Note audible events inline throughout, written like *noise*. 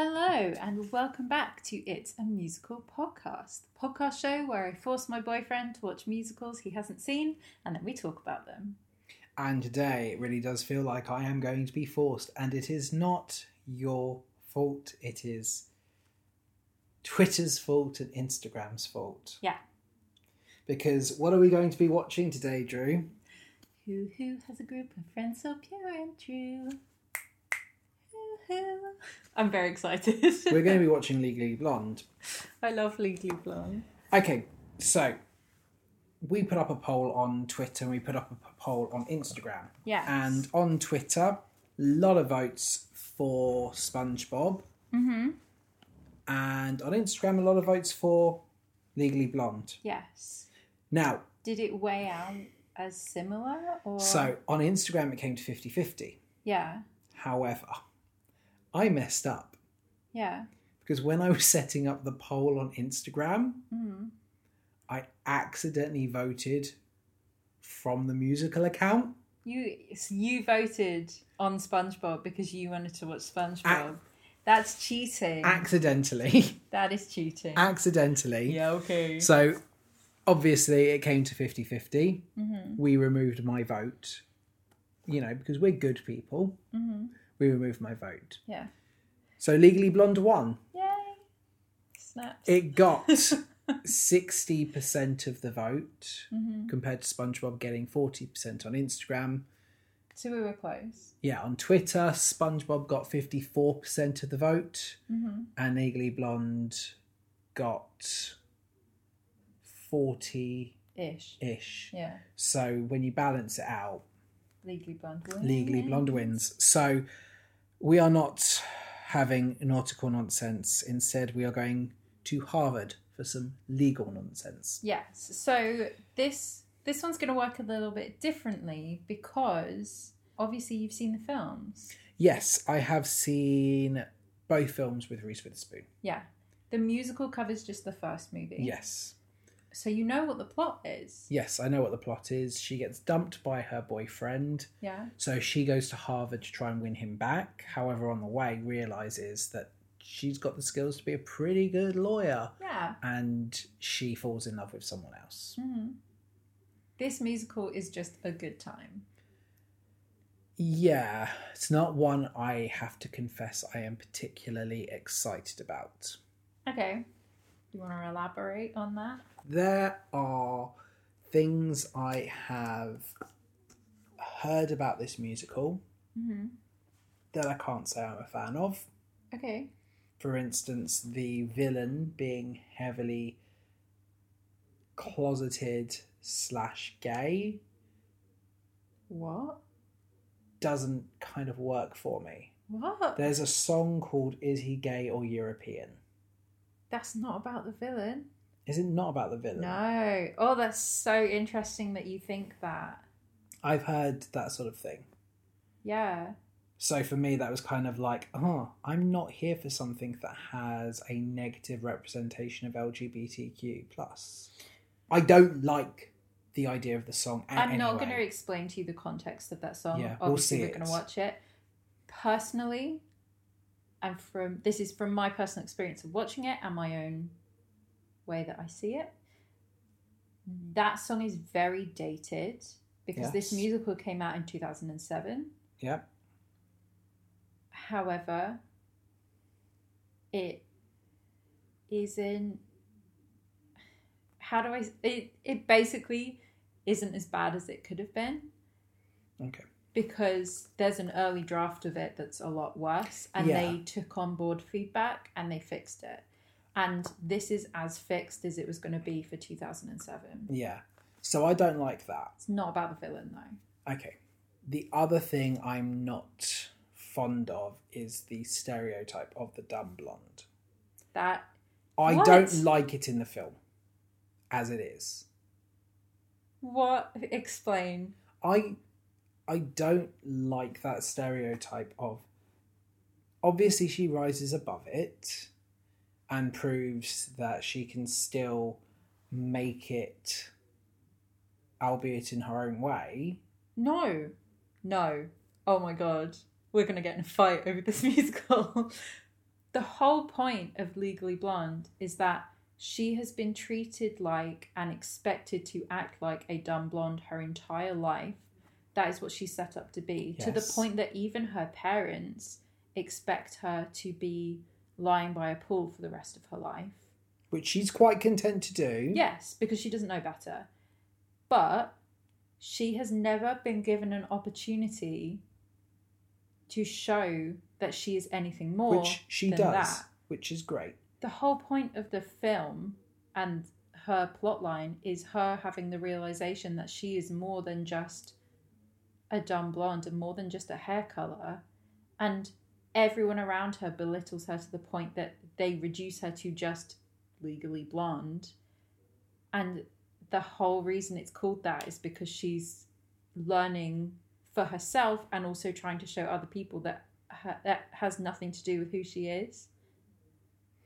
and welcome back to It's a Musical Podcast, the podcast show where I force my boyfriend to watch musicals he hasn't seen and then we talk about them. And today it really does feel like I am going to be forced, and it is not your fault, it is Twitter's fault and Instagram's fault. Yeah. Because what are we going to be watching today, Drew? Who who has a group of friends so pure and true? Who who? I'm very excited. *laughs* We're going to be watching Legally Blonde. I love Legally Blonde. Okay, so we put up a poll on Twitter and we put up a p- poll on Instagram. Yes. And on Twitter, lot of votes for SpongeBob. Mm-hmm. And on Instagram, a lot of votes for Legally Blonde. Yes. Now, Did it weigh out as similar or? so on Instagram, it came to 50 50. Yeah. However, I messed up Yeah. because when I was setting up the poll on Instagram, Mm. I accidentally voted from the musical account. You you voted on SpongeBob because you wanted to watch SpongeBob. Ac- That's cheating. Accidentally. *laughs* that is cheating. accidentally. yeah. Okay. So obviously it came to 50 50. We removed my vote, you know, because we're good people. Mhm. We removed my vote. Yeah. So Legally Blonde won. Yay. Snaps. It got 60% of the vote compared to SpongeBob getting 40% on Instagram. so we were close. Yeah, on Twitter, SpongeBob got 54% of the vote and Legally Blonde got 40 Ish. ish. Yeah. So when you balance it out, Legally blonde. Woman. Legally Blonde wins. So we are not having nautical nonsense. Instead, we are going to Harvard for some legal nonsense. Yes. So this this one's going to work a little bit differently because obviously you've seen the films. Yes, I have seen both films with Reese Witherspoon. Yeah. The musical covers just the first movie. Yes. So you know what the plot is. Yes, I know what the plot is. She gets dumped by her boyfriend, Yeah. so she goes to Harvard to try and win him back. However, on the way, realizes that she's got the skills to be a pretty good lawyer Yeah. and she falls in love with someone else. Mhm. This musical is just a good time. Yeah, it's not one I have to confess I am particularly excited about. Okay. Do you want to elaborate on that? There are things I have heard about this musical Mm-hmm. that I can't say I'm a fan of. Okay. For instance, the villain being heavily closeted slash gay What? doesn't kind of work for me. What? There's a song called Is He Gay or European? That's not about the villain. Is it not about the villain? No. Oh, that's so interesting that you think that. I've heard that sort of thing. Yeah. So for me, that was kind of like, oh, I'm not here for something that has a negative representation of LGBTQ plus. I don't like the idea of the song. a- I'm not anyway. going to explain to you the context of that song. Yeah, we'll Obviously, see we're going it. to watch it. Personally, and from this is from my personal experience of watching it and my own way that I see it. That song is very dated because this Yes. musical came out in 2007. Yeah, However, it isn't. How do I? It, it basically isn't as bad as it could have been okay. because there's an early draft of it that's a lot worse and Yeah. they took on board feedback and they fixed it. And this is as fixed as it was going to be for 2007. Yeah. So I don't like that. It's not about the villain though. Okay. The other thing I'm not fond of is the stereotype of the dumb blonde. That I What? don't like it in the film as it is. what *laughs* explain? I I don't like that stereotype of obviously she rises above it and proves that she can still make it albeit in her own way. No. No. Oh my god. We're going to get in a fight over this *laughs* musical. the whole point of Legally Blonde is that she has been treated like and expected to act like a dumb blonde her entire life. That is what she's set up to be, to the Yes. point that even her parents expect her to be lying by a pool for the rest of her life. which she's quite content to do. Yes, because she doesn't know better. But she has never been given an opportunity to show that she is anything more. which she than does, that. which is great. the whole point of the film and her plotline is her having the realization that she is more than just a dumb blonde and more than just a hair color and everyone around her belittles her to the point that they reduce her to just legally blonde and the whole reason it's called that is because she's learning for herself and also trying to show other people that her, that has nothing to do with who she is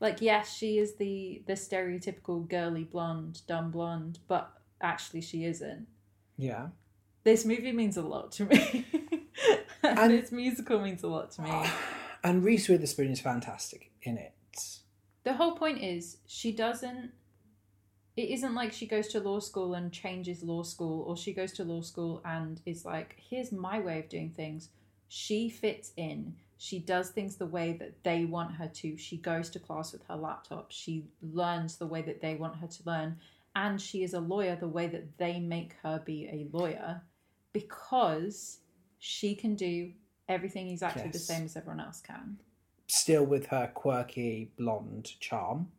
like yes she is the the stereotypical girly blonde dumb blonde but actually she isn't Yeah. this movie means a lot to me *laughs* and, And- this musical means a lot to me *sighs* And Reese Witherspoon is fantastic in it. the whole point is she doesn't it isn't like she goes to law school and changes law school or she goes to law school and is like here's my way of doing things she fits in she does things the way that they want her to she goes to class with her laptop she learns the way that they want her to learn and she is a lawyer the way that they make her be a lawyer because she can do everything exactly the Yes. same as everyone else can Still with her quirky blonde charm.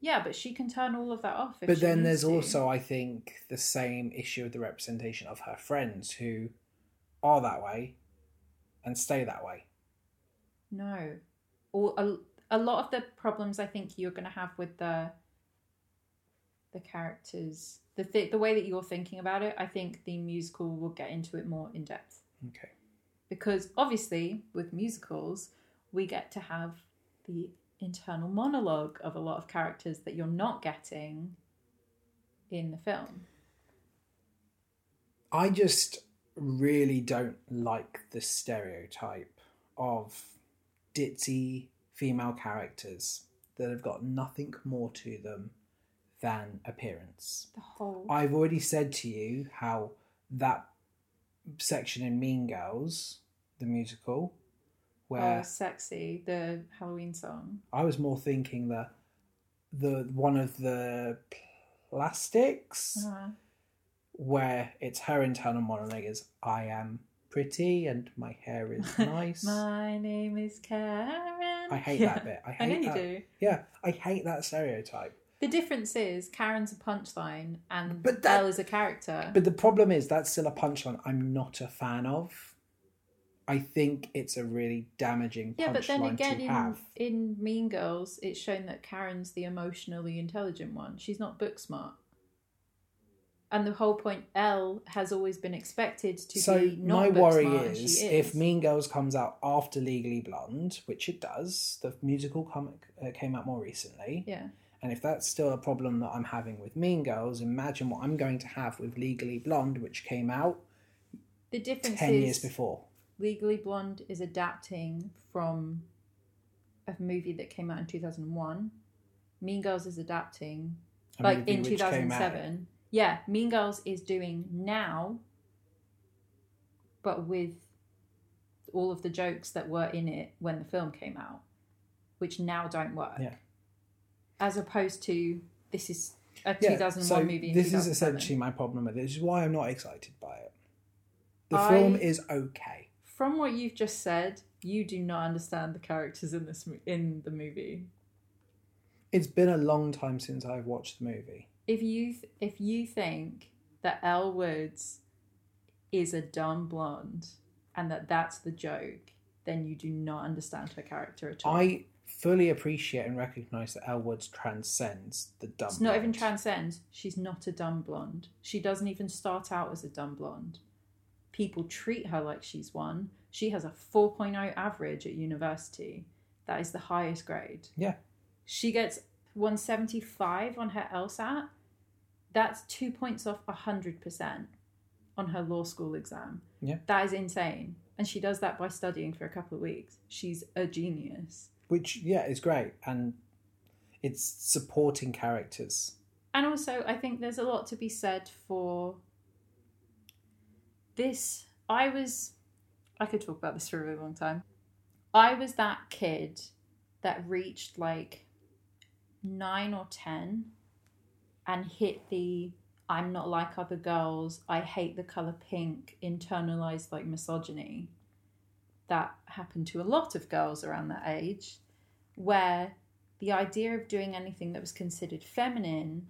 Yeah, but she can turn all of that off. If but she then needs there's to. also, I think, the same issue of the representation of her friends who are that way and stay that way. no, or a, a lot of the problems I think you're going to have with the the characters, the th- the way that you're thinking about it. I think the musical will get into it more in depth Okay. because obviously with musicals we get to have the internal monologue of a lot of characters that you're not getting in the film. I just really don't like the stereotype of ditzy female characters that have got nothing more to them than appearance. The whole I've already said to you how that section in Mean Girls, the musical, oh, where sexy, the Halloween song. I was more thinking the the one of the plastics Uh, where it's her internal monologue is I am pretty and my *laughs* hair is nice. My name is Karen. I hate Yeah. that bit. I *laughs* I know hate you that. do. Yeah, I hate that stereotype. The difference is Karen's a punchline and But that- Belle is a character. But the problem is that's still a punchline I'm not a fan of. I think it's a really damaging yeah, but then punchline again, to in, have. in Mean Girls, it's shown that Karen's the emotionally intelligent one. She's not book smart. And the whole point, Elle has always been expected to So be not my book worry smart, and she is, if Mean Girls comes out after Legally Blonde, which it does, the musical comic uh, came out more recently. yeah, And if that's still a problem that I'm having with Mean Girls, imagine what I'm going to have with Legally Blonde, which came out the difference 10 is years before. Legally Blonde is adapting from a movie that came out in 2001. Mean Girls is adapting, A like movie in which came out- 2007. Yeah, Mean Girls is doing now, but with all of the jokes that were in it when the film came out, which now don't work. Yeah. As opposed to this is a Yeah, 2001 so movie. in This is 2007. essentially my problem with it. This is why I'm not excited by it. The I- film is okay. From what you've just said, you do not understand the characters in this mo- in the movie. It's been a long time since I've watched the movie. If you th- if you think that Elle Woods is a dumb blonde and that that's the joke, then you do not understand her character at all. I fully appreciate and recognise that Elwood transcends the dumb. it's not even blonde. transcends. She's not a dumb blonde. She doesn't even start out as a dumb blonde. People treat her like she's one. She has a 4.0 average at university. That is the highest grade. Yeah. She gets 175 on her LSAT. That's two points off 100% on her law school exam. Yeah. That is insane. And she does that by studying for a couple of weeks. She's a genius. which yeah is great and it's supporting characters And also, I think there's a lot to be said for this. I was, I could talk about this for a really long time. I was that kid that reached like nine or 10 and hit the I'm not like other girls, I hate the color pink, internalized like misogyny. That happened to a lot of girls around that age, where the idea of doing anything that was considered feminine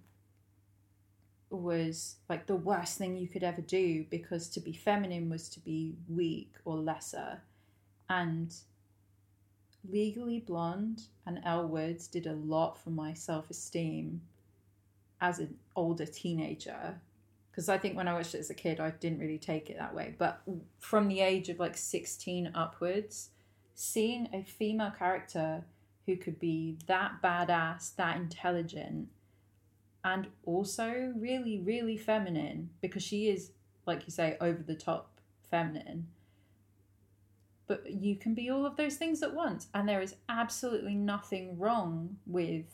was like the worst thing you could ever do because to be feminine was to be weak or lesser. And Legally Blonde and Elle Woods did a lot for my self esteem as an older teenager. Because I think when I watched it as a kid, I didn't really take it that way. But from the age of like 16 upwards, seeing a female character who could be that badass, that intelligent, and also really, really feminine because she is, like you say, over the top feminine. But you can be all of those things at once, and there is absolutely nothing wrong with,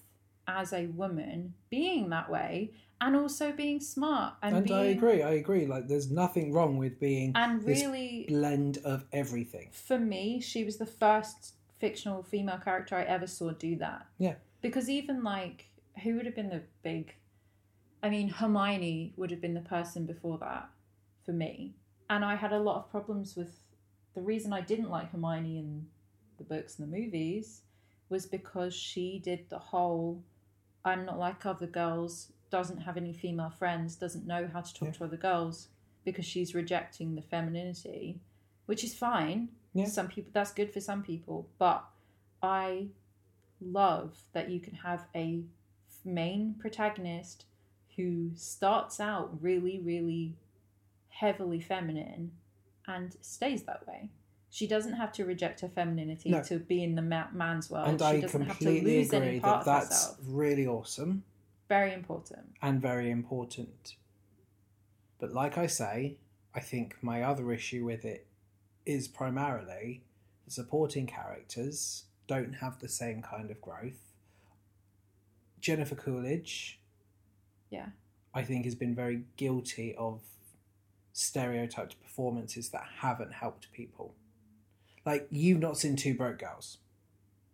as a woman, being that way and also being smart and, and being i agree i agree like there's nothing wrong with being and this really blend of everything for me, she was the first fictional female character I ever saw do that. Yeah. Because even like, who would have been the big? I mean, Hermione would have been the person before that for me, and I had a lot of problems with the reason I didn't like Hermione in the books and the movies was because she did the whole "I'm not like other girls," doesn't have any female friends, doesn't know how to talk Yeah. to other girls because she's rejecting the femininity, which is fine. Yeah. Some people that's good for some people, but I love that you can have a main protagonist who starts out really, really heavily feminine and stays that way. She doesn't have to reject her femininity No. to be in the ma- man's world. and she i doesn't completely have to lose agree any part that of that's herself. really awesome Very important. and very important. But like I say, I think my other issue with it is primarily the supporting characters don't have the same kind of growth. Jennifer Coolidge, Yeah. I think, has been very guilty of stereotyped performances that haven't helped people. Like, you've not seen Two Broke Girls,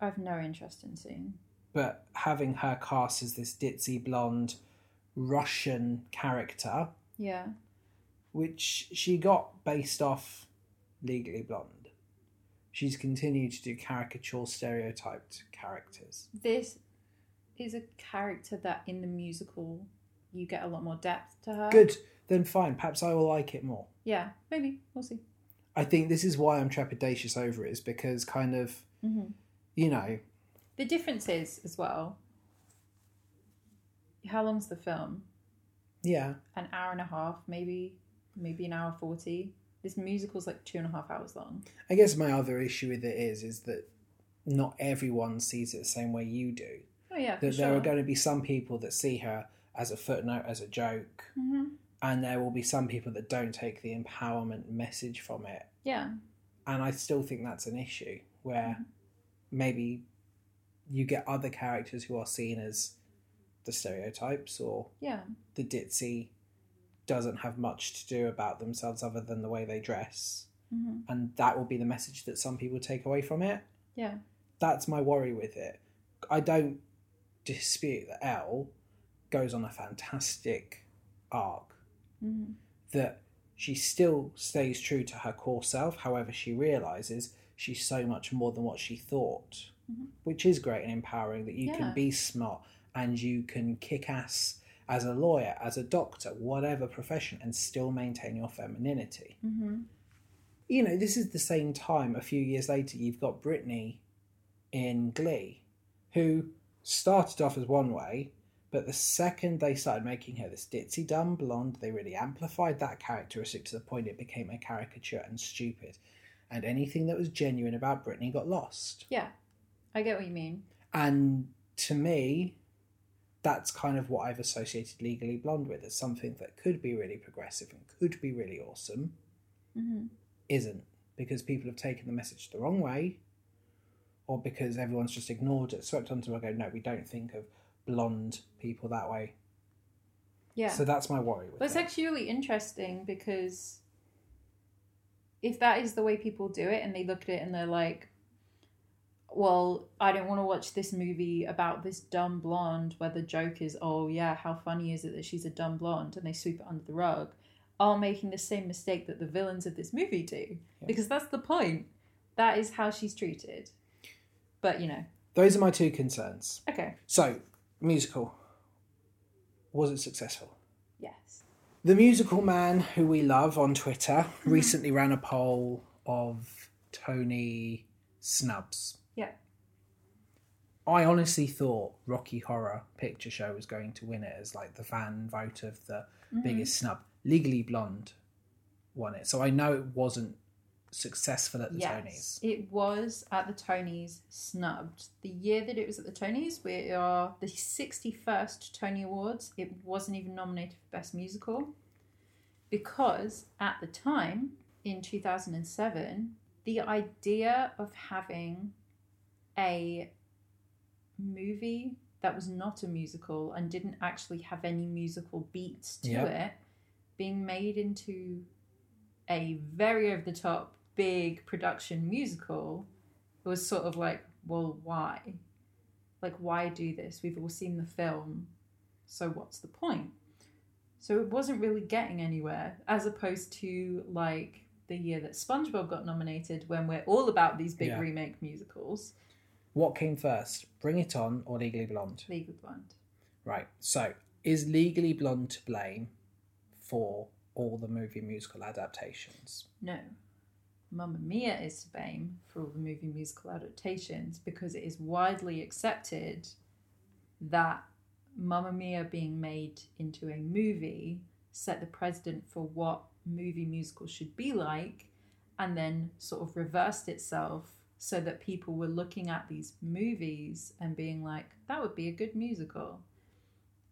I have no interest in seeing. but having her cast as this ditzy blonde Russian character Yeah. which she got based off Legally Blonde. She's continued to do caricature stereotyped characters. This is a character that in the musical you get a lot more depth to her. Good, then fine, perhaps I will like it more. Yeah, maybe. We'll see. I think this is why I'm trepidatious over it, is because kind of, Mm-hmm. you know, The difference is, as well, how long's the film? yeah, An hour and a half, maybe, maybe an hour 40. This musical's like two and a half hours long. I guess my other issue with it is, is that not everyone sees it the same way you do. Oh, yeah, for That sure. there are going to be some people that see her as a footnote, as a joke, hmm and there will be some people that don't take the empowerment message from it Yeah, and I still think that's an issue where maybe you get other characters who are seen as the stereotypes or yeah. the ditzy doesn't have much to do about themselves other than the way they dress hmm and that will be the message that some people take away from it Yeah. that's my worry with it i don't dispute that Elle goes on a fantastic arc hmm that she still stays true to her core self. However, she realizes she's so much more than what she thought, Mhm. which is great and empowering that you Yeah. can be smart and you can kick ass as a lawyer, as a doctor, whatever profession, and still maintain your femininity. hmm You know, this is the same time a few years later, you've got Britney in Glee, who started off as one way. But the second they started making her this ditzy dumb blonde, they really amplified that characteristic to the point it became a caricature and stupid. And anything that was genuine about Britney got lost. Yeah, I get what you mean. And to me, that's kind of what I've associated Legally Blonde with as something that could be really progressive and could be really awesome hmm isn't because people have taken the message the wrong way or because everyone's just ignored it, swept under the rug. go, No, we don't think of blonde people that way. Yeah. So that's my worry with But it's it. actually really interesting because if that is the way people do it and they look at it and they're like, well, I don't want to watch this movie about this dumb blonde where the joke is, oh, yeah, how funny is it that she's a dumb blonde? And they sweep it under the rug, are making the same mistake that the villains of this movie do. Yeah. Because that's the point. That is how she's treated. But, you know, Those are my two concerns. okay, So, musical. Was it successful? yes. The musical man who we love on Twitter Mm-hmm. recently ran a poll of Tony snubs. Yeah. I honestly thought Rocky Horror Picture Show was going to win it as like the fan vote of the Mm-hmm. biggest snub. Legally Blonde won it, so I know it wasn't successful at the Tonys. It was at the Tonys snubbed. The year that it was at the Tonys, we are the 61st Tony Awards. It wasn't even nominated for Best Musical because at the time in 2007, the idea of having a movie that was not a musical and didn't actually have any musical beats to Yeah. it being made into a very over the top big production musical it was sort of like well why like why do this we've all seen the film so what's the point so it wasn't really getting anywhere as opposed to like the year that spongebob got nominated when we're all about these big Yeah. remake musicals What came first, Bring It On or Legally Blonde? legal blonde Right. So, is Legally Blonde to blame for all the movie musical adaptations? No. Mamma Mia is to blame for all the movie musical adaptations because it is widely accepted that Mamma Mia being made into a movie set the precedent for what movie musicals should be like and then sort of reversed itself so that people were looking at these movies and being like, that would be a good musical.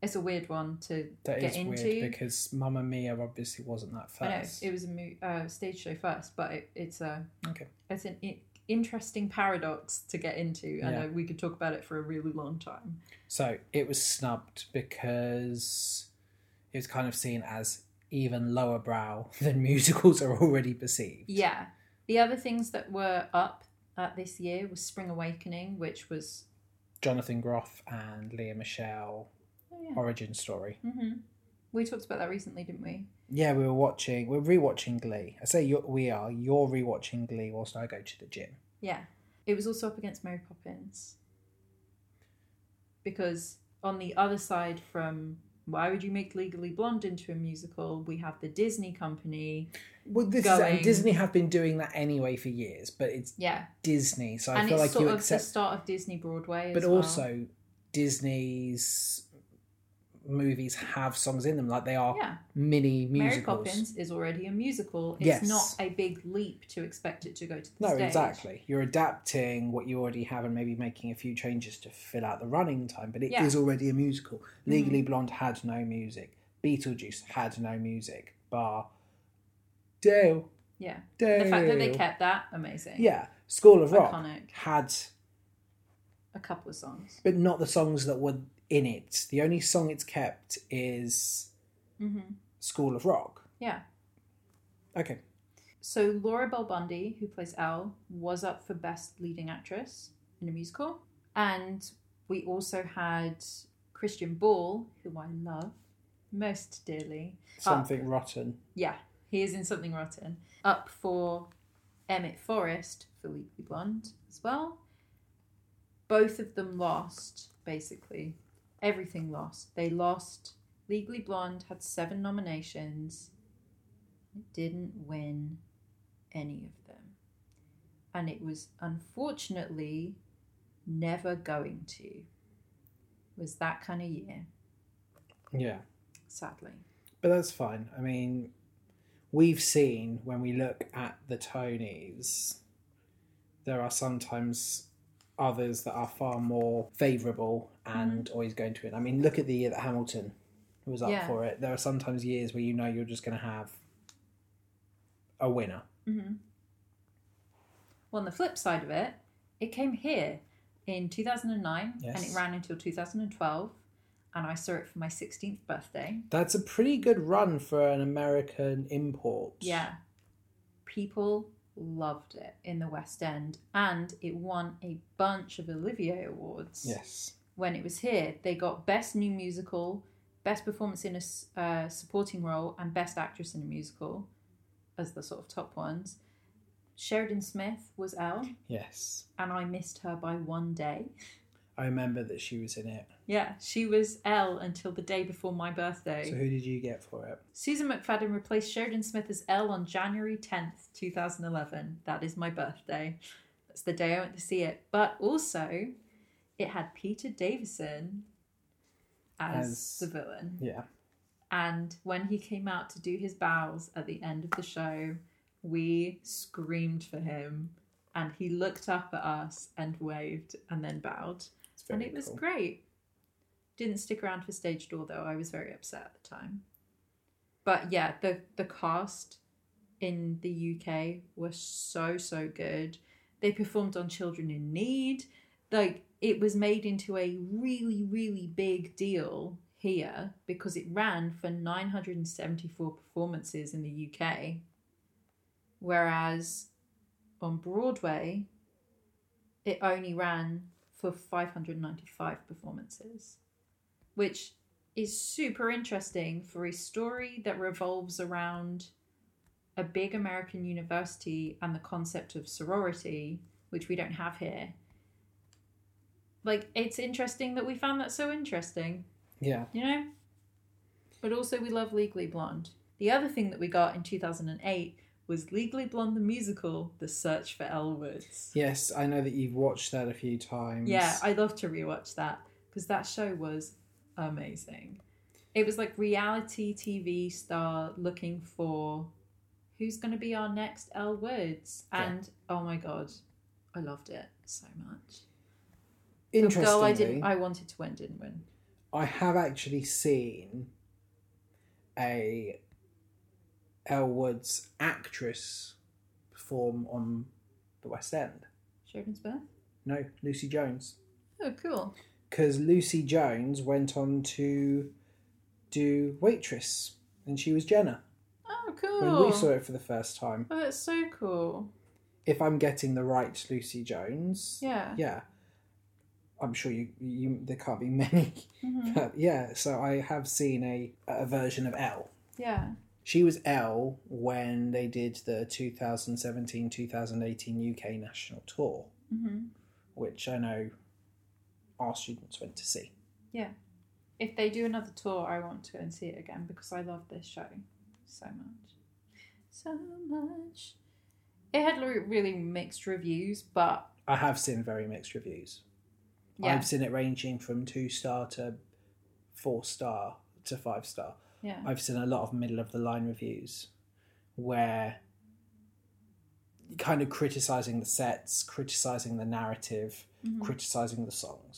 It's a weird one to That is get into. weird because Mamma Mia obviously wasn't that I know first. it was a mo- uh, stage show first, but it, it's a Okay. it's an i- interesting paradox to get into, and Yeah. uh, we could talk about it for a really long time. So it was snubbed because it was kind of seen as even lower brow *laughs* than musicals are already perceived. Yeah, the other things that were up at this year was Spring Awakening, which was Jonathan Groff and Leah Michelle oh yeah, origin story. hmm we talked about that recently, didn't we? Yeah, we were watching. We're rewatching Glee. I say you're, we are. You're rewatching Glee whilst I go to the gym. Yeah, it was also up against Mary Poppins because on the other side from why would you make Legally Blonde into a musical? We have the Disney company. Well, this is, Going. and Disney have been doing that anyway for years, but it's Yeah, Disney, so I and feel it's like sort you of accept the start of Disney Broadway. As but well. also Disney's movies have songs in them, like they are yeah, mini musicals. Mary Poppins is already a musical. It's Yes. not a big leap to expect it to go to the No, stage. exactly. You're adapting what you already have and maybe making a few changes to fill out the running time, but it is Yeah. Mm-hmm. already a musical. Legally Blonde had no music. Beetlejuice had no music. Bar Dale. Yeah, Dale. the fact that they kept that amazing. Yeah. School of Rock iconic. had A couple of songs. but not the songs that were in it. The only song it's kept is hmm School of Rock. Yeah. Okay. So Laura Bell Bundy, who plays Elle, was up for Best Leading Actress in a Musical, and we also had Christian Ball, who I love most dearly, Something rotten. Yeah, he is in Something Rotten. Up for Emmett Forrest for Legally Blonde as well. Both of them lost, basically. Everything lost. They lost. Legally Blonde had seven nominations. It didn't win any of them. And it was unfortunately never going to. It was that kind of year, Yeah. sadly. But that's fine. I mean, we've seen when we look at the Tonys, there are sometimes others that are far more favourable and always going to win. I mean, look at the year that Hamilton was up Mm-hmm. Yeah. for it. There are sometimes years where you know you're just going to have a winner. Mm-hmm. Well, on the flip side of it, It came here in 2009 and Yes. it ran until 2012. And I saw it for my 16th birthday. That's a pretty good run for an American import. Yeah. People loved it in the West End and it won a bunch of Olivier Awards. Yes. when it was here, they got Best New Musical, Best Performance in a S- uh, Supporting Role, and Best Actress in a Musical as the sort of top ones. Sheridan Smith was Elle, Yes. and I missed her by one day. I remember that she was in it. Yeah, she was Elle until the day before my birthday. So who did you get for it? Susan McFadden replaced Sheridan Smith as Elle on January 10th, 2011. That is my birthday. That's the day I went to see it. But also, it had Peter Davison As- as the villain. Yeah. And when he came out to do his bows at the end of the show, we screamed for him. And he looked up at us and waved and then bowed. It's And very it was cool. great. Didn't stick around for stage door though. I was very upset at the time. But yeah, the the cast in the UK were so so good. They performed on Children in Need. Like it was made into a really really big deal here because it ran for 974 performances in the UK. Whereas on Broadway it only ran for 595 performances, which is super interesting for a story that revolves around a big American university and the concept of sorority, which we don't have here. Like, it's interesting that we found that so interesting, Yeah. you know? But also, we love Legally Blonde. The other thing that we got in 2008 was Legally Blonde the Musical The Search for Elwoods. Yes, I know that you've watched that a few times. Yeah, I love to rewatch that because that show was amazing. It was like reality TV star looking for who's going to be our next Elle Woods, Yeah. and oh my god, I loved it so much. The Interestingly, girl I I, didn't, I wanted to win, didn't win. have actually seen a Elwood's actress perform on the West End. Sheridan's birth. No, Lucy Jones. Oh, cool. Because Lucy Jones went on to do Waitress, and she was Jenna Oh, when we saw cool. it for the first time. Oh, that's so cool. If I'm getting the right Lucy Jones, Yeah. yeah i'm sure you, you there can't be *laughs* many Mhm. but yeah so i have seen a, a version of l Yeah. she was l when they did the 2017-2018 uk national tour hmm which i know our students went to see If they do another tour, I want to go and see it again because I love this show so much. So much. It had re- really mixed reviews, but i have seen very mixed reviews yeah, i've seen it ranging from two star to four star to five star yeah, I've seen a lot of middle of the line reviews where kind of criticizing the sets, criticizing the narrative, Mhm. criticizing the songs.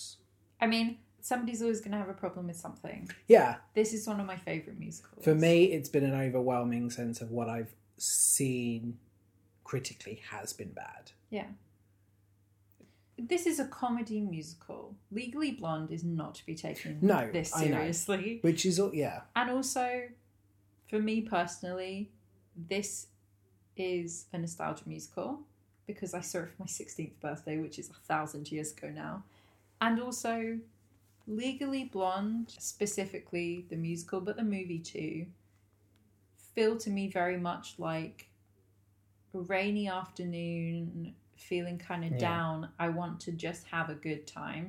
I mean, somebody's always going to have a problem with something. Yeah, This is one of my favorite musicals. for me, it's been an overwhelming sense of what I've seen critically has been bad. yeah. This is a comedy musical. Legally Blonde is not to be taken No, this I know. seriously. Which is all, yeah, And also, for me personally, this is a nostalgia musical because I saw it for my 16th birthday, which is a thousand years ago now. And also, Legally Blonde, specifically the musical, but the movie too, feel to me very much like a rainy afternoon, feeling kind of Yeah. down. I want to just have a good time.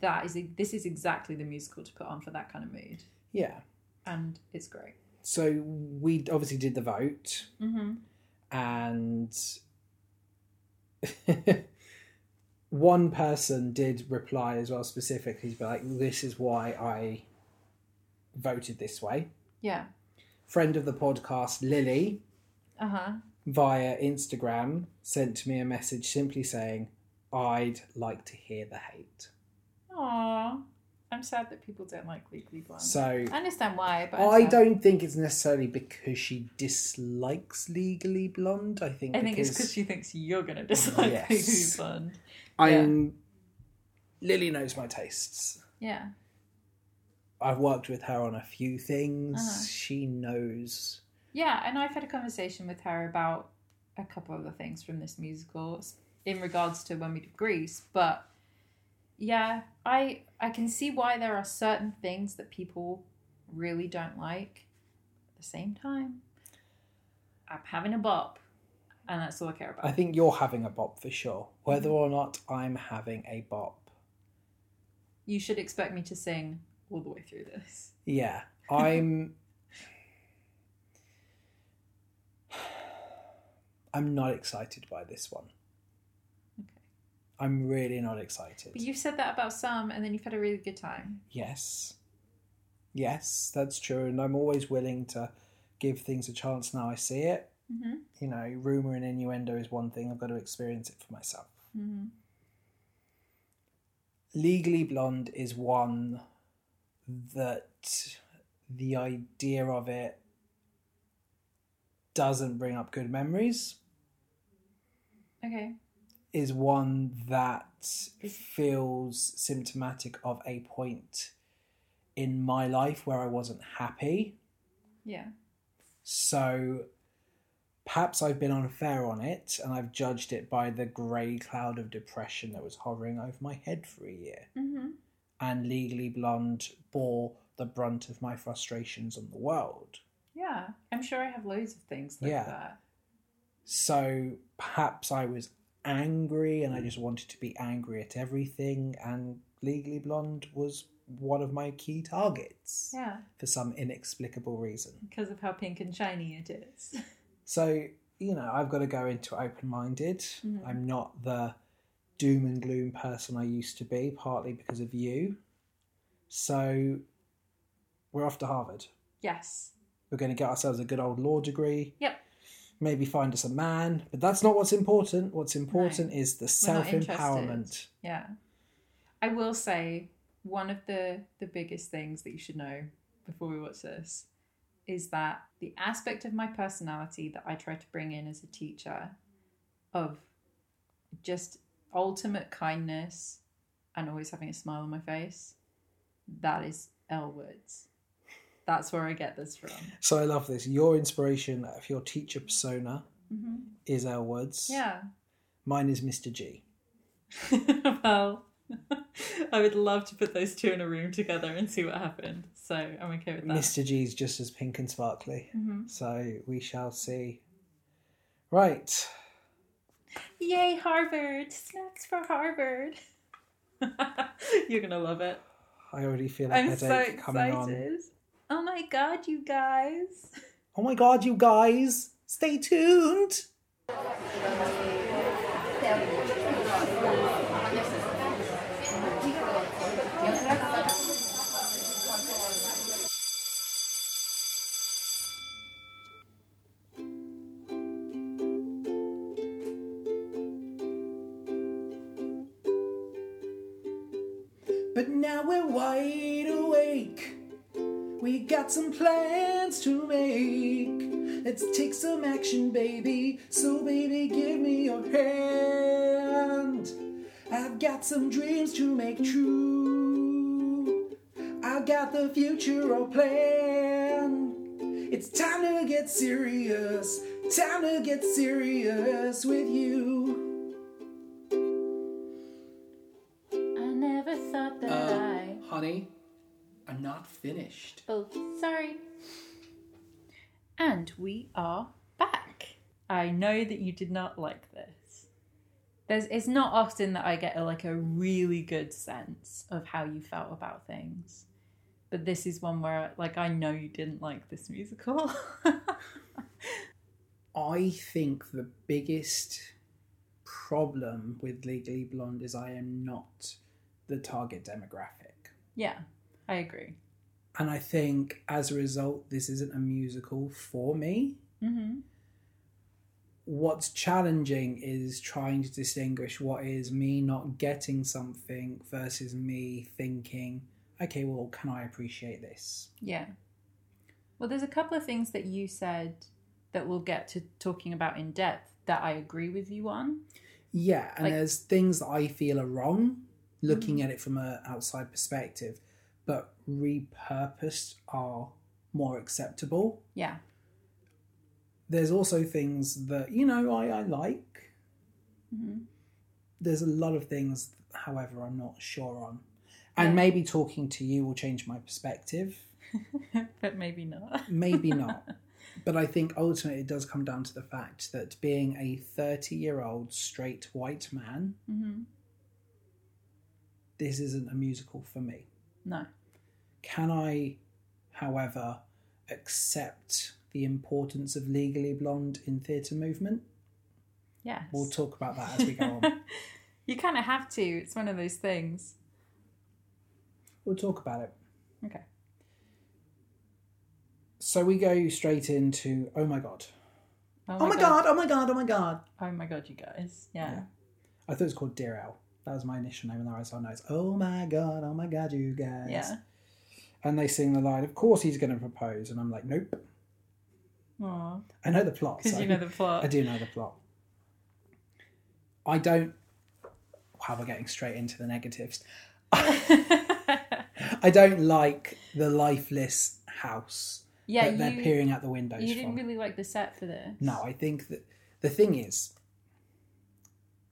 That is this is exactly the musical to put on for that kind of mood, yeah. and it's great. So we obviously did the vote Mm-hmm. and *laughs* one person did reply as well specifically be like this is why i voted this way Yeah. friend of the podcast lily Uh huh. via instagram sent me a message simply saying i'd like to hear the hate Aww. I'm sad that people don't like Legally Blonde. So I understand why, but I'm I sad. don't think it's necessarily because she dislikes Legally Blonde. I think I think it's because because she thinks you're going to dislike Yes. Legally Blonde. I'm Lily knows my tastes. Yeah. I've worked with her on a few things. Uh-huh. She knows. Yeah, and I've had a conversation with her about a couple of the things from this musical s- in regards to when we did Greece, but yeah, I I can see why there are certain things that people really don't like. At the same time, I'm having a bop, and that's all I care about. I think you're having a bop for sure. Whether Mm-hmm. or not I'm having a bop. you should expect me to sing all the way through this. Yeah. I'm *sighs* I'm not excited by this one. Okay. I'm really not excited. But you said that about some, and then you've had a really good time. Yes. Yes, that's true. And I'm always willing to give things a chance now I see it. hmm You know, rumour and innuendo is one thing, I've got to experience it for myself. hmm Legally Blonde is one that the idea of it doesn't bring up good memories, Okay. is one that feels symptomatic of a point in my life where I wasn't happy. Yeah. So perhaps I've been unfair on it and I've judged it by the grey cloud of depression that was hovering over my head for a year. hmm And Legally Blonde bore the brunt of my frustrations on the world. Yeah. I'm sure I have loads of things like Yeah. that. So perhaps I was angry and I just wanted to be angry at everything, and Legally Blonde was one of my key targets Yeah, for some inexplicable reason. because of how pink and shiny it is. *laughs* So, you know, I've got to go into it open minded. Mhm. I'm not the doom and gloom person I used to be, partly because of you. So, we're off to Harvard. yes. We're going to get ourselves a good old law degree. Yep. Maybe find us a man, but that's not what's important. What's important is the We're not self interested. empowerment. Yeah. I will say one of the the biggest things that you should know before we watch this is that the aspect of my personality that I try to bring in as a teacher of just ultimate kindness and always having a smile on my face that is L words. That's where I get this from. So I love this. Your inspiration of your teacher persona hmm is L Woods. Yeah. *laughs* Mine is Mr. G. well, *laughs* I would love to put those two in a room together and see what happened. So I'm okay with that. Mr. G is just as pink and sparkly. hmm So we shall see. Right. Yay, Harvard! Snacks for Harvard! *laughs* You're gonna love it. I already feel a I'm so headache coming excited. on. Oh my god, you guys! Oh my god, you guys! Stay tuned! But now we're wide awake. We got some plans to make. Let's take some action, baby. So, baby, give me your hand. I've got some dreams to make true. I've got the future all planned. It's time to get serious. Time to get serious with you. I never thought that I. Uh, honey, I'm not finished. Oh, sorry. And we are back. I know that you did not like this. There's, it's not often that I get a, like a really good sense of how you felt about things, but this is one where like I know you didn't like this musical. *laughs* I think the biggest problem with Legally Blonde is I am not the target demographic. yeah, I agree. And I think as a result, this isn't a musical for me. Mm-hmm. What's challenging is trying to distinguish what is me not getting something versus me thinking okay, well, can I appreciate this? Yeah. Well, there's a couple of things that you said that we'll get to talking about in depth that I agree with you on. Yeah, and Like- Mm. there's things that I feel are wrong looking at it from an outside perspective, but repurposed are more acceptable. Yeah. There's also things that, you know, I, I like. hmm There's a lot of things, however, I'm not sure on. And Yeah. maybe talking to you will change my perspective. *laughs* but maybe not. Maybe not. *laughs* but I think ultimately it does come down to the fact that being a 30 year old straight white man, hmm this isn't a musical for me. No. Can I, however, accept the importance of Legally Blonde in theatre movement? Yes. We'll talk about that as we go *laughs* on. you kind of have to. It's one of those things. we'll talk about it. Okay. So we go straight into oh my god. Oh, my god. oh my god, oh my god. Oh my god, you guys. Yeah. Yeah. I thought it was called Dear Al. That was my initial name and then I saw notes. Oh my god, oh my god, you guys. Yeah. And they sing the line, Of course he's gonna propose and I'm like, Nope. Because I know the *laughs* plot. so you know the plot. I do know the plot. I don't. Wow, we're getting straight into the negatives. *laughs* I don't like the lifeless house yeah, that they're you, peering out the windows you from. didn't really like the set for this. No, I think that the thing is,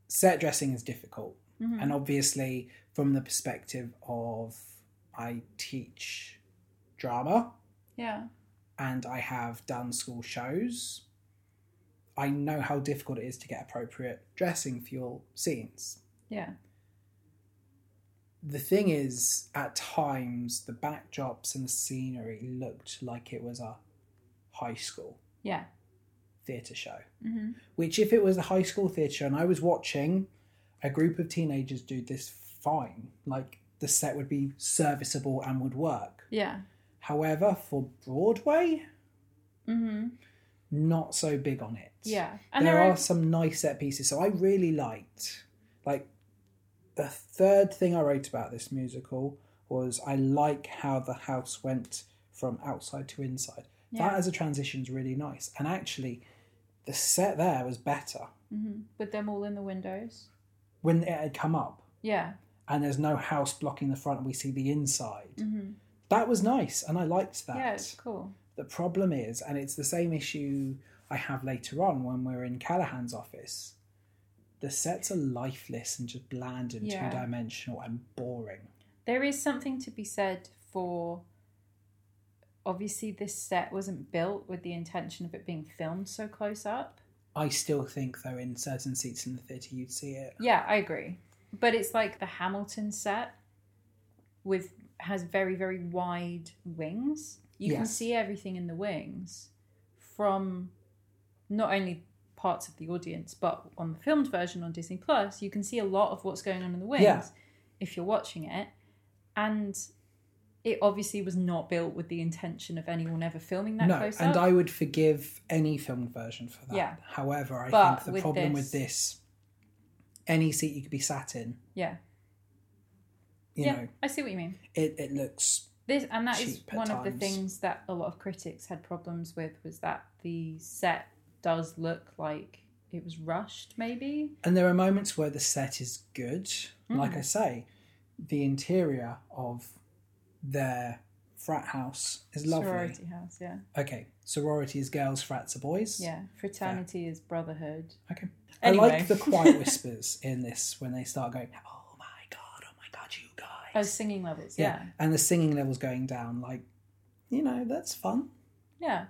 set dressing is difficult. Mhm. And obviously, from the perspective of I teach drama, Yeah. and I have done school shows, I know how difficult it is to get appropriate dressing for your scenes. Yeah. The thing is, at times, the backdrops and the scenery looked like it was a high school Yeah. theatre show. Mm-hmm. Which, if it was a high school theatre show and I was watching a group of teenagers do this, fine. Like, the set would be serviceable and would work. Yeah. However, for Broadway, Mm-hmm. not so big on it. Yeah. And there, are, some nice set pieces. So I really liked, like, the third thing I wrote about this musical was I like how the house went from outside to inside. Yeah. That as a transition is really nice. And actually, the set there was better hmm With them all in the windows. when it had come up Yeah. and there's no house blocking the front and we see the inside. Mm-hmm. That was nice and I liked that. Yeah, it's cool. The problem is, and it's the same issue I have later on when we're in Callahan's office, the sets are lifeless and just bland and Yeah. two dimensional and boring. There is something to be said for. Obviously, this set wasn't built with the intention of it being filmed so close up. I still think, though, in certain seats in the theatre, you'd see it. Yeah, I agree. But it's like the Hamilton set with has very very wide wings. You can Yes. see everything in the wings from not only parts of the audience but on the filmed version on Disney Plus, you can see a lot of what's going on in the wings Yeah. if you're watching it. And it obviously was not built with the intention of anyone ever filming that no, close and up. I would forgive any filmed version for that. Yeah. However, I But think the with problem this- with this, any seat you could be sat in, yeah. you yeah. know, I see what you mean. it, it looks. This and that is cheap at one of the times. things that a lot of critics had problems with was that the set does look like it was rushed, maybe. And there are moments where the set is good. Like Mm. I say, the interior of their frat house is lovely. Sorority house, yeah, Okay, sorority is girls, frats are boys. yeah. Fraternity is brotherhood. Okay. I Anyway. like *laughs* the quiet whispers in this when they start going, oh my god, oh my god, you Oh, guys. singing levels, yeah, And the singing levels going down. Like, you know, that's fun. yeah.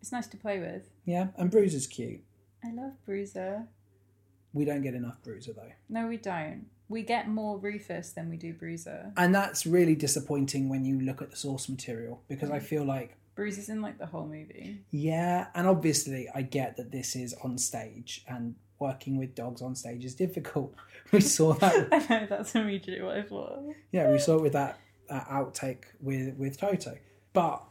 It's nice to play with. Yeah. And Bruiser's cute. I love Bruiser. We don't get enough Bruiser though. No, we don't. We get more Rufus than we do Bruiser. And that's really disappointing when you look at the source material because Hmm. I feel like Bruiser's in like the whole movie. *laughs* Yeah, and obviously I get that this is on stage and working with dogs on stage is difficult. *laughs* We saw that I know that's immediately what I thought. yeah, we saw it with that uh, outtake with with Toto. But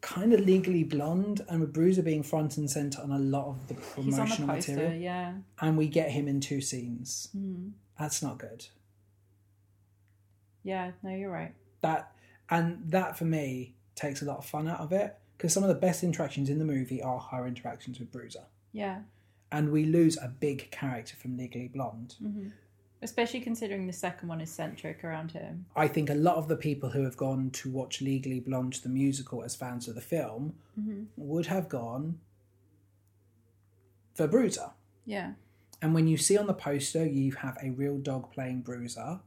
kind of legally blonde and with Bruiser being front and center on a lot of the He's on the promotional poster, material yeah. and we get him in two scenes. Mhm. That's not good. Yeah, no, you're right. that and that for me takes a lot of fun out of it because some of the best interactions in the movie are her interactions with Bruiser, Yeah. and we lose a big character from Legally Blonde. hmm Especially considering the second one is centric around him. I think a lot of the people who have gone to watch Legally Blonde the musical as fans of the film Mm-hmm. would have gone for Bruiser. Yeah. And when you see on the poster you have a real dog playing Bruiser,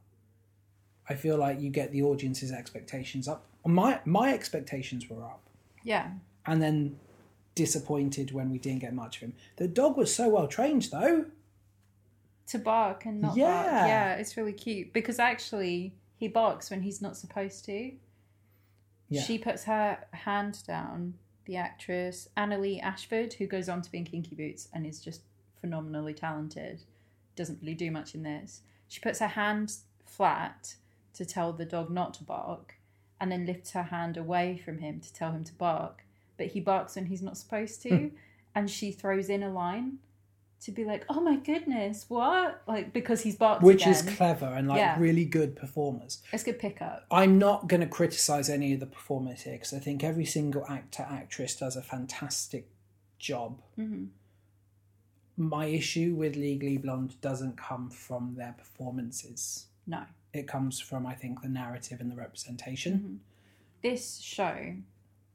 I feel like you get the audience's expectations up. My my expectations were up, Yeah. and then disappointed when we didn't get much of him. The dog was so well trained though. To bark and not Yeah. bark. Yeah. It's really cute because actually he barks when he's not supposed to. Yeah. She puts her hand down, the actress Annalie Ashford, who goes on to be in Kinky Boots and is just phenomenally talented, doesn't really do much in this. She puts her hand flat to tell the dog not to bark and then lifts her hand away from him to tell him to bark, but he barks when he's not supposed to. Hmm. and she throws in a line to be like, oh my goodness, what? Like, because he's barked which again. is clever and like Yeah. really good performers. it's good pickup. I'm not going to criticize any of the performers here because I think every single actor actress does a fantastic job. hmm My issue with Legally Blonde doesn't come from their performances. No. It comes from I think the narrative and the representation. Mhm. This show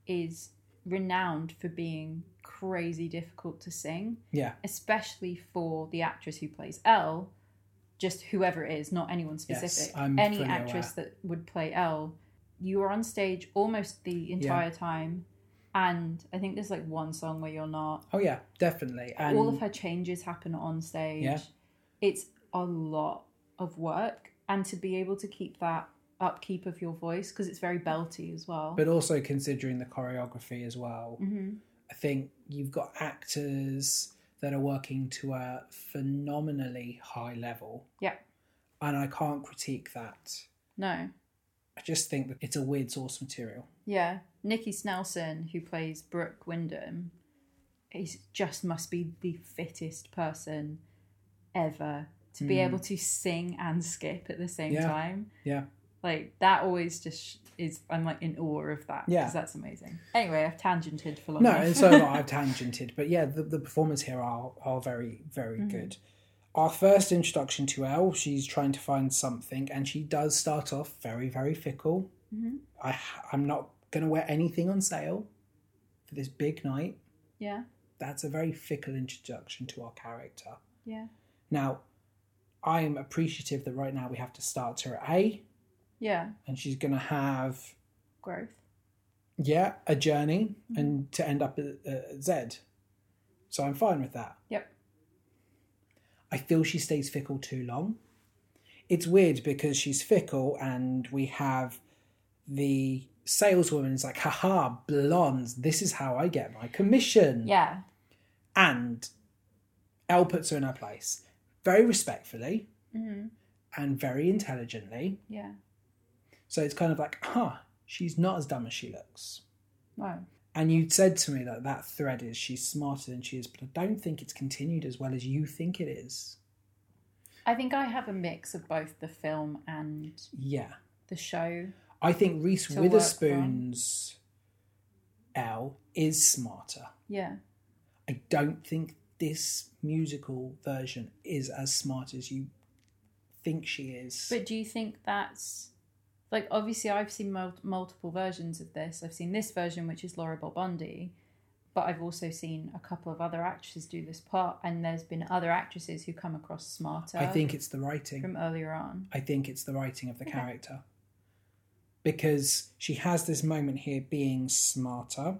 is renowned for being crazy difficult to sing, Yeah, especially for the actress who plays Elle, just whoever it is, not anyone Yes, specific. I'm Any fully actress that would play Elle, you are on stage almost the entire time. And I think there's like one song where you're not. oh yeah, definitely. And All of her changes happen on stage. Yeah. It's a lot of work. And to be able to keep that upkeep of your voice, because it's very belty as well. but also considering the choreography as well. Mm-hmm. I think you've got actors that are working to a phenomenally high level. Yeah. And I can't critique that. No. I just think that it's a weird source material. Yeah. Nikki Snelson, who plays Brooke Wyndham, is just must be the fittest person ever to be Mm. able to sing and skip at the same Yeah. time. Yeah. Like that always just is. I'm like in awe of that. Yeah. Because that's amazing. Anyway, I've tangented for long. No, enough. *laughs* and so I've tangented, but yeah, the, the performers here are are very very Mhm. good. Our first introduction to Elle, she's trying to find something, and she does start off very very fickle. Mhm. I I'm not gonna wear anything on sale for this big night. Yeah. That's a very fickle introduction to our character. Yeah. Now, I am appreciative that right now we have to start her at A, Yeah. and she's gonna have Growth. yeah, a journey and to end up at, at Z. So I'm fine with that. Yep. I feel she stays fickle too long. It's weird because she's fickle and we have the saleswoman is like, haha, blondes, this is how I get my commission. Yeah. And Elle puts her in her place very respectfully hmm and very intelligently. Yeah. So it's kind of like, huh, she's not as dumb as she looks. No. And you said to me that that thread is she's smarter than she is, but I don't think it's continued as well as you think it is. I think I have a mix of both the film and Yeah. the show. I think Reese To work Witherspoon's Elle is smarter. Yeah. I don't think this musical version is as smart as you think she is. But do you think that's like obviously I've seen mul- multiple versions of this. I've seen this version, which is Laura Bobondi, but I've also seen a couple of other actresses do this part, and there's been other actresses who come across smarter. I think it's the writing. from earlier on. I think it's the writing of the Okay. character. Because she has this moment here being smarter.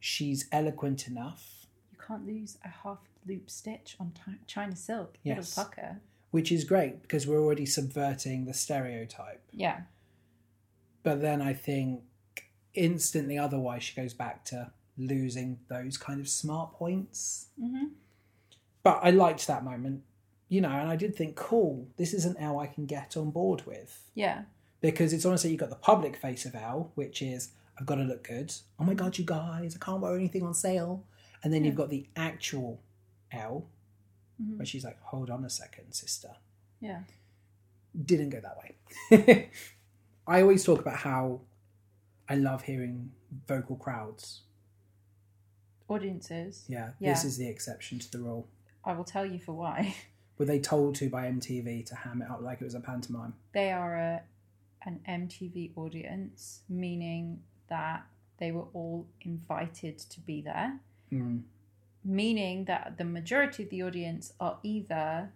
She's eloquent enough. You can't lose a half loop stitch on ti china silk. Yes. Little pucker. which is great because we're already subverting the stereotype. Yeah. But then I think instantly, otherwise, she goes back to losing those kind of smart points. hmm But I liked that moment, you know, and I did think, cool, this is an L I can get on board with Yeah. because it's honestly you've got the public face of L, which is I've got to look good. Oh my god, you guys, I can't wear anything on sale. And then you've Yeah. got the actual L, Mhm. where she's like, hold on a second, sister. Yeah. Didn't go that way. *laughs* I always talk about how I love hearing vocal crowds. Audiences. Yeah, this Yeah. is the exception to the rule. I will tell you for why. *laughs* Were they told to by MTV to ham it up like it was a pantomime? They are a, an MTV audience, meaning that they were all invited to be there, Mm. meaning that the majority of the audience are either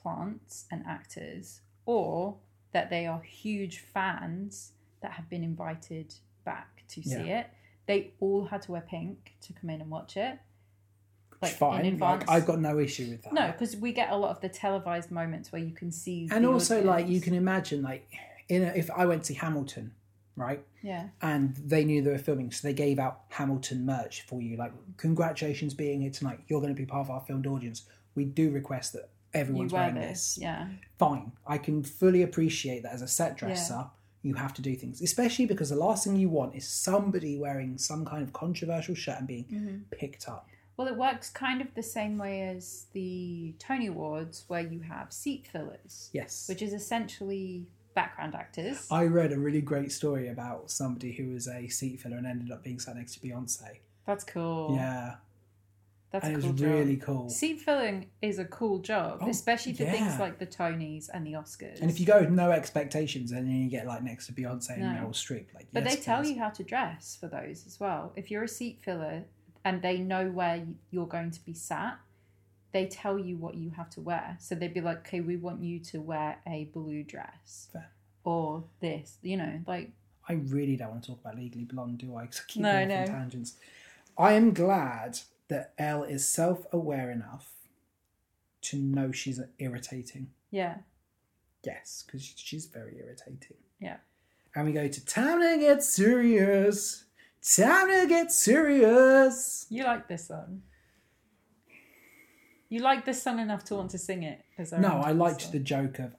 plants and actors or that they are huge fans that have been invited back to see it. They all had to wear pink to come in and watch it. Which in fine. Like, advance. I've got no issue with that. No, because we get a lot of the televised moments where you can see. and the also like audience. you can imagine like in a, if I went to Hamilton, right? Yeah. And they knew they were filming, so they gave out Hamilton merch for you. Like, congratulations being here tonight. You're going to be part of our filmed audience. We do request that You everyone's wear wearing this. Yeah. fine. I can fully appreciate that as a set dresser, you have to do things, especially because the last thing you want is somebody wearing some kind of controversial shirt and being picked up. Well, it works kind of the same way as the Tony Awards, where you have seat fillers, Yes. which is essentially background actors. I read a really great story about somebody who was a seat filler and ended up being sat next to Beyonce. That's cool. Yeah. That's and a it cool was job. really cool. Seat filling is a cool job, Oh, especially for things yeah. like the Tonys and the Oscars. And if you go with no expectations and then you get like next to Beyonce and No. Meryl Streep, like But yes, they tell please. you how to dress for those as well. If you're a seat filler and they know where you're going to be sat, they tell you what you have to wear. So they'd be like, okay, we want you to wear a blue dress Fair. or this, you know, like, I really don't want to talk about Legally Blonde, do I? 'Cause I keep No, going no. off on tangents. I am glad that Elle is self-aware enough to know she's irritating. yeah, Yes, because she's very irritating. Yeah. And we go to time to get serious. Time to get serious. you like this song. You like this song enough to want to sing it. As No, I liked the joke of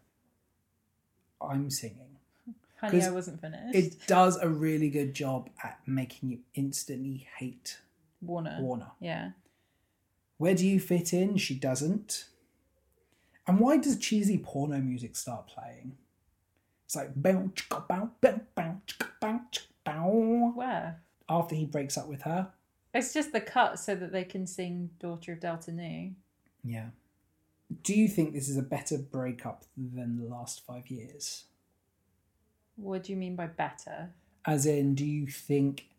I'm singing. Honey, 'cause I wasn't finished. It does a really good job at making you instantly hate Warner. Warner. Yeah. Where do you fit in? She doesn't. And why does cheesy porno music start playing? It's like bow chicka, bow bow bow chicka, bow chicka, bow. Where? After he breaks up with her, It's just the cut so that they can sing Daughter of Delta Nu. yeah. Do you think this is a better breakup than the last five years? What do you mean by better? As in, do you think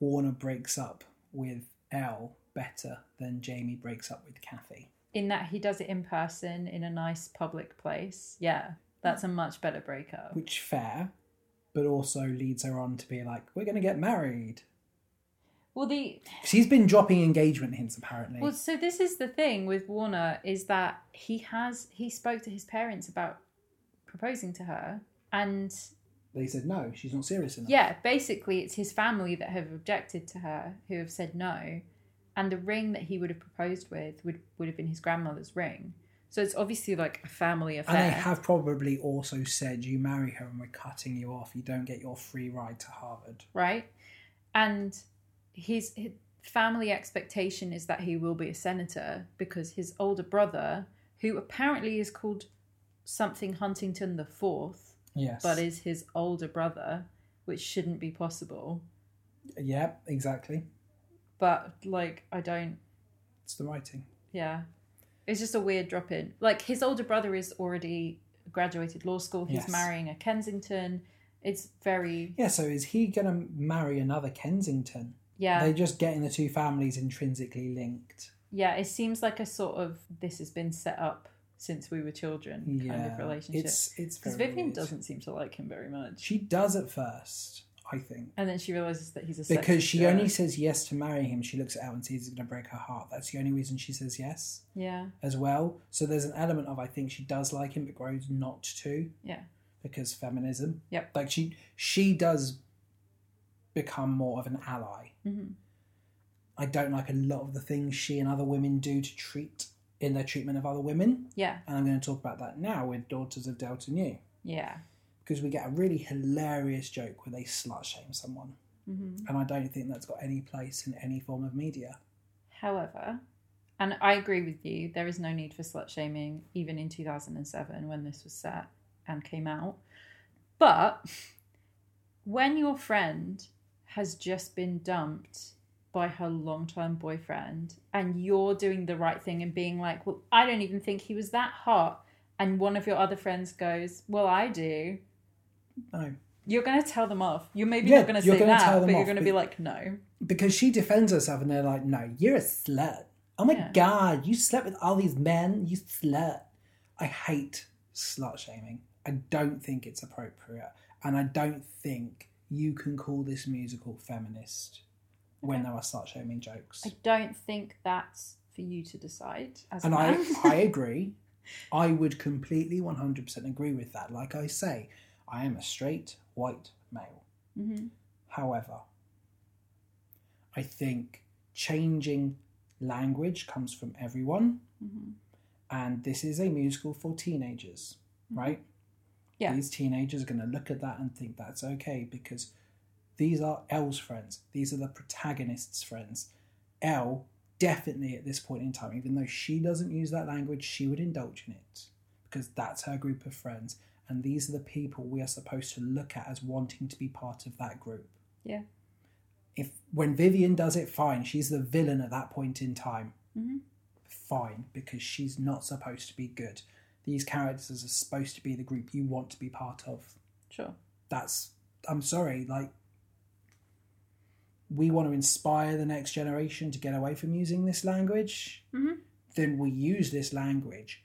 Warner breaks up with Elle better than Jamie breaks up with Kathy? in that he does it in person in a nice public place. Yeah, that's a much better breakup. Which fair, but also leads her on to be like, we're going to get married. Well, the She's been dropping engagement hints apparently. well, so this is the thing with Warner is that he has he spoke to his parents about proposing to her, and they said no, she's not serious enough. yeah, basically it's his family that have objected to her, who have said no, and the ring that he would have proposed with would would have been his grandmother's ring. So it's obviously like a family affair. And they have probably also said, you marry her and we're cutting you off. You don't get your free ride to Harvard. right? And his, his family expectation is that he will be a senator because his older brother, who apparently is called something Huntington the Fourth, Yes. but is his older brother, which shouldn't be possible. yeah, exactly. But like, I don't, It's the writing. yeah, it's just a weird drop in. Like, his older brother is already graduated law school. He's Yes. marrying a Kensington. It's very Yeah, so is he going to marry another Kensington? yeah. They're just getting the two families intrinsically linked. Yeah, it seems like a sort of this has been set up since we were children Yeah. kind of relationship. It's, it's Because very Vivian weird. doesn't seem to like him very much. She does at first, I think. And then she realizes that he's a Because sexist she jerk. only says yes to marrying him, she looks at Elle and sees it's going to break her heart. That's the only reason she says yes. Yeah, as well. So there's an element of I think she does like him, but grows not to. Yeah. Because feminism. Yep. Like she she does become more of an ally. Mhm. I don't like a lot of the things she and other women do to treat in their treatment of other women, yeah, and I'm going to talk about that now with Daughters of Delta Nu yeah. because we get a really hilarious joke where they slut shame someone, hmm and I don't think that's got any place in any form of media. However, and I agree with you, there is no need for slut shaming even in 2007 when this was set and came out. But when your friend has just been dumped by her long-term boyfriend and you're doing the right thing and being like, "Well, I don't even think he was that hot." And one of your other friends goes, "Well, I do." No. You're going to tell them off. You're maybe Yeah, not going to you're say gonna that, tell them but you're off, going to but- be like, "No." Because she defends herself and they're like, no, you're a slut. Oh my Yeah. God, you slept with all these men, you slut. I hate slut shaming. I don't think it's appropriate. And I don't think you can call this musical feminist when there are slut shaming jokes. I don't think that's for you to decide as and a I, man. *laughs* I agree. I would completely 100% agree with that. Like I say, I am a straight white male. Mhm. However, I think changing language comes from everyone, Mhm. and this is a musical for teenagers, right? Yeah. These teenagers are going to look at that and think that's okay because these are L's friends. These are the protagonist's friends. L definitely at this point in time, even though she doesn't use that language, she would indulge in it because that's her group of friends. And these are the people we are supposed to look at as wanting to be part of that group. Yeah. If when Vivian does it, fine. She's the villain at that point in time. Mhm. Fine, because she's not supposed to be good. These characters are supposed to be the group you want to be part of Sure. that's I'm sorry, like we want to inspire the next generation to get away from using this language, Mhm. then we use this language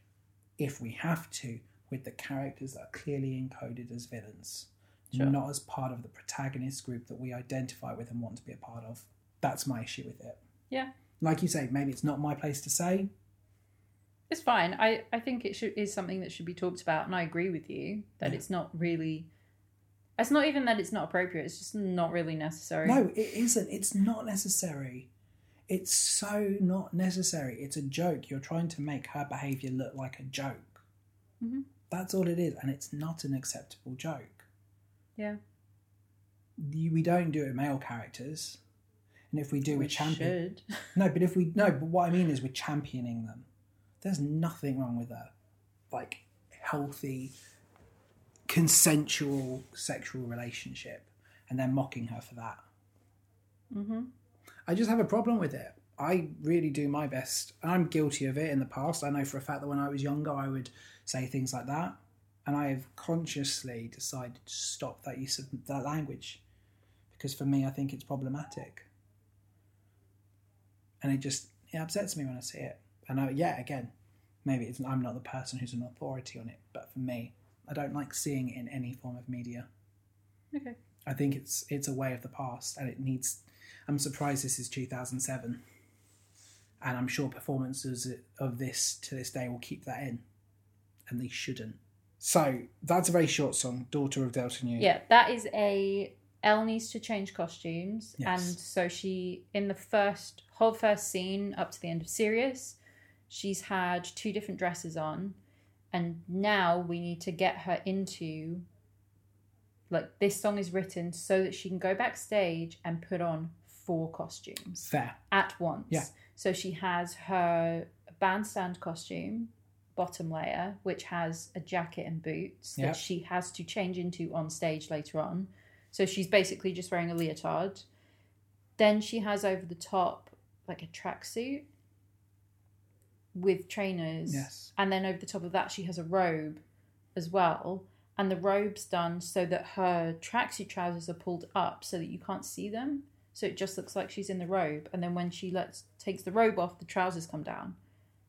if we have to with the characters that are clearly encoded as villains, Sure. not as part of the protagonist group that we identify with and want to be a part of. That's my issue with it. Yeah. Like you say, maybe it's not my place to say. It's fine. I, I think it should, is something that should be talked about, and I agree with you that Yeah. it's not really. It's not even that it's not appropriate. It's just not really necessary. No, it isn't. It's not necessary. It's so not necessary. It's a joke. You're trying to make her behaviour look like a joke. Mhm. That's all it is, and it's not an acceptable joke. Yeah. You, we don't do it with male characters, and if we do, we're we championing. should. *laughs* No, but if we no, but what I mean is we're championing them. There's nothing wrong with a like healthy, consensual sexual relationship, and they're mocking her for that. Mm-hmm. I just have a problem with it. I really do my best. And I'm guilty of it in the past. I know for a fact that when I was younger, I would say things like that. And I have consciously decided to stop that use of that language because for me, I think it's problematic. And it just it upsets me when I see it. And I, yeah, again, maybe it's, I'm not the person who's an authority on it, but for me, I don't like seeing it in any form of media. Okay. I think it's it's a way of the past, and it needs. I'm surprised this is 2007, and I'm sure performances of this to this day will keep that in, and they shouldn't. So that's a very short song, "Daughter of Delta New." Yeah, that is a. Elle needs to change costumes, Yes. and so she in the first whole first scene up to the end of Sirius, she's had two different dresses on, and now we need to get her into. Like this song is written so that she can go backstage and put on four costumes fair. at once. Yeah. So she has her bandstand costume, bottom layer, which has a jacket and boots Yeah. that she has to change into on stage later on. So she's basically just wearing a leotard. Then she has over the top like a tracksuit with trainers. Yes. And then over the top of that, she has a robe as well. And the robe's done so that her tracksuit trousers are pulled up so that you can't see them. So it just looks like she's in the robe. And then when she lets takes the robe off, the trousers come down.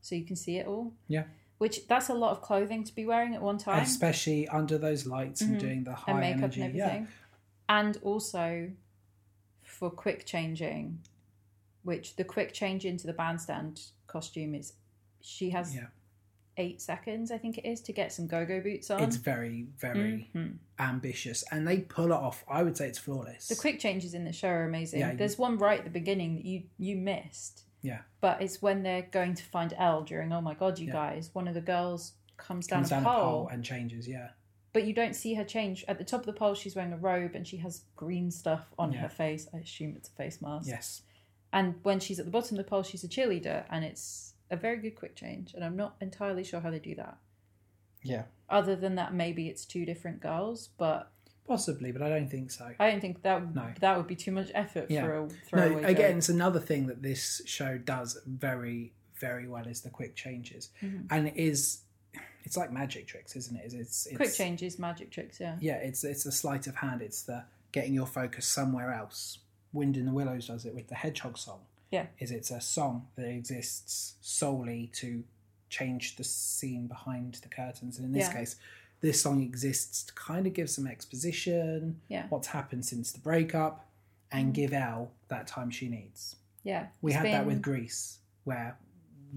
So you can see it all. Yeah. Which that's a lot of clothing to be wearing at one time. Especially under those lights and doing the high Mm-hmm. and makeup energy. and yeah. everything. And also for quick changing, which the quick change into the bandstand costume is she has Yeah. eight seconds, I think it is, to get some go go boots on. It's very, very Mhm. ambitious, and they pull it off. I would say it's flawless. The quick changes in the show are amazing. Yeah, you- There's one right at the beginning that you you missed. Yeah. But it's when they're going to find Elle during Oh My God, you Yeah. guys, one of the girls comes down, comes down a, pole, and changes. Yeah, but you don't see her change. At the top of the pole, she's wearing a robe and she has green stuff on Yeah. her face. I assume it's a face mask. yes. And when she's at the bottom of the pole, she's a cheerleader, and it's a very good quick change. And I'm not entirely sure how they do that. Yeah. Other than that, maybe it's two different girls, but Possibly, but I don't think so. I don't think that No. that would be too much effort Yeah. for a No, throwaway. again, joke. it's another thing that this show does very, very well is the quick changes, Mhm. and it is, it's like magic tricks, isn't it? It's, it's quick changes, magic tricks. Yeah, Yeah, it's it's a sleight of hand. It's the getting your focus somewhere else. Wind in the Willows does it with the Hedgehog song. Yeah. is it's a song that exists solely to change the scene behind the curtains, and in this Yeah. case, this song exists to kind of give some exposition, Yeah. Mm-hmm. what's happened since the breakup, and give Elle that time she needs. yeah. We It's had that been- with Greece, where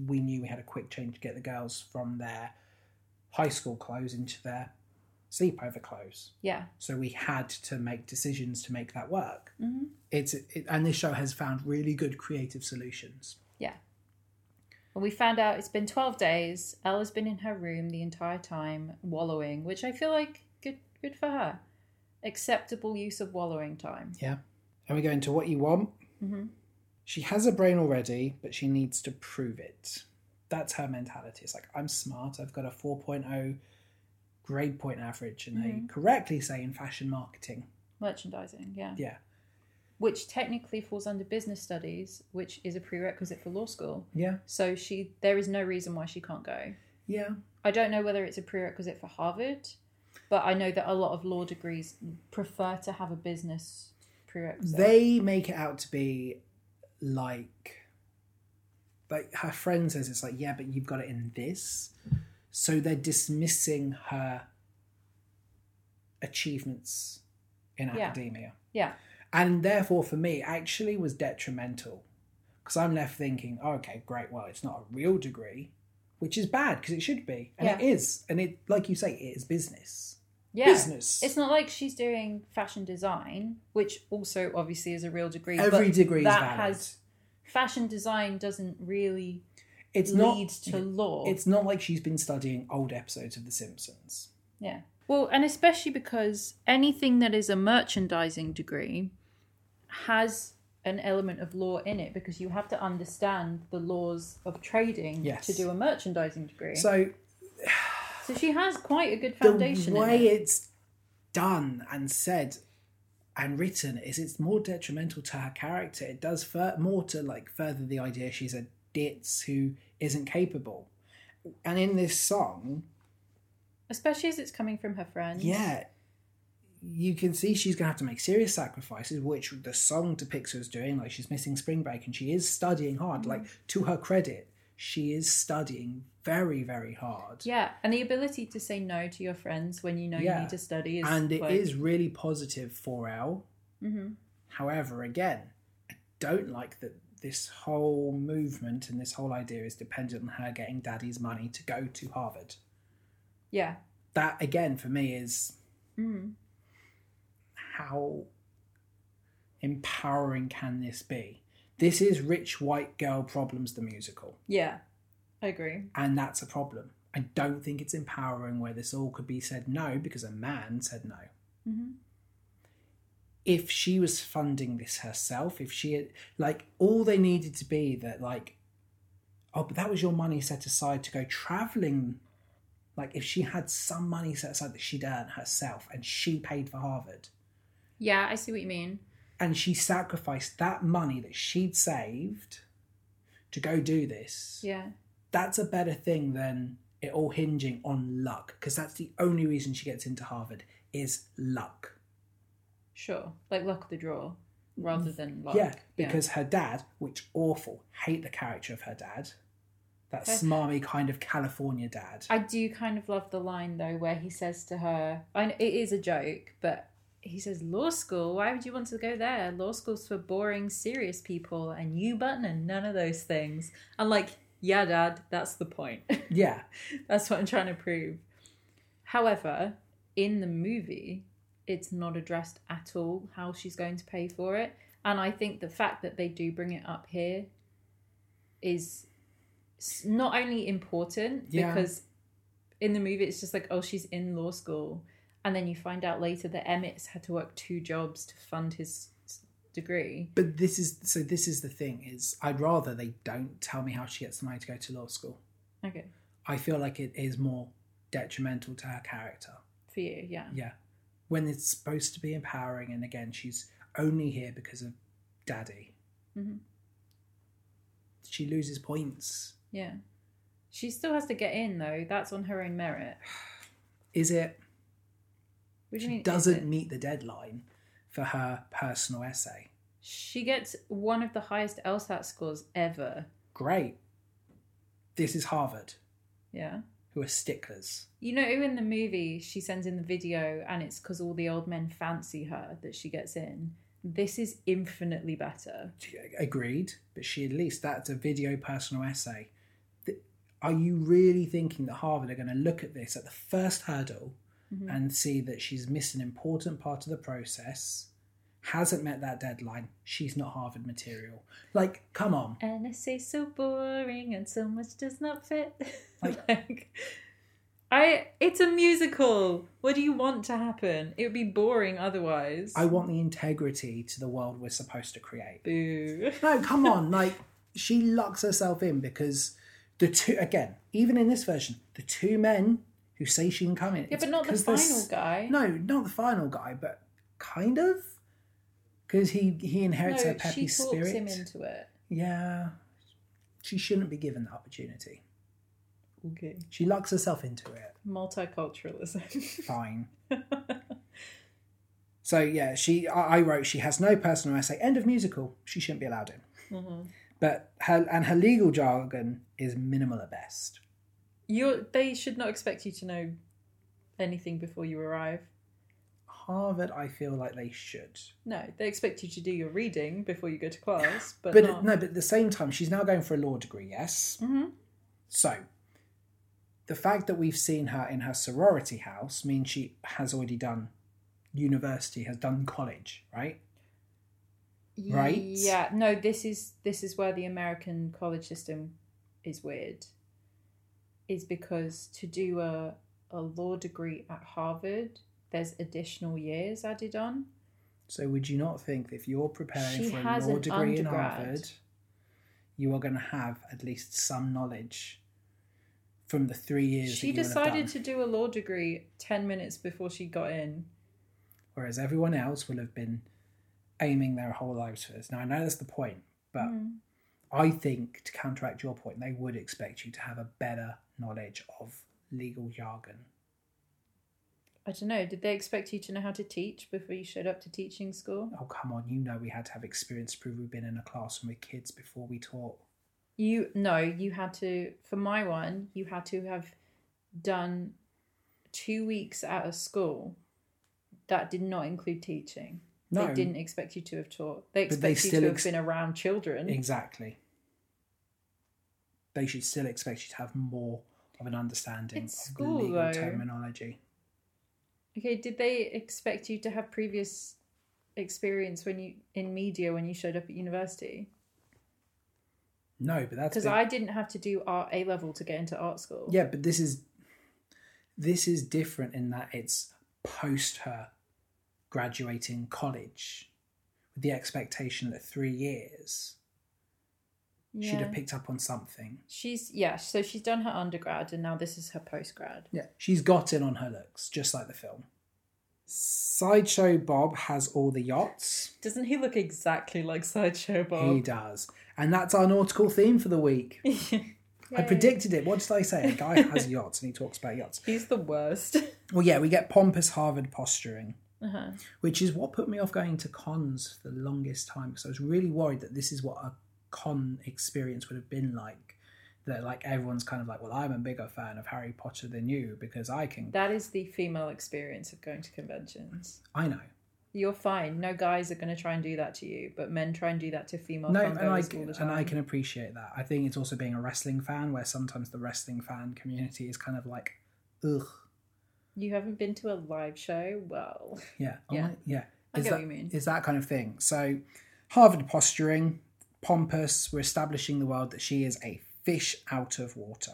we knew we had a quick change to get the girls from their high school clothes into their sleepover clothes. yeah. So we had to make decisions to make that work. hmm It's it, and this show has found really good creative solutions. And we found out it's been 12 days. Elle has been in her room the entire time, wallowing, which I feel like good good for her. Acceptable use of wallowing time. And we go into what you want. hmm She has a brain already, but she needs to prove it. That's her mentality. It's like I'm smart. I've got a 4.0 grade point average, and they Mhm. correctly say in fashion marketing. Merchandising, yeah. Yeah. Which technically falls under business studies, which is a prerequisite for law school. Yeah, So she there is no reason why she can't go. yeah. I don't know whether it's a prerequisite for Harvard, but I know that a lot of law degrees prefer to have a business prerequisite. They make it out to be like like her friend says it's like, yeah, but you've got it in this. So they're dismissing her achievements in Yeah. academia. Yeah. And therefore for me actually was detrimental. Because I'm left thinking, oh, okay, great, well, it's not a real degree, which is bad because it should be. And it is. And it like you say, it is business. yeah. Business. It's not like she's doing fashion design, which also obviously is a real degree. Every but degree is that valid. has fashion design doesn't really it's lead not to law. It's not like she's been studying old episodes of The Simpsons. yeah. Well, and especially because anything that is a merchandising degree has an element of law in it because you have to understand the laws of trading Yes. to do a merchandising degree. So, So she has quite a good the foundation. in way it. it's done and said and written is it's more detrimental to her character. It does fur- more to like further the idea she's a ditz who isn't capable. And in this song, especially as it's coming from her friends. yeah, you can see she's gonna have to make serious sacrifices, which the song depicts her as doing. Like she's missing spring break and she is studying hard. Mm. Like to her credit, she is studying very, very hard. Yeah, and the ability to say no to your friends when you know Yeah. you need to study is and it is like- really positive for L. Mhm. However, again, I don't like that this whole movement and this whole idea is dependent on her getting daddy's money to go to Harvard. Yeah. That again for me is Mm. how empowering can this be? This is Rich White Girl Problems the musical, Yeah. I agree. and that's a problem. I don't think it's empowering where this all could be said no because a man said no. Mm-hmm. if she was funding this herself, if she had, like all they needed to be that like, oh, but that was your money set aside to go traveling. Like if she had some money set aside that she'd earned herself and she paid for Harvard Yeah, I see what you mean. and she sacrificed that money that she'd saved to go do this, Yeah. that's a better thing than it all hinging on luck because that's the only reason she gets into Harvard is luck. Sure. Like luck of the draw rather than luck. Yeah, because her dad, which awful, hate the character of her dad. That Okay. smarmy kind of California dad. I do kind of love the line though where he says to her, I know it is a joke, but he says, Law school, why would you want to go there? Law school's for boring, serious people and you button and none of those things. I'm like, yeah, dad, that's the point. *laughs* yeah, That's what I'm trying to prove. However, in the movie, it's not addressed at all how she's going to pay for it. And I think the fact that they do bring it up here is s- not only important Yeah. because in the movie it's just like, oh, she's in law school. And then you find out later that Emmett's had to work two jobs to fund his s- degree. but this is so. This is the thing: is I'd rather they don't tell me how she gets the money to go to law school. Okay. I feel like it is more detrimental to her character. for you. Yeah. Yeah. When it's supposed to be empowering, and again, she's only here because of daddy. Mhm. She loses points. Yeah. She still has to get in though. That's on her own merit. Is it Which she mean, is doesn't it- meet the deadline for her personal essay? She gets one of the highest LSAT scores ever. Great. This is Harvard, Yeah. who are sticklers. You know, in the movie, she sends in the video, and it's because all the old men fancy her that she gets in. This is infinitely better. She uh, agreed, but she at least that's a video personal essay. Th- Are you really thinking that Harvard are going to look at this at the first hurdle Mhm. and see that she's missed an important part of the process, hasn't met that deadline, she's not Harvard material? Like, come on. An essay so boring and so much does not fit. *laughs* Like- like, I, it's a musical. What do you want to happen? It would be boring otherwise. I want the integrity to the world we're supposed to *laughs* create. Boo. No, come on. Like she locks herself in because the two again, even in this version, the two men who say she can come in. Yeah, it's but not the because final there's- guy. No, not the final guy, but kind of because he he inherits her she peppy talks spirit. him into it. Yeah, she shouldn't be given the opportunity. Okay. She locks herself into it. *laughs* Multiculturalism. Fine. So yeah, she I I wrote she has no personal essay. End of musical. She shouldn't be allowed in. Mm-hmm. Mhm. But her and her legal jargon is minimal at best. You, they should not expect you to know anything before you arrive. Harvard, I feel like they should. No, they expect you to do your reading before you go to class, *gasps* but, But, not. no, but at the same time, she's now going for a law degree, yes? Mhm. So, the fact that we've seen her in her sorority house means she has already done university, has done college, right? Right? Yeah, no. This is this is where the American college system is weird. Is because to do a a law degree at Harvard, there's additional years added on. So, would you not think that if you're preparing She for a has law an degree in undergrad. Harvard, you are going to have at least some knowledge from the three years She that you will have done? decided to do a law degree ten minutes before she got in. whereas everyone else will have been aiming their whole lives for this. Now I know that's the point, but Mm. I think to counteract your point, they would expect you to have a better knowledge of legal jargon. I don't know. Did they expect you to know how to teach before you showed up to teaching school? Oh come on, you know we had to have experience to prove we've been in a classroom with kids before we taught. You no, you had to for my one, you had to have done two weeks out of school. That did not include teaching. No, They didn't expect you to have taught. They But expect they you still to ex- have been around children. exactly. They should still expect you to have more of an understanding It's of school, the legal though. terminology. okay, did they expect you to have previous experience when you in media when you showed up at university? No, but that's Because big- I didn't have to do art A level to get into art school. Yeah, but this is this is different in that it's post her graduating college with the expectation that three years she'd have Yeah. picked up on something. She's yeah, so she's done her undergrad and now this is her postgrad. Yeah. She's got in on her looks, just like the film. Sideshow Bob has all the yachts. Doesn't he look exactly like Sideshow *laughs* He does. And that's our nautical theme for the week. I Yay. predicted it. What did I say? A guy has *laughs* yachts and he talks about yachts. He's the worst. *laughs* Well, yeah, we get pompous Harvard posturing. Uh-huh. which is what put me off going to cons for the longest time because I was really worried that this is what a con experience would have been like. That like everyone's kind of like, well, I'm a bigger fan of Harry Potter than you because I can. That is the female experience of going to conventions. I know. You're fine. No guys are going to try and do that to you, but men try and do that to female No, and I congoers all the time. and I can appreciate that. I think it's also being a wrestling fan, where sometimes the wrestling fan community is kind of like, ugh, You haven't been to a live show? Well, yeah, oh Yeah. my- yeah. I Is get that, what you mean. Is that kind of thing? So, Harvard posturing, pompous. We're establishing the world that she is a fish out of water.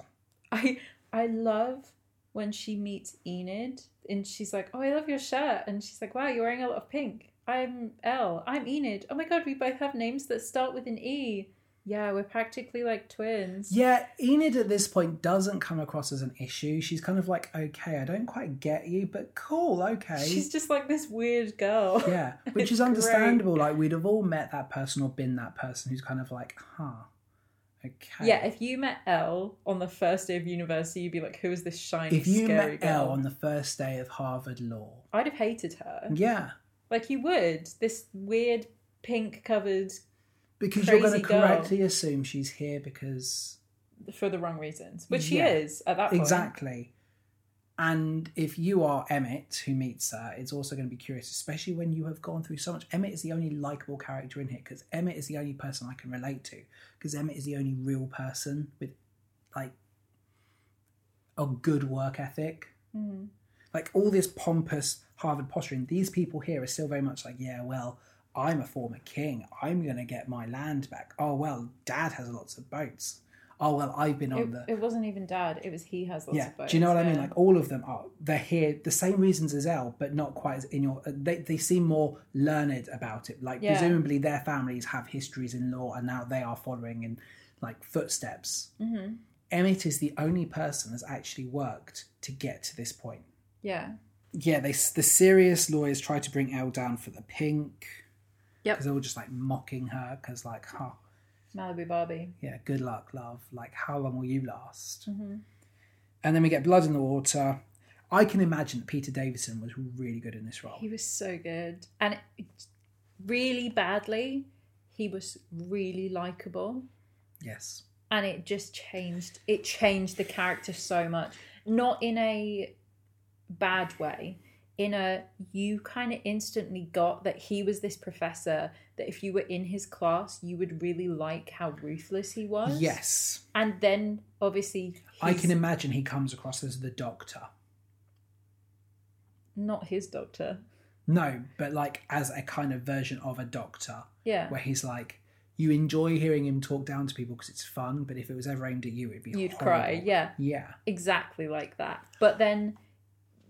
I I love when she meets Enid and she's like, "Oh, I love your shirt," and she's like, "Wow, you're wearing a lot of pink." I'm Elle. I'm Enid. Oh my god, we both have names that start with an E. Yeah, we're practically like twins. Yeah, Enid at this point doesn't come across as an issue. She's kind of like, okay, I don't quite get you, but cool, okay. She's just like this weird girl. yeah, *laughs* It's which is understandable. Like, we'd have all met that person or been that person who's kind of like, huh, okay. Yeah, if you met Elle on the first day of university, you'd be like, "Who is this shiny, If you scary met girl?" Elle on the first day of Harvard Law, I'd have hated her. yeah, Like you would this weird pink covered because you're going Crazy to girl. correctly assume she's here because for the wrong reasons, which Yeah. she is at that point. Exactly. And if you are Emmett who meets her, it's also going to be curious, especially when you have gone through so much. Emmett is the only likable character in here because Emmett is the only person I can relate to because Emmett is the only real person with like a good work ethic. Mhm. Like all this pompous Harvard posturing, these people here are still very much like, yeah, well, I'm a former king. I'm going to get my land back. Oh, well, dad has lots of boats. Oh, well, I've been on It, the it wasn't even dad. It was he has lots yeah. of boats. Do you know what I mean? yeah. Like all of them are they're here the same reasons as Elle, but not quite as in your. uh, They they seem more learned about it. Like Yeah. presumably their families have histories in law, and now they are following in like footsteps. Mhm. Emmett is the only person that's actually worked to get to this point. yeah, Yeah, they s- the serious lawyers try to bring Elle down for the pink. Yep. because they're all just like mocking her because like, huh, Malibu Barbie. yeah, good luck, love. Like, how long will you last? hmm and then we get blood in the water. I can imagine that Peter Davison was really good in this role. He was so good, and it, really badly, he was really likable. yes, and it just changed it changed the character so much not in a bad way in a you kind of instantly got that he was this professor that if you were in his class you would really like how ruthless he was yes, and then obviously I can he's imagine he comes across as the Doctor. not his doctor No, but like as a kind of version of a Doctor, yeah where he's like, you enjoy hearing him talk down to people because it's fun, but if it was ever aimed at you, it'd be you'd horrible. cry yeah yeah, exactly like that but then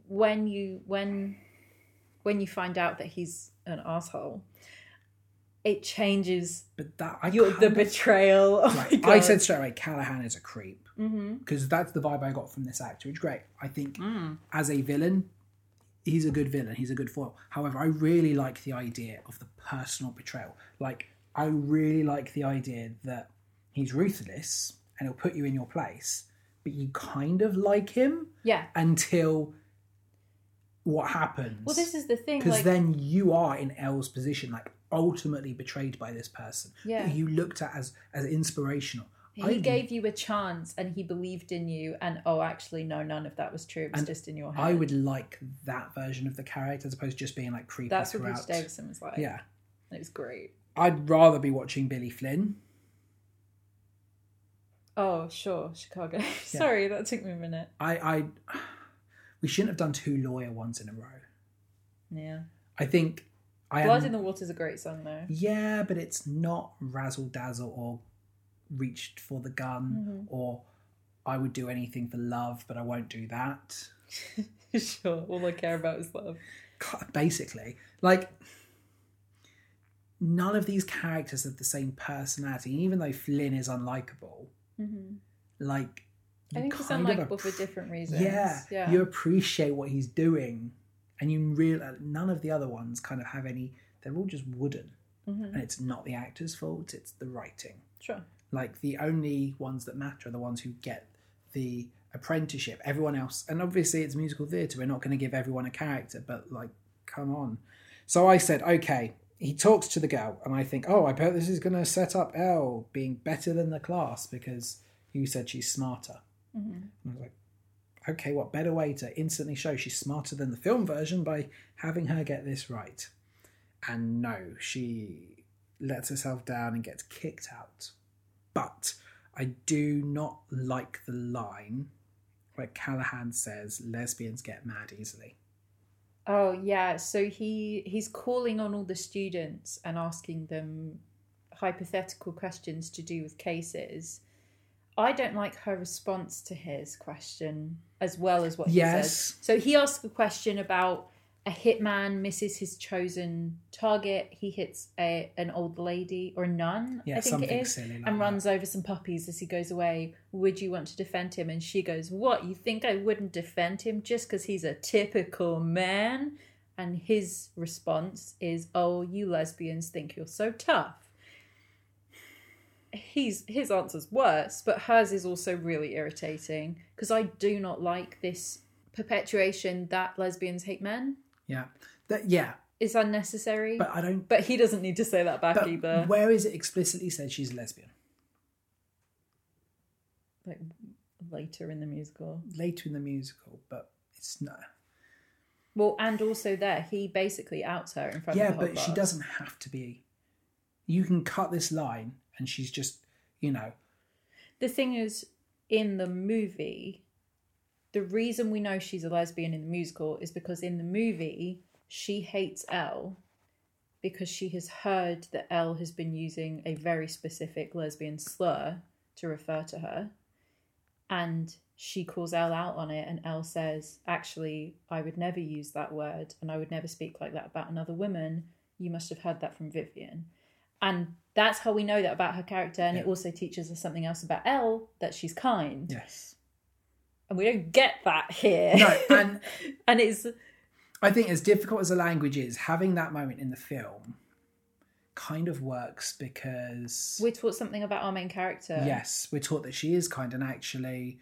when you when when you find out that he's an asshole it changes but that I You're the *laughs* kind of- betrayal. Oh my Right, God. I said straight away, Callahan is a creep Mm-hmm. because that's the vibe I got from this actor. Which great, I think as a villain, he's a good villain. He's a good foil. However, I really like the idea of the personal betrayal. Like, I really like the idea that he's ruthless and he'll put you in your place, but you kind of like him Yeah. until what happens. Well, this is the thing. because Like, then you are in Elle's position, like ultimately betrayed by this person Yeah. who you looked at as as inspirational. he I- gave you a chance, and he believed in you. And oh, actually, no, none of that was true. It was And just in your head. I would like that version of the character as opposed to just being like creepy That's what throughout. Peter Davison was like. yeah. And it was great. I'd rather be watching Billy Flynn. Oh, sure, Chicago. *laughs* Sorry, that took me a minute. I, I, we shouldn't have done two lawyer ones in a row. Yeah. I think I Blood am. in the Water is a great song, though. yeah, but it's not razzle dazzle or reached for the gun Mm-hmm. or I would do anything for love, but I won't do that. *laughs* sure. All I care about is love. Basically, like none of these characters have the same personality. Even though Flynn is unlikable, Mm-hmm. like I you think he's kind of unlikable for appre- different reasons. Yeah, Yeah. you appreciate what he's doing, and you realize none of the other ones kind of have any. They're all just wooden, Mhm. and it's not the actors' fault; it's the writing. Sure. Like the only ones that matter are the ones who get the apprenticeship. Everyone else, and obviously it's musical theatre. We're not going to give everyone a character, but like, come on. So I said, okay. He talks to the girl, and I think, oh, I bet this is going to set up Elle being better than the class because you said she's smarter. hmm And I was like, okay, what better way to instantly show she's smarter than the film version by having her get this right? And no, she lets herself down and gets kicked out. But I do not like the line where Callahan says lesbians get mad easily. Oh yeah, so he he's calling on all the students and asking them hypothetical questions to do with cases. I don't like her response to his question as well as what he Yes. says. So he asks a question about a hitman misses his chosen target. He hits a an old lady or nun, Yeah, I think it something is, silly like and that. runs over some puppies as he goes away. Would you want to defend him? And she goes, "What? You think I wouldn't defend him just because he's a typical man?" And his response is, "Oh, you lesbians think you're so tough." He's his answer's worse, but hers is also really irritating because I do not like this perpetuation that lesbians hate men Yeah, that yeah, is unnecessary. but But, I don't. he doesn't need to say that back But either. where is it explicitly said she's a lesbian? like later in the musical. Later in the musical, but it's not. Well, and also there, he basically outs her in front yeah, of the whole but she class. doesn't have to be. You can cut this line, and she's just, you know, The thing is, in the movie, the reason we know she's a lesbian in the musical is because in the movie she hates Elle because she has heard that Elle has been using a very specific lesbian slur to refer to her. And she calls Elle out on it, and Elle says, Actually, I would never use that word, and I would never speak like that about another woman. You must have heard that from Vivian. And that's how we know that about her character, and it Yeah. also teaches us something else about Elle that she's kind. yes. And we don't get that here. No, *laughs* and and it's I think as difficult as the language is, having that moment in the film kind of works because we're taught something about our main character. yes, we're taught that she is kind, and actually,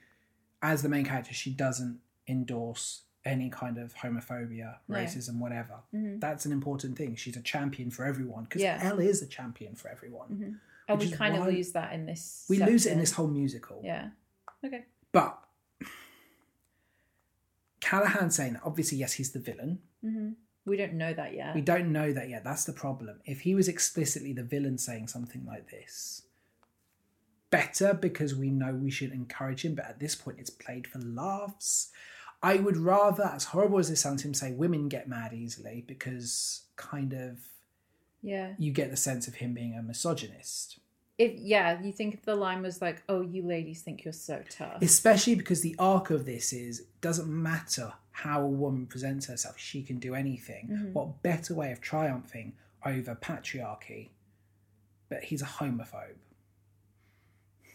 as the main character, she doesn't endorse any kind of homophobia, No. racism, whatever. Mhm. That's an important thing. She's a champion for everyone because Yeah. Elle is a champion for everyone. Mhm. And Which we is kind of why- lose that in this. We lose it in section. this whole musical, Yeah. Okay. but. Callahan saying that obviously yes he's the villain hmm We don't know that yet. We don't know that yet. That's the problem. If he was explicitly the villain saying something like this, better because we know we should encourage him, but at this point it's played for laughs. I would rather, as horrible as this sounds, him say women get mad easily because kind of yeah. you get the sense of him being a misogynist. If yeah, you think if the line was like, "Oh, you ladies think you're so tough." Especially because the arc of this is doesn't matter how a woman presents herself, she can do anything. Mhm. What better way of triumphing over patriarchy? But he's a homophobe.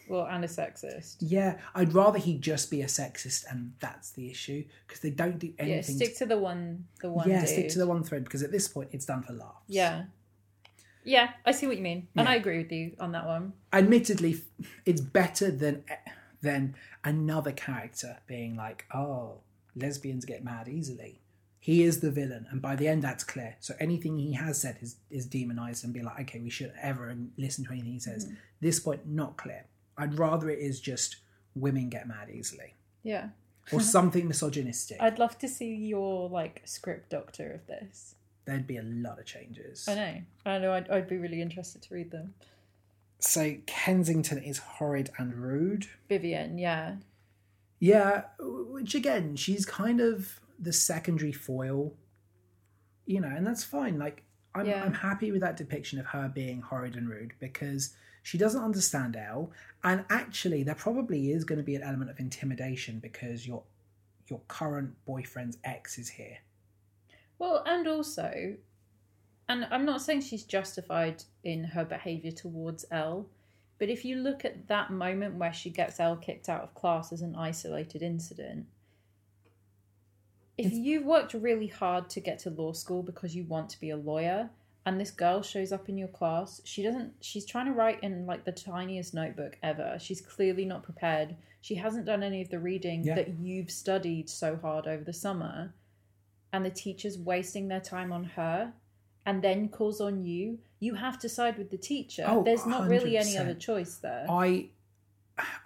well, and a sexist. Yeah, I'd rather he just be a sexist, and that's the issue because they don't do Yeah. anything. Stick to the one. The one. yeah, dude. stick to the one thread because at this point it's done for laughs. Yeah. Yeah, I see what you mean, and Yeah. I agree with you on that one. admittedly, it's better than than another character being like, "Oh, lesbians get mad easily." He is the villain, and by the end, that's clear. So anything he has said is is demonized and be like, "Okay, we should ever listen to anything he says." Mm-hmm. This point, not clear. I'd rather it is just women get mad easily *laughs* Yeah, or something misogynistic. I'd love to see your like script doctor of this. There'd be a lot of changes. I know, I know. I'd, I'd be really interested to read them. So Kensington is horrid and rude. Vivian, yeah, Yeah, which again, she's kind of the secondary foil, you know, and that's fine. Like, I'm, Yeah. I'm happy with that depiction of her being horrid and rude because she doesn't understand Elle, and actually, there probably is going to be an element of intimidation because your your current boyfriend's ex is here. Well, and also, and I'm not saying she's justified in her behaviour towards Elle, but if you look at that moment where she gets Elle kicked out of class as an isolated incident, if It's- you've worked really hard to get to law school because you want to be a lawyer, and this girl shows up in your class, she doesn't, she's trying to write in like the tiniest notebook ever. She's clearly not prepared. She hasn't done any of the reading Yeah. that you've studied so hard over the summer and the teacher's wasting their time on her and then calls on you, you have to side with the teacher. Oh, There's not really any 100%. other choice there. I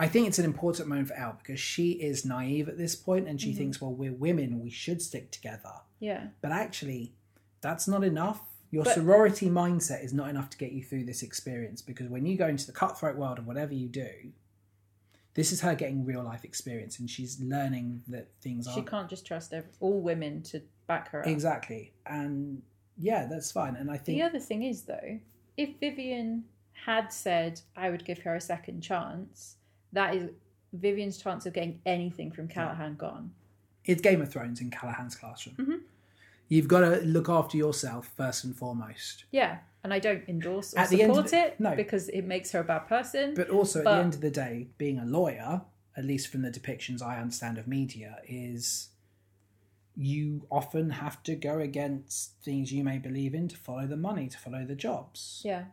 I think it's an important moment for Elle because she is naive at this point, and she Mhm. thinks, well, we're women, we should stick together. yeah. But actually, that's not enough. Your But- sorority mindset is not enough to get you through this experience because when you go into the cutthroat world of whatever you do, this is her getting real life experience and she's learning that things She aren't can't just trust ev- all women to back her up. exactly. And yeah, that's fine. And I think The other thing is, though, if Vivian had said, I would give her a second chance, that is Vivian's chance of getting anything from Callahan gone. it's Game of Thrones in Callahan's classroom. Mhm. You've got to look after yourself first and foremost. Yeah, and I don't endorse or At the end of support it- it no. because it makes her a bad person. But also, at But- the end of the day, being a lawyer, at least from the depictions I understand of media, is you often have to go against things you may believe in to follow the money, to follow the jobs. yeah,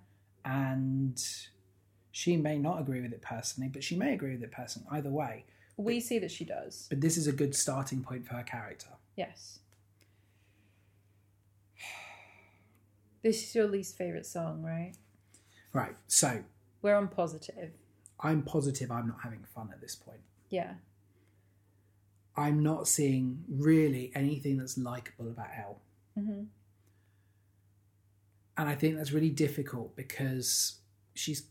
And she may not agree with it personally, but she may agree with it personally, either way. we see that she does. But this is a good starting point for her character. Yes. *sighs* This is your least favorite song, right? Right, so We're on positive. I'm positive I'm not having fun at this point. Yeah. I'm not seeing really anything that's likable about Elle. hmm and I think that's really difficult because she's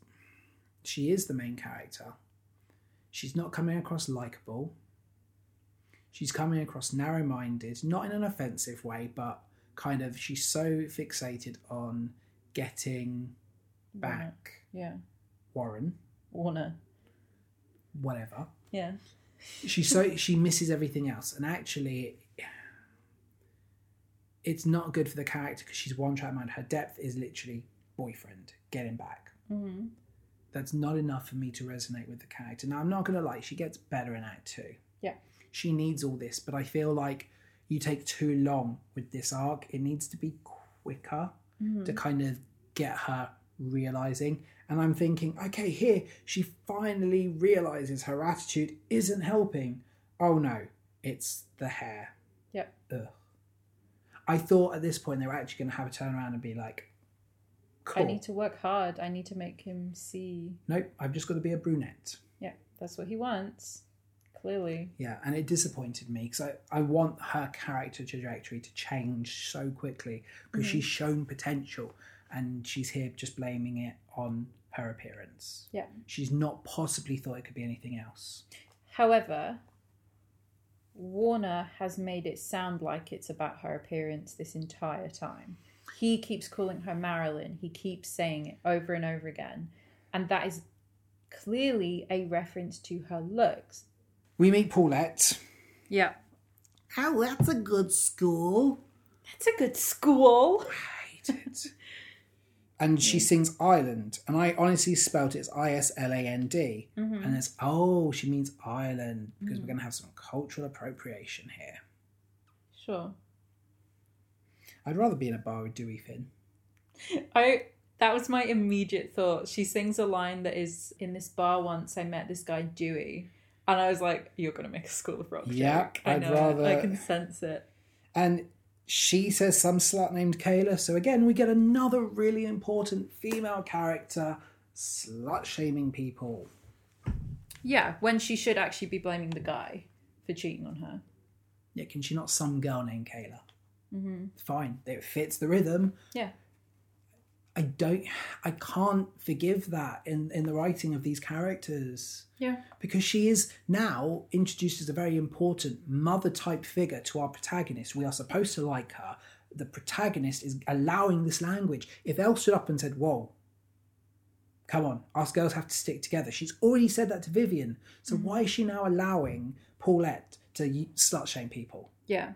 she is the main character. She's not coming across likable. She's coming across narrow-minded, not in an offensive way, but kind of she's so fixated on getting back Yeah. Warren, Warner. whatever. Yeah. She's so she misses everything else, and actually, it's not good for the character because she's one-track mind. Her depth is literally boyfriend, getting back. hmm that's not enough for me to resonate with the character. Now, I'm not going to lie, she gets better in Act Two. Yeah. She needs all this, but I feel like you take too long with this arc. It needs to be quicker Mm-hmm. to kind of get her realizing. And I'm thinking, okay, here, she finally realizes her attitude isn't helping. Oh no, it's the hair. Yep. Ugh. I thought at this point they were actually going to have a turnaround and be like, cool. I need to work hard. I need to make him see. Nope, I've just got to be a brunette. Yeah, that's what he wants. Clearly. Yeah, and it disappointed me because I, I want her character trajectory to change so quickly because Mhm. she's shown potential and she's here just blaming it on her appearance. Yeah. She's not possibly thought it could be anything else. However, Warner has made it sound like it's about her appearance this entire time. He keeps calling her Marilyn. He keeps saying it over and over again. And that is clearly a reference to her looks. We meet Paulette. Yeah. Oh, that's a good school. That's a good school. hate *laughs* it. and she sings Ireland, and I honestly spelt it as I S L A N D. And it's, oh, she means Ireland because we're going to have some cultural appropriation here. Sure. I'd rather be in a bar with Dewey Finn. I that was my immediate thought. She sings a line that is in this bar once I met this guy Dewey. And I was like, You're gonna make a school of rock. Yeah, joke. I I'd know rather- it. I can sense it. And she says some slut named Kayla. So again, we get another really important female character slut shaming people. Yeah, when she should actually be blaming the guy for cheating on her. Yeah, can she not some girl named Kayla? Mm-hmm. Fine, it fits the rhythm. Yeah. I don't, I can't forgive that in, in the writing of these characters Yeah. because she is now introduced as a very important mother type figure to our protagonist. We are supposed to like her. The protagonist is allowing this language. If Elle stood up and said, Whoa, come on, us girls have to stick together, she's already said that to Vivian. So why is she now allowing Paulette to y- slut shame people? Yeah.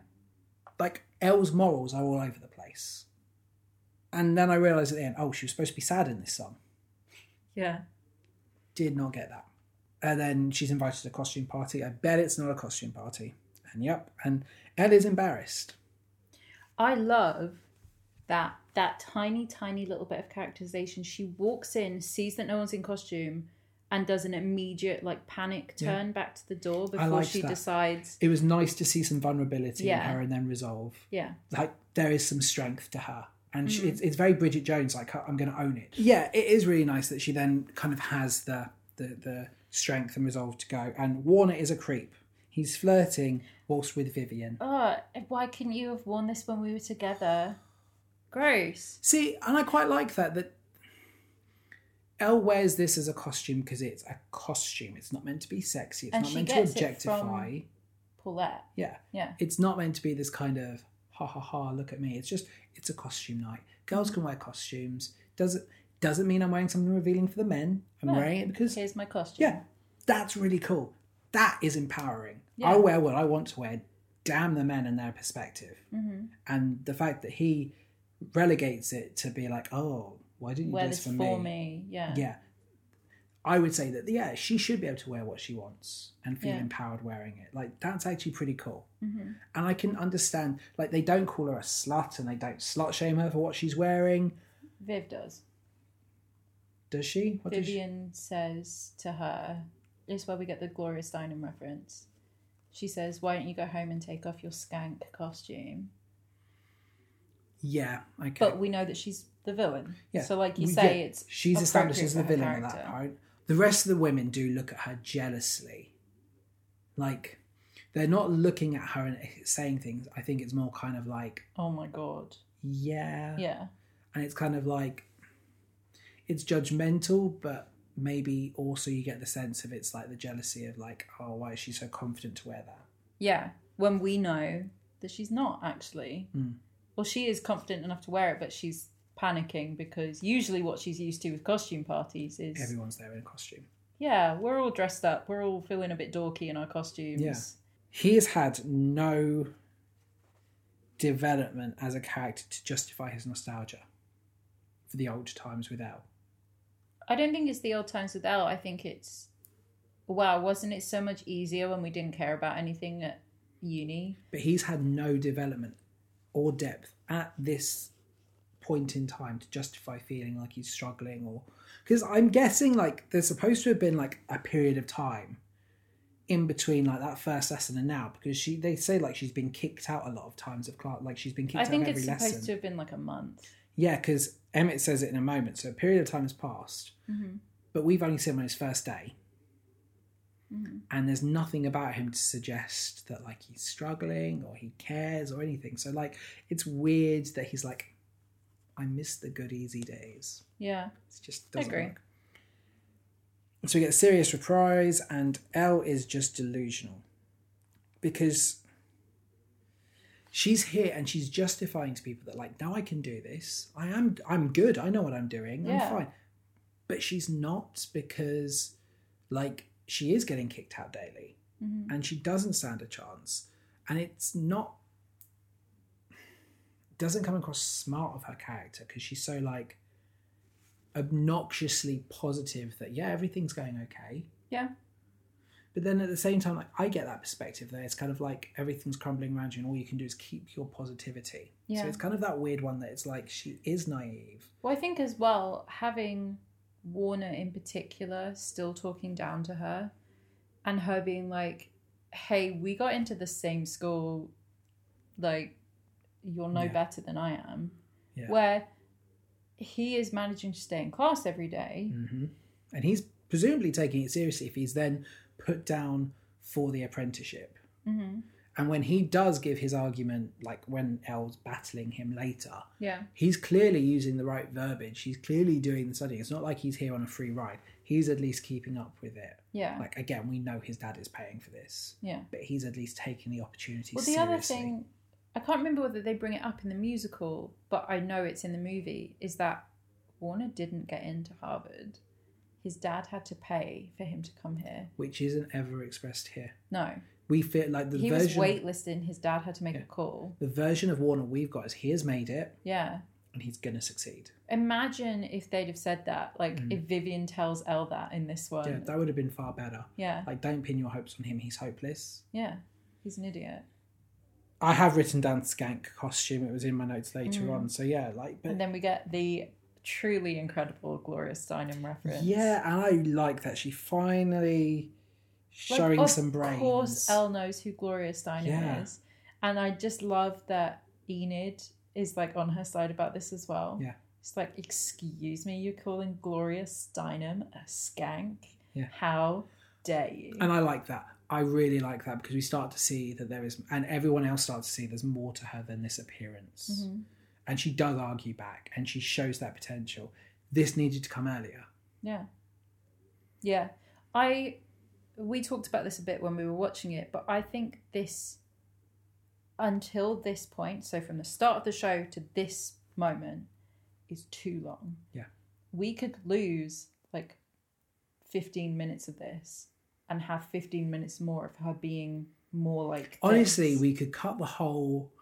Like, Elle's morals are all over the place. And then I realised at the end, oh, she was supposed to be sad in this song Yeah. did not get that. And then she's invited to a costume party. I bet it's not a costume party. And yep, and Elle is embarrassed. I love that that tiny, tiny little bit of characterization. She walks in, sees that no one's in costume, and does an immediate like panic Yeah. turn back to the door before liked she that. decides. It was nice to see some vulnerability Yeah. in her and then resolve. Yeah. Like there is some strength to her. And she, it's, it's very Bridget Jones, like I'm going to own it. Yeah, it is really nice that she then kind of has the, the, the strength and resolve to go. And Warner is a creep. He's flirting whilst with Vivian. Oh, why couldn't you have worn this when we were together? Gross. See, and I quite like that that Elle wears this as a costume because it's a costume. It's not meant to be sexy. It's And not she meant to gets it from- objectify. Paulette. Yeah. Yeah. It's not meant to be this kind of ha ha ha, look at me. It's just it's a costume night. Girls can wear costumes. Doesn't doesn't mean I'm wearing something revealing for the men. I'm No. wearing it because Here's my costume. yeah, that's really cool. That is empowering. Yeah. I'll wear what I want to wear. damn the men and their perspective. hmm And the fact that he relegates it to be like, oh, why didn't you Wear do this this for me. Yeah. yeah i would say that yeah she should be able to wear what she wants and feel Yeah. empowered wearing it like that's actually pretty cool hmm and i can understand like they don't call her a slut and they don't slut shame her for what she's wearing Viv does. does she what does she Vivian says to her, this is where we get the Gloria Steinem reference. She says, Why don't you go home and take off your skank costume? yeah okay But we know that she's the villain. Yeah. So, like you We- say, yeah, it's. she's established appropriate as the for villain her at that character. point the rest of the women do look at her jealously like they're not looking at her and saying things i think it's more kind of like Oh my god. yeah Yeah. and it's kind of like it's judgmental but maybe also you get the sense of it's like the jealousy of like oh why is she so confident to wear that Yeah. When we know that she's not actually. Mm. Well, she is confident enough to wear it, but she's panicking because usually what she's used to with costume parties is everyone's there in a costume yeah, we're all dressed up, we're all feeling a bit dorky in our costumes. Yeah. he has had no development as a character to justify his nostalgia for the old times with Elle. I don't think it's the old times with Elle. I think it's wow, wasn't it so much easier when we didn't care about anything at uni? but he's had no development or depth at this point in time to justify feeling like he's struggling or because i'm guessing like there's supposed to have been like a period of time in between like that first lesson and now because she they say like she's been kicked out a lot of times of class like she's been kicked I think out of it's every supposed lesson to have been like a month. yeah because emmett says it in a moment so a period of time has passed Mm-hmm. but we've only seen him on his first day Mm-hmm. and there's nothing about him to suggest that like he's struggling or he cares or anything. So like it's weird that he's like, I miss the good easy days. Yeah. It's just doesn't Agree. work. So we get serious reprise, and Elle is just delusional because she's here and she's justifying to people that like now I can do this. I am I'm good. I know what I'm doing. Yeah. I'm fine. But she's not because like she is getting kicked out daily Mm-hmm. and she doesn't stand a chance and it's not doesn't come across smart of her character because she's so like obnoxiously positive that yeah everything's going okay Yeah. but then at the same time like i get that perspective there it's kind of like everything's crumbling around you and all you can do is keep your positivity Yeah. so it's kind of that weird one that it's like she is naive Well, I think as well, having Warner in particular still talking down to her and her being like, hey, we got into the same school, like, you're no Yeah. better than I am. Yeah. Where he is managing to stay in class every day. hmm and he's presumably taking it seriously if he's then put down for the apprenticeship Mhm. And when he does give his argument, like when Elle's battling him later, Yeah. he's clearly using the right verbiage. He's clearly doing the studying. It's not like he's here on a free ride. He's at least keeping up with it. Yeah. Like again, we know his dad is paying for this, yeah. but he's at least taking the opportunity. Well, the seriously. other thing, I can't remember whether they bring it up in the musical, but I know it's in the movie, is that Warner didn't get into Harvard. His dad had to pay for him to come here. which isn't ever expressed here, No, we feel like the he was version waitlisted. His dad had to make Yeah. a call. the version of Warner we've got is he has made it Yeah. and he's gonna succeed. Imagine if they'd have said that, like Mm. if Vivian tells Elle that in this Yeah, one. that would have been far better. Yeah. Like, don't pin your hopes on him. He's hopeless. Yeah. He's an idiot. I have written down skank costume. It was in my notes later Mm. on. So yeah, like, but And then we get the truly incredible Gloria Steinem reference. yeah, and I like that she finally Like, showing some brains. Of course, Elle knows who Gloria Steinem Yeah. is, and I just love that Enid is like on her side about this as well. Yeah. it's like, excuse me, you're calling Gloria Steinem a skank? Yeah. how dare you? and I like that. I really like that because we start to see that there is, and everyone else starts to see there's more to her than this appearance. Mhm. And she does argue back, and she shows that potential. This needed to come earlier. Yeah, yeah. I we talked about this a bit when we were watching it, but I think this until this point, so from the start of the show to this moment, is too long. Yeah. We could lose like 15 minutes of this and have 15 minutes more of her being more like Honestly, this. we could cut the whole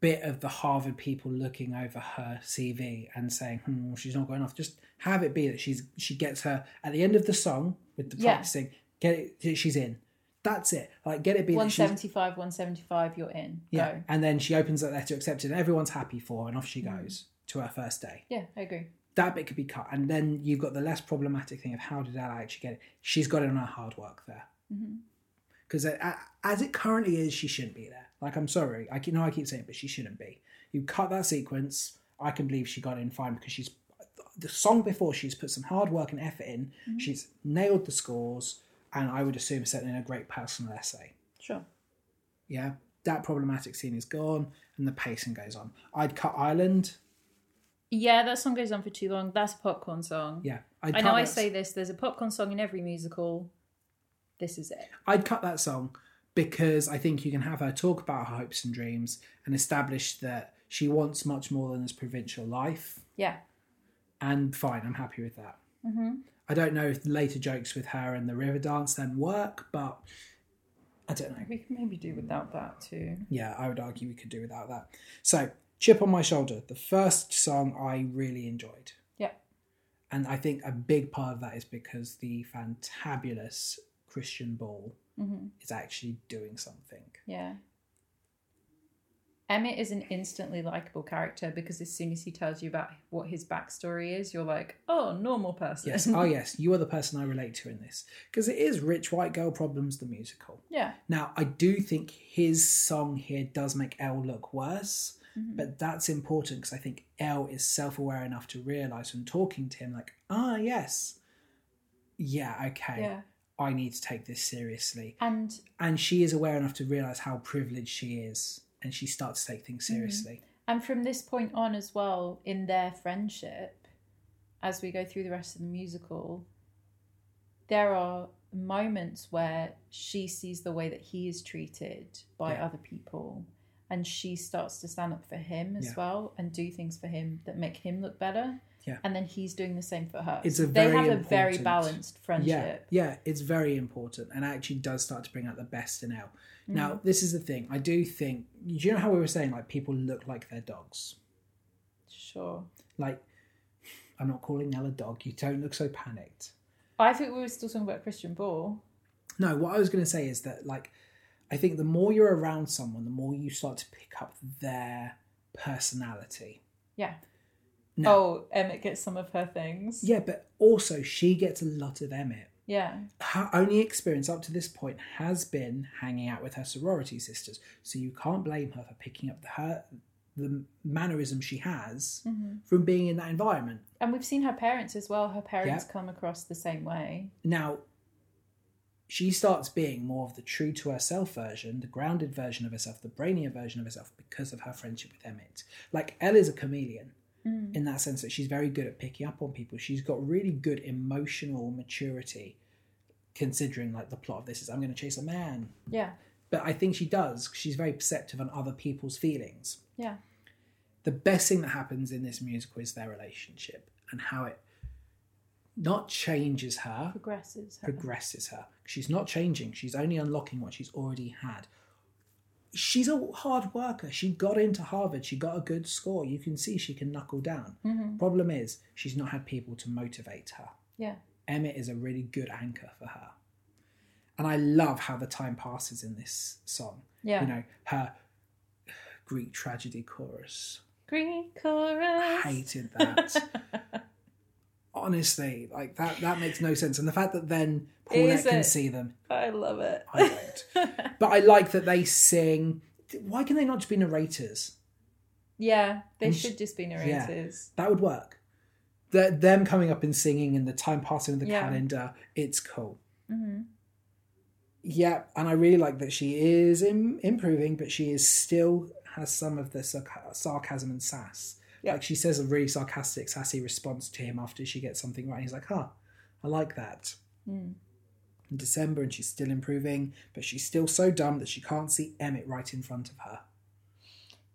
bit of the Harvard people looking over her CV and saying, "Hmm, she's not going off." Just have it be that she's she gets her at the end of the song with the Yeah. practicing. Get it, she's in. That's it. Like get it be that she's 175, 175, you're in. yeah. Go. And then she opens that letter, accepts it, and everyone's happy for her, and off she Mm. goes to her first day. Yeah, I agree. That bit could be cut, and then you've got the less problematic thing of how did Ella actually get it? She's got it on her hard work there. hmm because as it currently is, she shouldn't be there. Like, I'm sorry, I keep, know I keep saying, it, but she shouldn't be. You cut that sequence. I can believe she got in fine because she's the song before. She's put some hard work and effort in. Mhm. She's nailed the scores, and I would assume sent in a great personal essay. Sure. Yeah, that problematic scene is gone, and the pacing goes on. I'd cut Island. Yeah, that song goes on for too long. That's a popcorn song. Yeah, I'd I cut know I that- say this. There's a popcorn song in every musical. This is it. I'd cut that song because I think you can have her talk about her hopes and dreams and establish that she wants much more than this provincial life. Yeah. and fine, I'm happy with that. Mm-hmm. I don't know if later jokes with her and the river dance then work, but I don't know. We can maybe do without that too. Yeah, I would argue we could do without that. So, Chip on My Shoulder, the first song I really enjoyed. Yeah. And I think a big part of that is because the fantabulous Christian Ball Mm-hmm. is actually doing something. Yeah. Emmett is an instantly likable character because as soon as he tells you about what his backstory is, you're like, oh, normal person. Yes, oh yes, you are the person I relate to in this. Because it is Rich White Girl Problems, the musical. *laughs* yeah. Now, I do think his song here does make Elle look worse. Mhm. But that's important because I think L is self aware enough to realize when talking to him, like, ah, yes, yeah, okay, yeah. I need to take this seriously. And And she is aware enough to realize how privileged she is and she starts to take things Mhm. seriously. And from this point on, as well, in their friendship, as we go through the rest of the musical, there are moments where she sees the way that he is treated by Yeah. other people. And she starts to stand up for him as Yeah. well and do things for him that make him look better. Yeah. And then he's doing the same for her. It's So a they very have a very important- balanced friendship. Yeah, yeah, it's very important and actually does start to bring out the best in L. Mm-hmm. Now, this is the thing. I do think, do you know how we were saying, like, people look like their dogs? Sure. Like, I'm not calling Elle a dog. You don't look so panicked. I think we were still talking about Christian Ball. No, what I was going to say is that, like, I think the more you're around someone, the more you start to pick up their personality. Yeah. No. Oh, Emmett gets some of her things. Yeah, but also she gets a lot of Emmett. Yeah. Her only experience up to this point has been hanging out with her sorority sisters, so you can't blame her for picking up the, her the mannerism she has hmm from being in that environment. And we've seen her parents as well. Her parents Yeah. come across the same way. Now, she starts being more of the true to herself version, the grounded version of herself, the brainier version of herself because of her friendship with Emmett. Like, Elle is a chameleon in that sense that she's very good at picking up on people. She's got really good emotional maturity, considering like the plot of this is I'm going to chase a man. Yeah, But I think she does. She's very perceptive on other people's feelings yeah, the best thing that happens in this musical is their relationship and how it not changes her, progresses. Her. progresses her. She's not changing, she's only unlocking what she's already had. She's a hard worker. She got into Harvard, she got a good score. You can see she can knuckle down. Mhm. Problem is, she's not had people to motivate her. Yeah, Emmett is a really good anchor for her. And I love how the time passes in this song. yeah. You know, her Greek tragedy chorus. Green chorus. *laughs* hated that. Honestly, like that that makes no sense. And the fact that then Paulette Is can it? see them, I love it. I don't. but I like that they sing. Why can they not just be narrators? *laughs* yeah, they And should just be yeah. narrators. That would work. The, them coming up and singing and the time passing of the Yeah. calendar, it's cool. hmm Yeah, and I really like that she is Im- improving, but she is still has some of the sarca- sarcasm and sass. Yeah. Like she says a really sarcastic, sassy response to him after she gets something right. And he's like, huh, I like that. Mm. in December and she's still improving, but she's still so dumb that she can't see Emmett right in front of her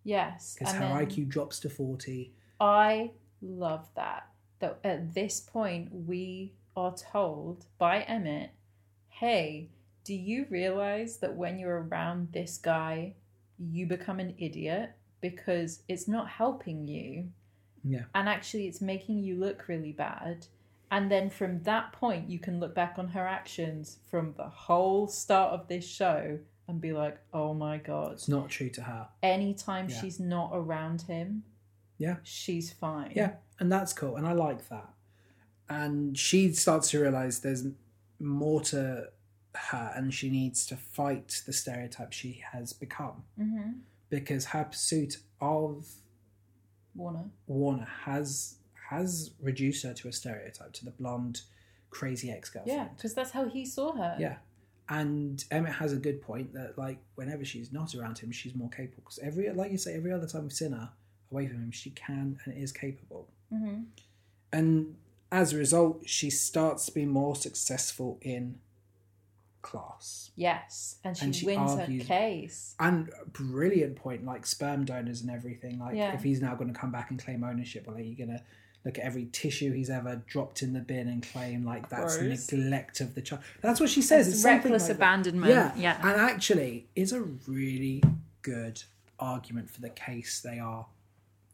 Yes. because and her then- IQ drops to 40. I love that. That at this point we are told by Emmett, hey, Do you realize that when you're around this guy, you become an idiot because it's not helping you? Yeah. And actually, it's making you look really bad. And then from that point, you can look back on her actions from the whole start of this show and be like, oh my God. It's not true to her. Anytime Yeah. she's not around him, Yeah. she's fine. Yeah, and that's cool, and I like that. And she starts to realize there's more to her, and she needs to fight the stereotype she has become hmm because her pursuit of Warner. Warner has has reduced her to a stereotype, to the blonde, crazy ex girlfriend. Yeah, because that's how he saw her. Yeah. And Emmett has a good point that like whenever she's not around him, she's more capable. Because every like you say, every other time we've seen her away from him, she can and is capable. hmm And as a result, she starts to be more successful in class. Yes, and she, And she wins argues- her case. And a brilliant point, like sperm donors and everything. Like Yeah. if he's now going to come back and claim ownership, well, are you going to look at every tissue he's ever dropped in the bin and claim like that's Gross. neglect of the child? That's what she says. It's, something reckless like that. abandonment. Yeah. Yeah. And actually, it's a really good argument for the case they are.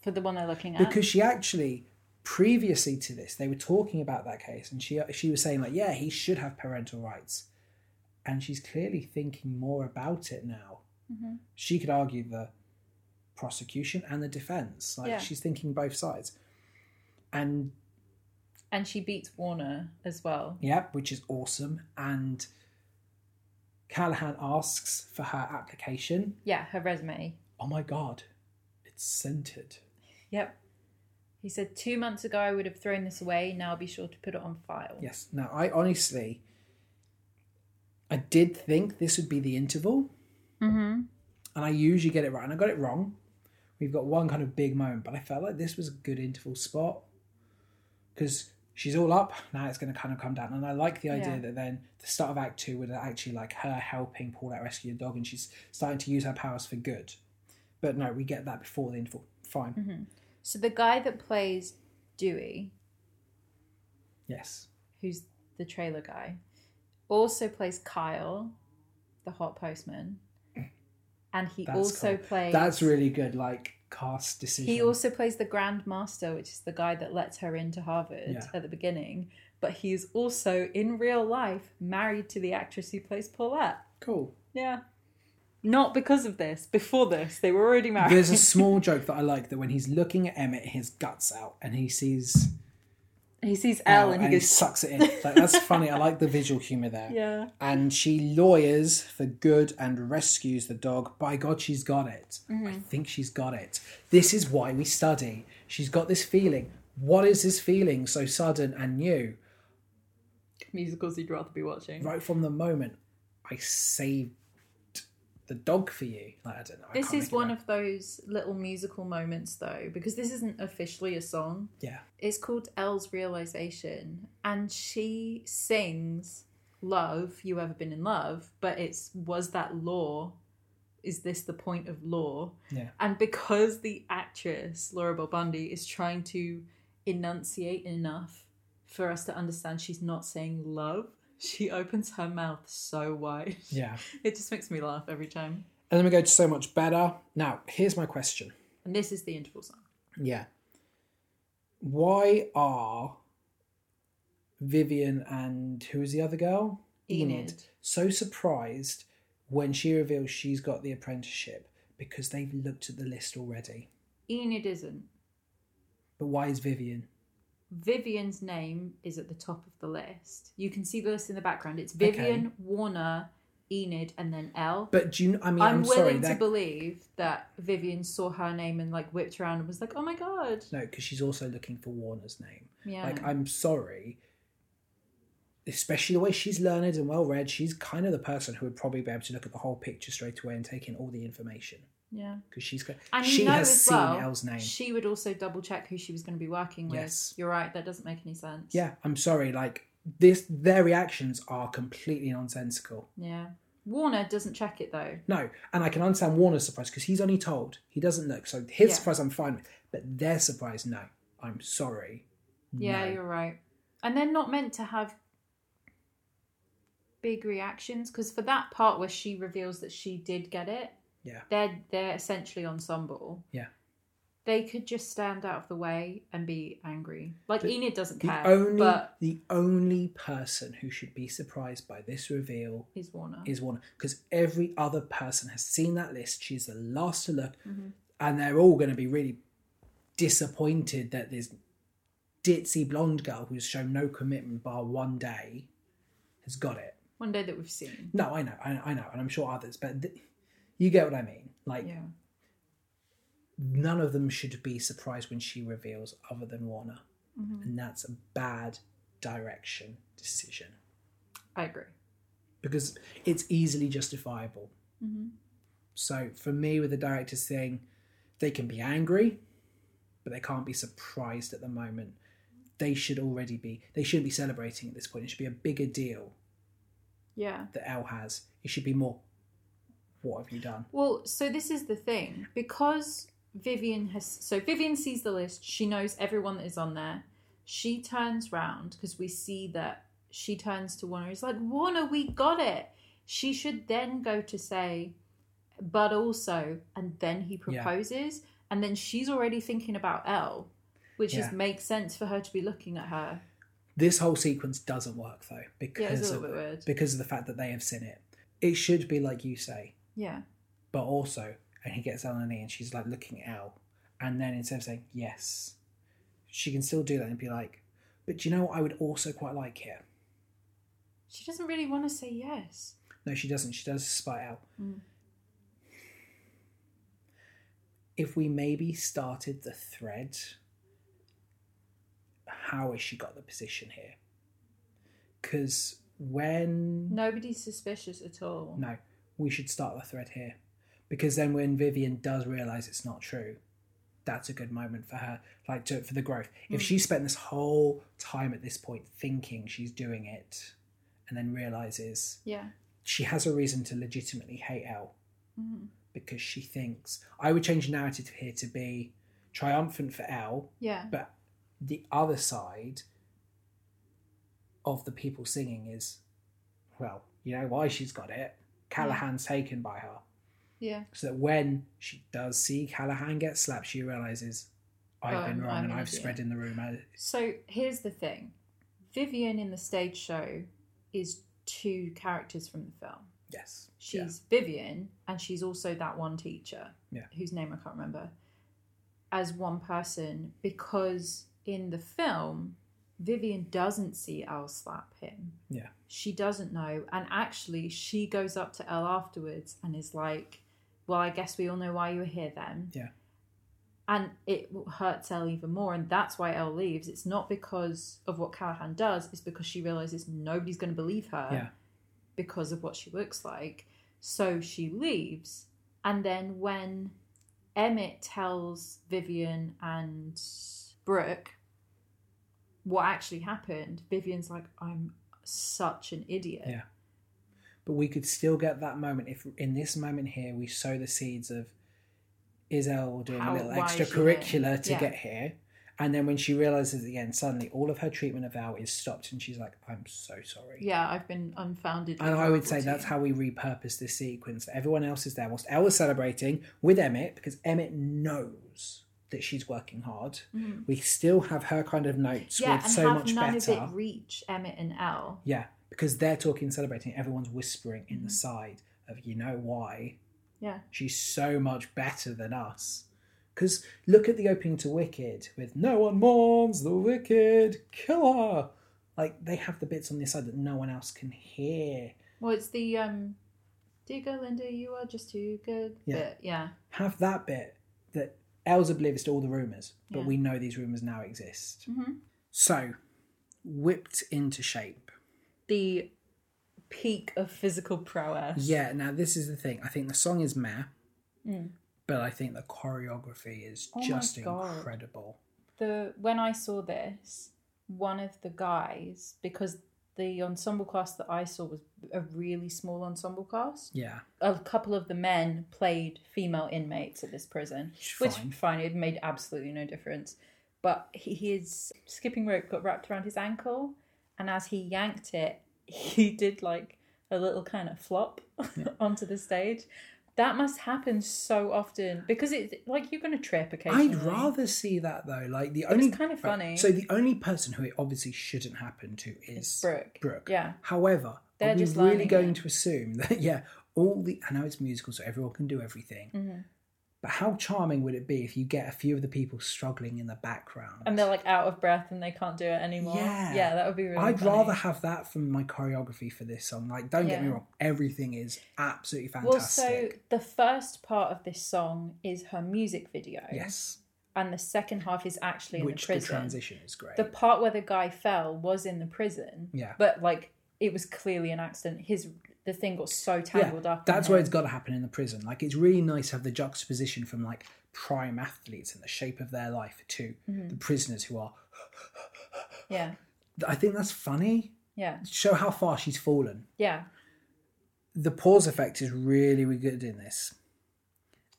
For the one they're looking at. Because she actually, previously to this, they were talking about that case and she, she was saying, like, yeah, he should have parental rights. And she's clearly thinking more about it now. hmm She could argue the prosecution and the defense. Like, Yeah. she's thinking both sides. And, And she beats Warner as well. yeah, which is awesome. And Callahan asks for her application. Yeah, her resume. Oh my god, it's scented. Yep. He said, two months ago I would have thrown this away. Now I'll be sure to put it on file. Yes. Now, I honestly, I did think this would be the interval, Mm-hmm. and I usually get it right, and I got it wrong. We've got one kind of big moment, but I felt like this was a good interval spot because she's all up now. It's going to kind of come down, and I like the idea Yeah. that then the start of Act Two would actually like her helping Paul out rescue the dog, and she's starting to use her powers for good. But no, we get that before the interval. Fine. Mm-hmm. So the guy that plays Dewey, Yes. who's the trailer guy, also plays Kyle, the hot postman. And he That's also cool. plays. That's really good. Like cast decision. He also plays the Grand Master, which is the guy that lets her into Harvard Yeah. at the beginning. But he's also in real life married to the actress who plays Paulette. cool. Yeah. Not because of this. Before this, they were already married. *laughs* There's a small joke that I like that when he's looking at Emmett, his guts out, and he sees he sees Elle and he goes, sucks it in. Like, that's funny. I like the visual humor there. yeah. And she lawyers for good and rescues the dog. By God, she's got it. I Mm-hmm. think she's got it. This is why we study. She's got this feeling. What is this feeling so sudden and new? Musicals you'd rather be watching. Right from the moment I saved the dog for you. Like, I don't know. I This is can't make it one up. of those little musical moments, though, because this isn't officially a song. Yeah. It's called Elle's Realization, and she sings Love, You Ever Been in Love, but it's Was That Law? Is This the Point of Law? Yeah. And because the actress, Laura Bundy is trying to enunciate enough for us to understand she's not saying love, she *laughs* opens her mouth so wide. *laughs* Yeah. It just makes me laugh every time. And then we go to So Much Better. Now, here's my question. And this is the interval song. Yeah. Why are Vivian and who is the other girl? Enid. So surprised when she reveals she's got the apprenticeship because they've looked at the list already. Enid isn't. But why is Vivian? Vivian's name is at the top of the list. You can see the list in the background. It's Okay. Vivian, Warner, Enid, and then Elle. But do you? I mean, I'm, I'm, sorry. willing to that- believe that Vivian saw her name and like whipped around and was like, "Oh my god!" no, because she's also looking for Warner's name. Yeah, Like, I'm sorry. Especially the way she's learned and well read, she's kind of the person who would probably be able to look at the whole picture straight away and take in all the information. yeah. because she's got, And you she know has as seen well, Elle's name. She would also double check who she was going to be working with. Yes. You're right. That doesn't make any sense. Yeah, I'm sorry. Like this, their reactions are completely nonsensical. yeah. Warner doesn't check it though. No, and I can understand Warner's surprise because he's only told he doesn't look. So his Yeah. surprise, I'm fine with, but their surprise, no, I'm sorry. Yeah, No. you're right. And they're not meant to have big reactions because for that part where she reveals that she did get it, Yeah. they're they're essentially ensemble. Yeah. They could just stand out of the way and be angry. Like The- Enid doesn't The care, only but the only person who should be surprised by this reveal he's Warner. is Warner because every other person has seen that list. She's the last to look, Mhm. and they're all going to be really disappointed that this ditzy blonde girl who's shown no commitment bar one day has got it. One day that we've seen. No, I know, I, I know, and I'm sure others, but th- you get what I mean. Like Yeah. none of them should be surprised when she reveals, other than Warner, Mhm. and that's a bad direction decision I agree. because it's easily justifiable. Mm-hmm. So for me, with the director's thing, they can be angry, but they can't be surprised at the moment. They should already be. They should be celebrating at this point. It should be a bigger deal Yeah. that Elle has. It should be more. What have you done? Well, so this is the thing because Vivian has so Vivian sees the list, she knows everyone that is on there. She turns round because we see that she turns to Warner. Is like, Warner, we got it. She should then go to say, but also, and then he Yeah. proposes, and then she's already thinking about Elle, which Yeah. is makes sense for her to be looking at her. This whole sequence doesn't work though Yeah, it's a because little of bit weird. because of the fact that they have seen it. It should be like you say, Yeah, but also, and he gets down on her knee and she's like looking at Elle. And then instead of saying yes, she can still do that and be like, but do you know what I would also quite like here? she doesn't really want to say yes. No, she doesn't. She does spite out. Mm. If we maybe started the thread, how has she got the position here? Because when Nobody's suspicious at all. no, we should start the thread here, because then when Vivian does realize it's not true, that's a good moment for her, like to for the growth. If Mm. she spent this whole time at this point thinking she's doing it, and then realizes Yeah. she has a reason to legitimately hate Elle Mhm. because she thinks I would change the narrative here to be triumphant for Elle, Yeah. but the other side of the people singing is, well, you know why she's got it. Callahan's taken by her, Yeah. so that when she does see Callahan get slapped, she realizes I've Oh, been I'm- wrong I'm and an I've idiot." spread in the room. I- So here's the thing Vivian in the stage show is two characters from the film. Yes, Yeah. She's Vivian, and she's also that one teacher, Yeah. whose name I can't remember, as one person, because in the film, Vivian doesn't see Elle slap him. Yeah. She doesn't know. And actually, she goes up to Elle afterwards and is like, Well, I guess we all know why you were here then. Yeah. And it hurts Elle even more. And that's why Elle leaves. It's not because of what Callahan does, it's because she realizes nobody's going to believe her Yeah. because of what she looks like. So she leaves. And then when Emmett tells Vivian and Brooke what actually happened, Vivian's like, I'm such an idiot. Yeah. but we could still get that moment if in this moment here we sow the seeds of is Elle doing How- a little why is she extracurricular doing- to yeah. get here and then when she realizes at the end suddenly all of her treatment of Elle is stopped and she's like I'm so sorry Yeah, I've been unfounded. and I would say that's how. how we repurpose this sequence everyone else is there whilst Elle is celebrating with Emmett because Emmett knows that she's working hard Mhm. we still have her kind of notes yeah, with and so have much none better of it reach Emmett and Elle. yeah because they're talking celebrating everyone's whispering in the side of you know why Mm-hmm. Yeah, She's so much better than us. Because look at the opening to Wicked with No one mourns the wicked killer. Like they have the bits on this side that no one else can hear. well, it's the um, "Dear girl, Linda, you are just too good." Yeah. bit. yeah, Have that bit that Elle's oblivious to all the rumours, but Yeah. we know these rumours now exist. hmm So, whipped into shape. the peak of physical prowess. Yeah, now this is the thing. I think the song is meh, Mm. but I think the choreography is Oh my just God. incredible. the when I saw this, one of the guys because the ensemble cast that I saw was a really small ensemble cast. Yeah. A couple of the men played female inmates at this prison, which Fine. fine, it made absolutely no difference. But he, his skipping rope got wrapped around his ankle, and as he *laughs* yanked it, he did like a little kind of flop *laughs* onto the stage. That must happen so often because it's like you're going to trip occasionally. I'd rather see that though. Like the was only kind of right, funny. So the only person who it obviously shouldn't happen to It's is Brooke. Brooke. Yeah. However, They're are we just really lining going it. to assume that *laughs* yeah, all the I know it's musical, so everyone can do everything. Mhm. But how charming would it be if you get a few of the people struggling in the background? And they're like out of breath and they can't do it anymore. Yeah. Yeah, that would be really I'd funny. rather have that from my choreography for this song. Like, don't get me Yeah. wrong, everything is absolutely Well, so fantastic. the first part of this song is her music video. yes, And the second half is actually in which the the, prison. transition is great. The part where the guy fell was in the prison. Yeah. But like it was clearly an accident. His the thing got so tangled up. in That's him. where it's got to happen in the prison. Like, it's really nice to have the juxtaposition from like prime athletes and the shape of their life to Mm-hmm. the prisoners who are. Yeah. I think that's funny. Yeah. Show how far she's fallen. Yeah. The pause effect is really, really good in this.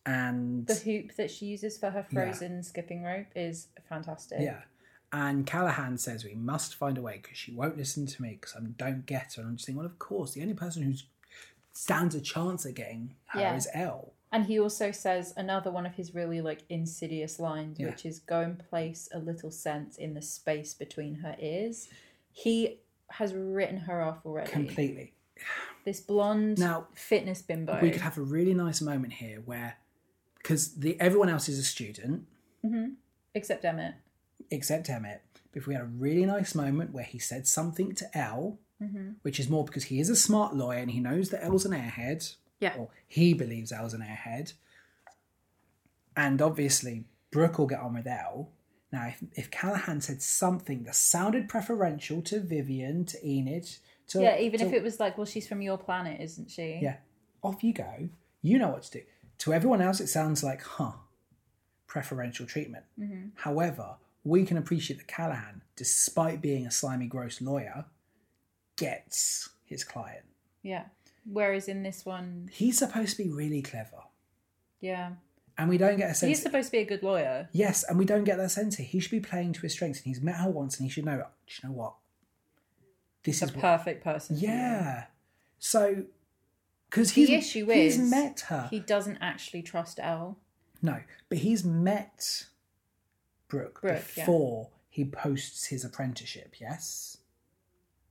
And The hoop that she uses for her frozen skipping rope is fantastic. Yeah. And Callahan says we must find a way because she won't listen to me because I don't get her. And I'm just thinking, well, of course, the only person who stands a chance at getting her Yeah. is Elle. And he also says another one of his really like insidious lines, Yeah. which is go and place a little sense in the space between her ears. He has written her off already. Completely. This blonde Now, fitness bimbo. we could have a really nice moment here where, because the everyone else is a student Except Emmett. except Emmett, but if we had a really nice moment where he said something to Elle, which is more because he is a smart lawyer and he knows that Elle's an airhead, Yeah. or he believes Elle's an airhead. And obviously, Brooke will get on with Elle. Now, if, if Callahan said something that sounded preferential to Vivian, to Enid, to. Yeah, even to- if it was like, well, she's from your planet, isn't she? Yeah, off you go. You know what to do. To everyone else, it sounds like, huh, preferential treatment. Mm-hmm. However, we can appreciate that Callahan, despite being a slimy, gross lawyer, gets his client. Yeah. Whereas in this one, He's supposed to be really clever. yeah. And we don't get a sense. He's supposed to be a good lawyer. yes, and we don't get that sense here. He should be playing to his strengths, and he's met her once, and he should know, do you know what? This The is what- perfect person. for you. Yeah. So, because The he's, issue he's is met her. He doesn't actually trust Elle. No, but he's met Brooke, Brooke, yeah. before he posts his apprenticeship, yes?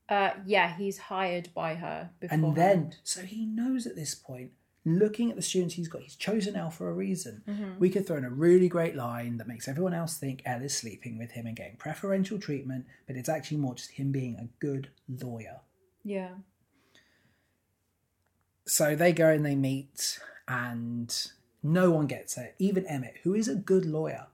Uh, yeah, he's hired by her beforehand. And then, so he knows at this point, looking at the students he's got, he's chosen Elle for a reason. Mm. Mm-hmm. We could throw in a really great line that makes everyone else think Elle is sleeping with him and getting preferential treatment, but it's actually more just him being a good lawyer. Yeah. So they go and they meet, and no one gets it, even Emmett, who is a good lawyer,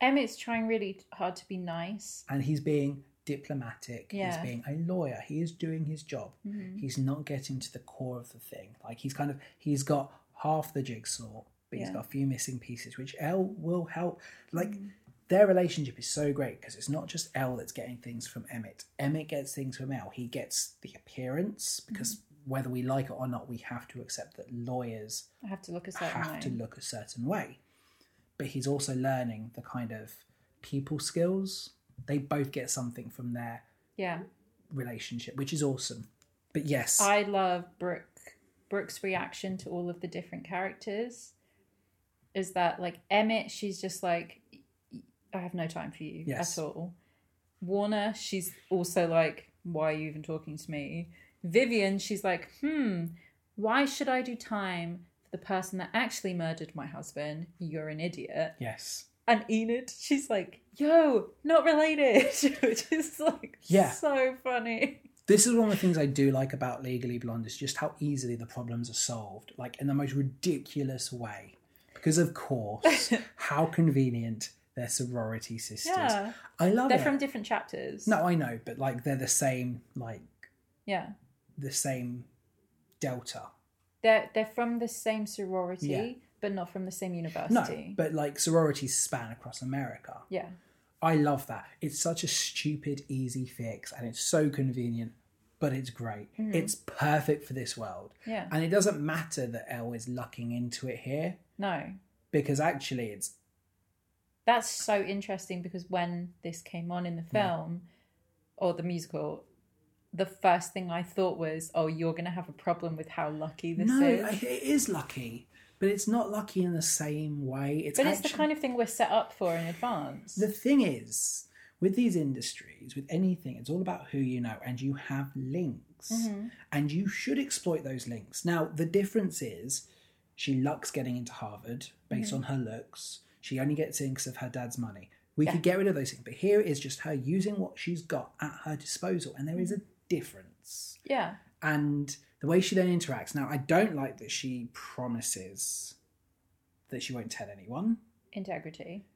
Emmett's trying really hard to be nice. and he's being diplomatic. Yeah. Mm. He's being a lawyer. He is doing his job. He's not getting to the core of the thing. Like he's kind of he's got half the jigsaw, but he's Yeah. got a few missing pieces, which Elle will help. Like Mm-hmm. their relationship is so great because it's not just Elle that's getting things from Emmett. Emmett gets things from Elle. He gets the appearance Mm-hmm. because whether we like it or not, we have to accept that lawyers I have to look a certain have way. to look a certain way. But he's also learning the kind of people skills. They both get something from their Yeah. relationship, which is awesome. But yes, I love Brooke Brooke's reaction to all of the different characters is that like Emmett, she's just like I have no time for you Yes. at all. Warner, she's also like, Why are you even talking to me? Vivian, she's like, hmm, why should I do time for the person that actually murdered my husband? You're an idiot. yes, And Enid, she's like, yo, not related. *laughs* Which is like Yeah. so funny. this is one of the things I do like about Legally Blonde is just how easily the problems are solved, like in the most ridiculous way. Because *laughs* of course, how convenient they're sorority sisters. Yeah. I love They're it. from different chapters. Oh, no, I know, but like they're the same, like Yeah. the same delta. They're they're from the same sorority, Yeah. but not from the same No, university. but like sororities span across America. yeah. I love that. It's such a stupid, easy fix and it's so convenient, but it's great. Mm-hmm. It's perfect for this world. Yeah. And it doesn't matter that Elle is lucking into it here No. because actually it's That's so interesting because when this came on in the film or the musical, the first thing I thought was, "Oh, you're going to have a problem with how lucky this no, is." I- it is lucky, but it's not lucky in the same way. It's but it's the actually- kind of thing we're set up for in advance. The thing is, with these industries, with anything, it's all about who you know, and you have links, Mhm. and you should exploit those links. Now, the difference is, she lucks getting into Harvard based on her looks. She only gets in because of her dad's money. We Yeah. could get rid of those things, but here is just her using what she's got at her disposal, and there is Mm-hmm. a difference. Yeah. And the way she then interacts. Now, I don't like that she promises that she won't tell anyone. Integrity.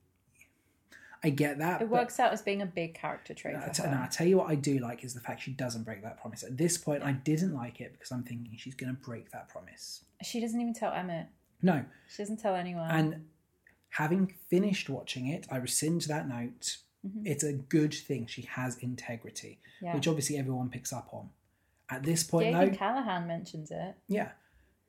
I get that. It but- works out as being a big character trait. No, I for t- her. no, I tell you what I do like is the fact she doesn't break that promise. At this point, I didn't like it because I'm thinking she's going to break that promise. She doesn't even tell Emmett. No, She doesn't tell anyone. and having finished watching it, I rescind that note. Mhm. It's a good thing she has integrity, yeah. which obviously everyone picks up on. At this point, David though, Callahan mentions it. yeah.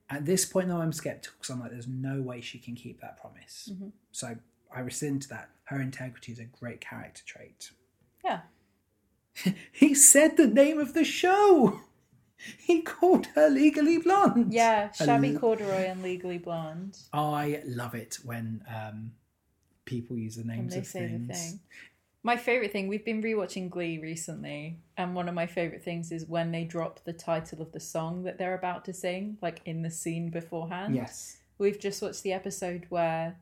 At this point, though, I'm skeptical because I'm like, there's no way she can keep that promise. Mhm. So I rescind that. Her integrity is a great character trait. Yeah. He said the name of the show. *laughs* He called her Legally Blonde. Yeah, I Shabby l- Corduroy and Legally Blonde. I love it when um, people use the And names they of say things. the thing. My favourite thing, we've been rewatching Glee recently, and one of my favourite things is when they drop the title of the song that they're about to sing, like in the scene beforehand. Yes. We've just watched the episode where,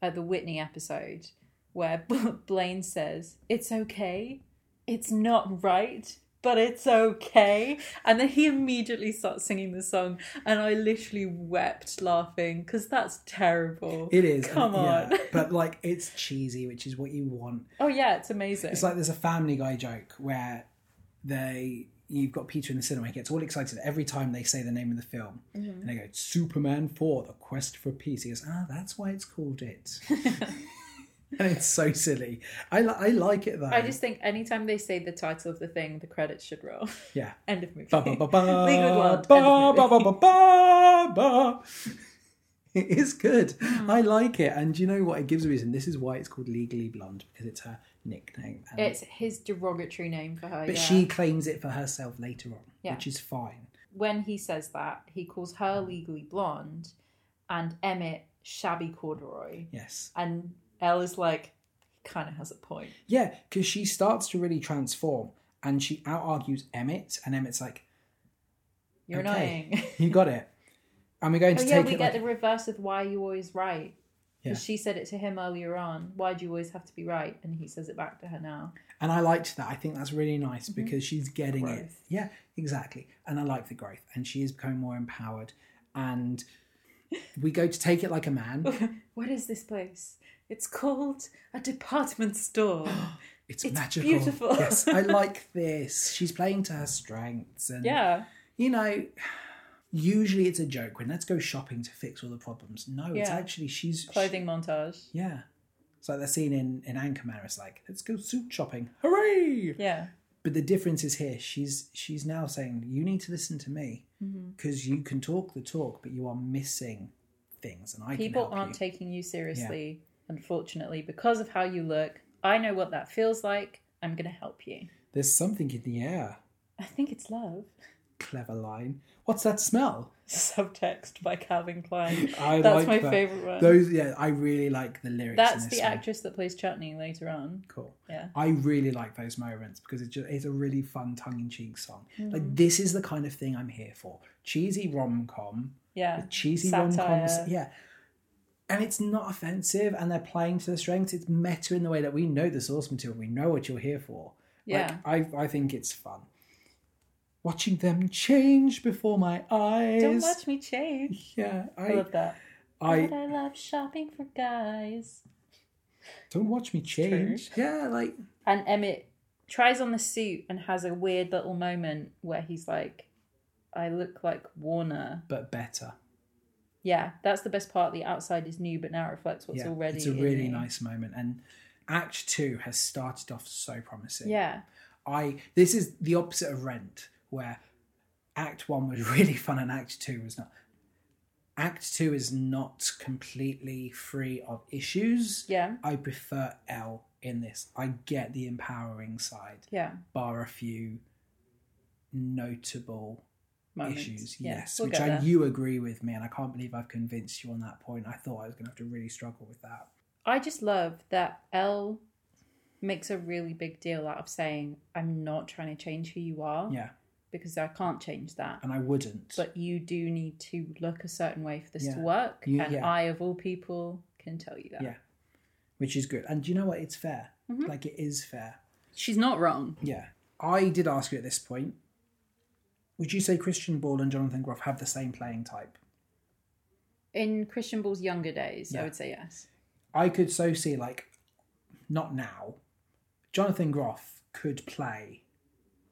uh, the Whitney episode, where *laughs* Blaine says, It's okay, it's not right, but it's okay. And then he immediately starts singing the song, and I literally wept laughing because that's terrible. It is. Come and- on. but like it's cheesy, which is what you want. oh, yeah, it's amazing. It's like there's a family guy joke where they you've got Peter in the cinema, he gets all excited every time they say the name of the film. Mm-hmm. And they go, Superman 4, the quest for peace. He goes, Ah, that's why it's *laughs* called it. *laughs* and it's so silly. I, li- I like it though. I just think anytime they say the title of the thing, the credits should roll. *laughs* Yeah. End of movie. Ba, ba, ba, ba, Legally Blonde, ba, end ba, of ba, movie. ba, ba, ba. It is good. Hmm. I like it. And you know what? It gives a reason. This is why it's called Legally Blonde because it's her nickname. And- It's his derogatory name for her. but yeah. she claims it for herself later on, Yeah. which is fine. when he says that, he calls her Mm. legally blonde, and Emmett shabby corduroy, Yes. and Elle is like, he kind of has a point. Yeah, because she starts to really transform and she out argues Emmett. And Emmett's like, You're Okay. annoying. You got it. And we're going *laughs* oh to yeah, take we it. get like- the reverse of why you always right. Yeah. Because she said it to him earlier on. Why do you always have to be right? And he says it back to her now. And I liked that. I think that's really nice because she's getting it. Mm-hmm. Growth. Yeah, exactly. And I like the growth. And she is becoming more empowered. And we go to take it like a man. what is this place? It's called a department *gasps* store. It's, It's magical. beautiful. *laughs* Yes, I like this. She's playing to her strengths. And, yeah. you know, usually it's a joke when let's go shopping to fix all the problems. No, it's Yeah. actually she's. Clothing montage. yeah. It's like that scene in, in Anchorman. where It's like, let's go suit shopping. Hooray! Yeah. But the difference is here. She's she's now saying you need to listen to me Mm-hmm. because you can talk the talk, but you are missing things, and I People can help aren't you. taking you seriously, unfortunately, because of how you look. I know what that feels like. I'm going to help you. There's something in the air. I think it's love. *laughs* Clever line. What's that smell? Subtext by Calvin *laughs* Klein. I That's like my that. favorite one. Those yeah, I really like the lyrics. That's in the this one. actress that plays Chutney later on. Cool. Yeah. I really like those moments because it's just it's a really fun tongue-in-cheek song. Mm-hmm. Like this is the kind of thing I'm here for. Cheesy rom-com Yeah. cheesy rom Satire. coms. Yeah. And it's not offensive, and they're playing to the strengths. It's meta in the way that we know the source material. We know what you're here for. Yeah. Like, I, I think it's fun. Watching them change before my eyes. Don't watch me change. Yeah, I I, love that. I but I love shopping for guys. don't watch me change. Yeah, like And Emmett tries on the suit and has a weird little moment where he's like, I look like Warner. but better. Yeah, that's the best part. The outside is new, but now it reflects what's yeah, already. it's a in really you. nice moment. And Act Two has started off so promising. Yeah, I this is the opposite of Rent, where Act One was *laughs* really fun and Act Two was not. Act Two is not completely free of issues. yeah, I prefer L in this. I get the empowering side, yeah. bar a few notable Moments. issues. Yeah, Yes, we'll which get I, there. you agree with me, and I can't believe I've convinced you on that point. I thought I was going to have to really struggle with that. I just love that Elle makes a really big deal out of saying, I'm not trying to change who you are Yeah, because I can't change that. and I wouldn't. Oh. But you do need to look a certain way for this to Yeah. work. You- and yeah. I, of all people, can tell you that. Yeah. which is good. And do you know what? It's fair. Mhm. Like it is fair. She's not wrong. Yeah. I did ask you at this point. Would you say Christian Ball and Jonathan Groff have the same playing type? In Christian Ball's younger days, I Yeah. would say yes. I could so see like, not now. Jonathan Groff could play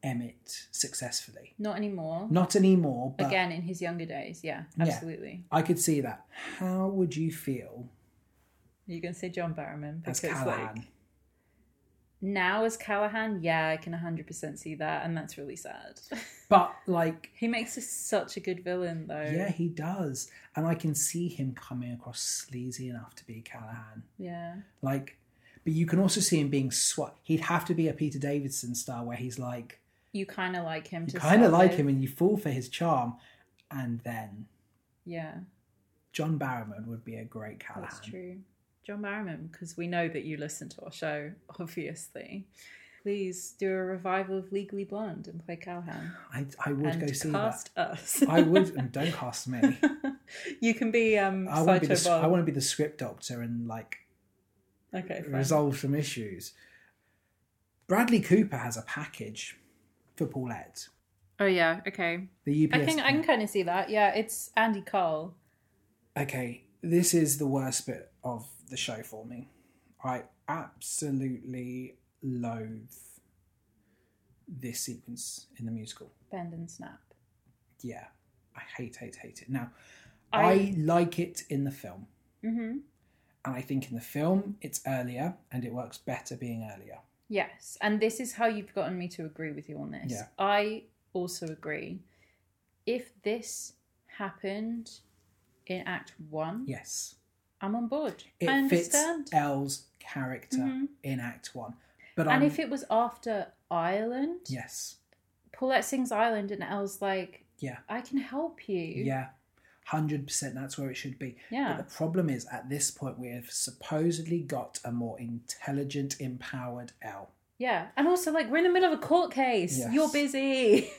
Emmett successfully. Not anymore. Not anymore, but Again, in his younger days, yeah, Yeah. absolutely. I could see that. How would you feel You're going to say John Barrowman as because, Callahan? like, now as Callahan, yeah, I can 100% see that, and that's really *laughs* sad. But like, he makes us such a good villain, though. yeah, he does, and I can see him coming across sleazy enough to be Callahan. Yeah. Like, but you can also see him being swat. He'd have to be a Peter Davidson style where he's like, You kind of like him. you to kind of start like with. him and you fall for his charm, and then Yeah, John Barrowman would be a great Callahan. that's true. John Barrowman, because we know that you listen to our show, *laughs* obviously. Please do a revival of Legally Blonde and play Callahan. I, I would and go see cast us. that. I would, and don't cast me. *laughs* you can be um, I want to be Saito the, I Bob. want to be the script doctor and like Okay, fine. resolve some issues. Bradley Cooper has a package for Paulette. Oh, yeah, okay. The UPS. I can, I can kind of see that. Yeah, it's Andy Cole. Okay, this is the worst bit of the show for me. I absolutely loathe this sequence in the musical. Bend and snap. Yeah, I hate, hate, hate it. Now, I, I- like it in the film, Mm-hmm. and I think in the film it's earlier and it works better being earlier. Yes, and this is how you've gotten me to agree with you on this. Yeah. I also agree. If this happened in Act One, Yes, I'm on board. it I fits understand. Elle's character Mhm. in Act One, but and I'm, if it was after Ireland, yes, Paulette sings Ireland, and Elle's like, yeah, I can help you. yeah, hundred percent. That's where it should be. Yeah. But the problem is, at this point, we have supposedly got a more intelligent, empowered Elle. Yeah. And also, like, we're in the middle of a court case. Yes. You're *laughs* busy.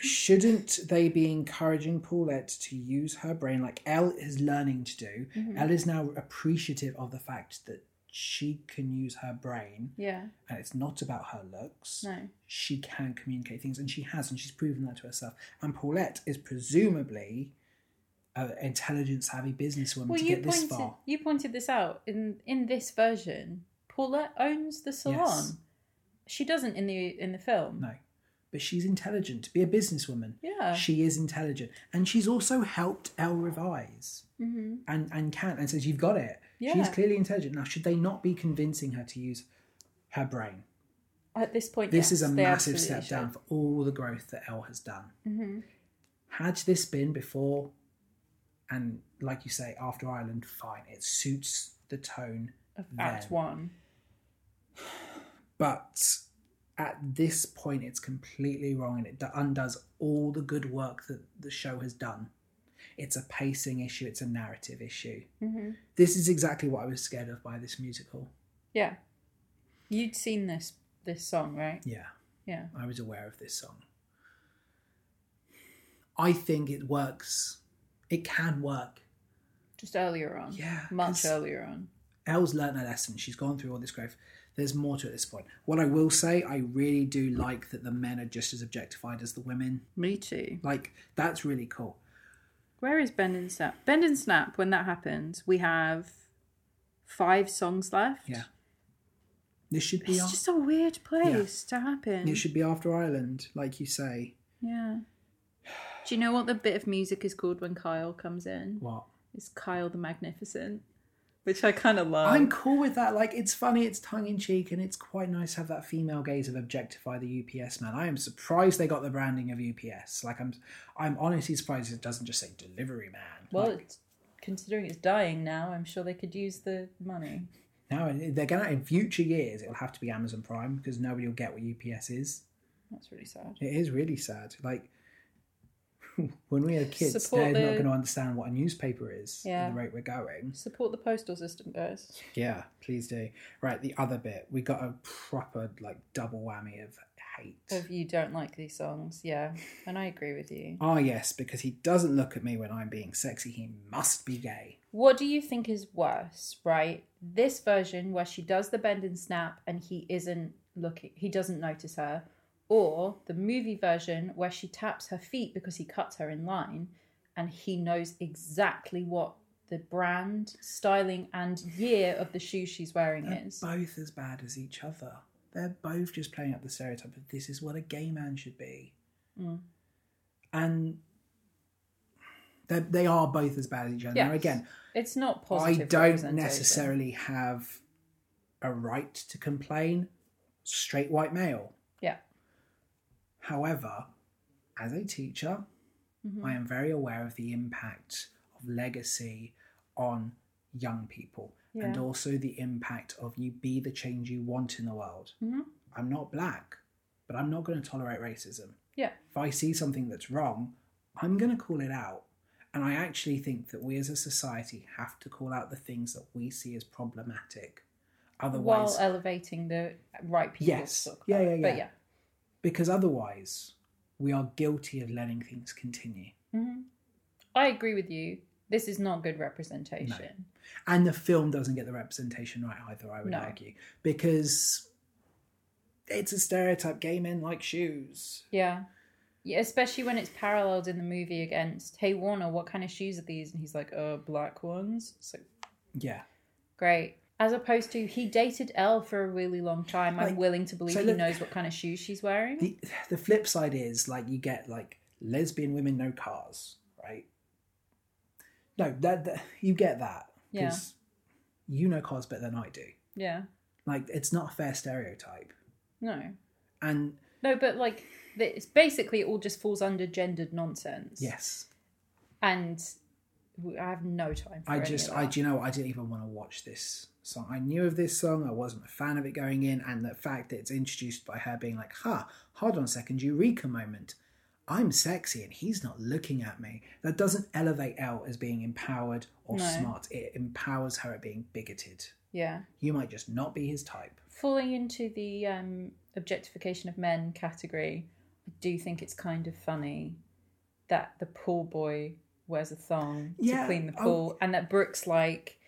Shouldn't they be encouraging Paulette to use her brain like Elle is learning to do? Mhm. Elle is now appreciative of the fact that she can use her brain yeah. and it's not about her looks. No. She can communicate things and she has, and she's proven that to herself. And Paulette is presumably an intelligent, savvy businesswoman Well, to you get this pointed far. you pointed this out in in this version. Paulette owns the salon. Yes. She doesn't in the in the film. No. But she's intelligent. To be a businesswoman, Yeah. she is intelligent. And she's also helped Elle revise hmm and, and can and says, You've got it. She's Yeah. clearly intelligent. Now, should they not be convincing her to use her brain? At this point, This is a massive step down for all the growth that Elle has done. hmm Had this been before and like you say, after Ireland, fine. It suits the tone Of Act Then. One. but at this point it's completely wrong and it d- undoes all the good work that the show has done it's a pacing issue it's a narrative issue hmm this is exactly what i was scared of by this musical Yeah. You'd seen this this song, right? yeah Yeah. i was aware of this song i think it works it can work Just earlier on. Yeah, Much 'cause- earlier on. Elle's learnt her lesson. She's gone through all this growth. There's more to it at this point. What I will say, I really do like that the men are just as objectified as the women. Me too. Like, that's really cool. Where is Bend and Snap? Bend and Snap. When that happens, we have five songs left. Yeah. This should be It's on. just a weird place to happen. It should be after Ireland, like you say. Yeah. Do you know what the bit of music is called when Kyle comes in? What? It's Kyle the Magnificent, which I kind of love. I'm cool with that. Like, it's funny, it's tongue in cheek, and it's quite nice to have that female gaze of objectify the UPS man. I am surprised they got the branding of UPS. Like, I'm, I'm honestly surprised it doesn't just say delivery man. well, Like, it's, considering it's dying now, I'm sure they could use the money. now they're gonna in future years it'll have to be Amazon Prime because nobody will get what UPS is. That's really sad. It is really sad. Like *laughs* when we have kids, Support they're not the- going to understand what a newspaper is Yeah. at the rate we're going. Support the postal system, guys. Yeah, please do. Right, the other bit we got a proper like double whammy of hate. If you don't like these songs, yeah, and I agree with you. Ah, yes, because he doesn't look at me when I'm being sexy. He must be gay. What do you think is worse, right? This version where she does the bend and snap and he isn't looking, he doesn't notice her, or the movie version where she taps her feet because he cuts her in line and he knows exactly what the brand, styling, and year of the shoe she's wearing They're is. both as bad as each other. They're both just playing up the stereotype of this is what a gay man should be. Mm. And they're- they are both as bad as each other. Now, Yes. again, It's not I positive. don't representation. necessarily have a right to complain. Straight white male. Yeah. However, as a teacher, Mhm. I am very aware of the impact of legacy on young people and Yeah. also the impact of you be the change you want in the world. Mhm. I'm not black, but I'm not going to tolerate racism. Yeah. If I see something that's wrong, I'm going to call it out. And I actually think that we as a society have to call out the things that we see as problematic. Otherwise, While elevating the right people. to Yes. talk Yeah, about. yeah, But yeah. yeah. because otherwise, we are guilty of letting things continue. Mhm. I agree with you. This is not good representation. And the film doesn't get the representation right either, I would No. argue, because it's a stereotype gay men like shoes. Yeah. Yeah, especially when it's paralleled in the movie against, hey Warner, what kind of shoes are these? And he's like, uh, black ones. It's like, Yeah. great. As opposed to, he dated Elle for a really long time. I'm Like, willing to believe so he look- knows what kind of shoes she's wearing. The, the flip side is like you get like lesbian women no cars, right? No, that, that you get that yeah, you know cars better than I do. yeah. Like it's not a fair stereotype, No. and No, but like, it's basically it all just falls under gendered nonsense. yes, And w- I have no time for I any just of I that. do you know what? I didn't even want to watch this song. I knew of this song, I wasn't a fan of it going in, and the fact that it's introduced by her being like, "Ha, hold on a second, Eureka moment." I'm sexy and he's not looking at me. That doesn't elevate Elle as being empowered or No. smart. It empowers her at being bigoted. Yeah. You might just not be his type. falling into the um, objectification of men category, I do think it's kind of funny that the pool boy wears a thong Yeah, to clean the oh. pool, and that Brooks like,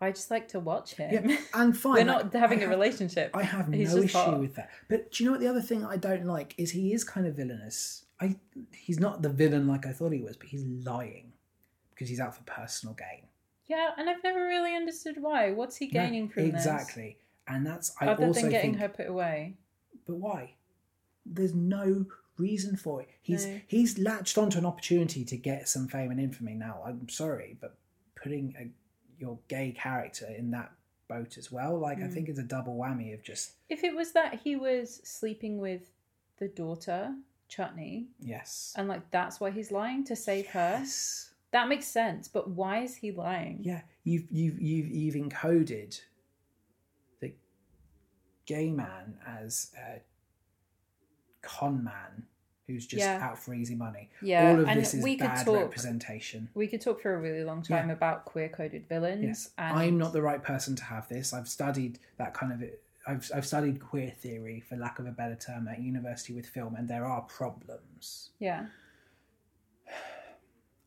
I just like to watch him. *laughs* Yeah, and fine. They're not like, having I a have- relationship. I have no He's issue just hot. with that. But do you know what? The other thing I don't like is he is kind of villainous. I he's not the villain like I thought he was, but he's lying because he's out for personal gain. yeah, and I've never really understood why. What's he No, gaining from exactly, and that's this? I Other also than getting think. her put away. But why? There's no reason for it. He's No. he's latched onto an opportunity to get some fame and infamy. Now I'm sorry, but putting a, your gay character in that boat as well, like I Mm. think it's a double whammy of just If it was that he was sleeping with the daughter, Chutney, yes, and like that's why he's lying to save her, yes. that makes sense, but why is he lying? yeah you've you've you've you've encoded the gay man as a con man who's just Yeah. out for easy money Yeah, all of and this is we could bad talk- representation We could talk for a really long time about queer coded villains. yes and i'm not the right person to have this i've studied that kind of I've, I've studied queer theory for lack of a better term at university with film and there are problems Yeah,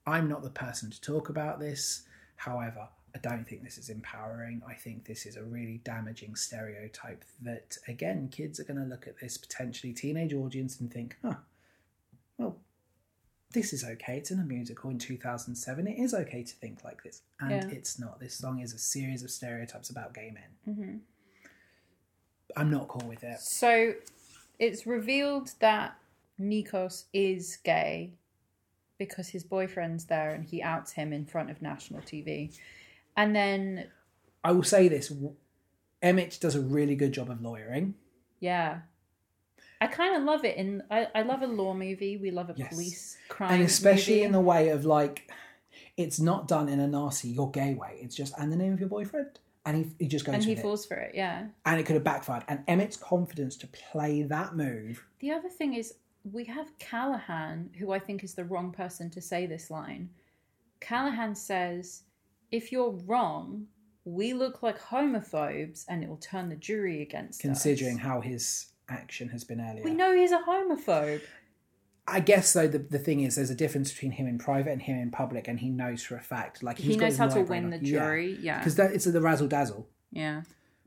I'm not the person to talk about this. However, I don't think this is empowering. I think this is a really damaging stereotype that, again, kids are going to look at this potentially teenage audience and think, huh, well, this is okay. It's in a musical in 2007. It is okay to think like this. And Yeah. it's not. This song is a series of stereotypes about gay men. hmm I'm not cool with it. So it's revealed that Nikos is gay because his boyfriend's there and he outs him in front of national TV. And then, I will say this w- Emmett does a really good job of lawyering. yeah. I kind of love it. In I, I love a law movie. We love a Yes. police crime, and especially movie. in the way of like it's not done in a nasty you're gay way it's just and the name of your boyfriend and he, he just goes and he with it. falls for it. Yeah. and it could have backfired. And Emmett's confidence to play that move. The other thing is, we have Callahan, who I think is the wrong person to say this line. Callahan says, If you're wrong, we look like homophobes and it will turn the jury against considering us. how his action has been earlier. We know he's a homophobe. I guess though the, the thing is there's a difference between him in private and him in public, and he knows for a fact like He he's got knows his how to right win brain the on. jury. Yeah. because it's the razzle dazzle. Yeah.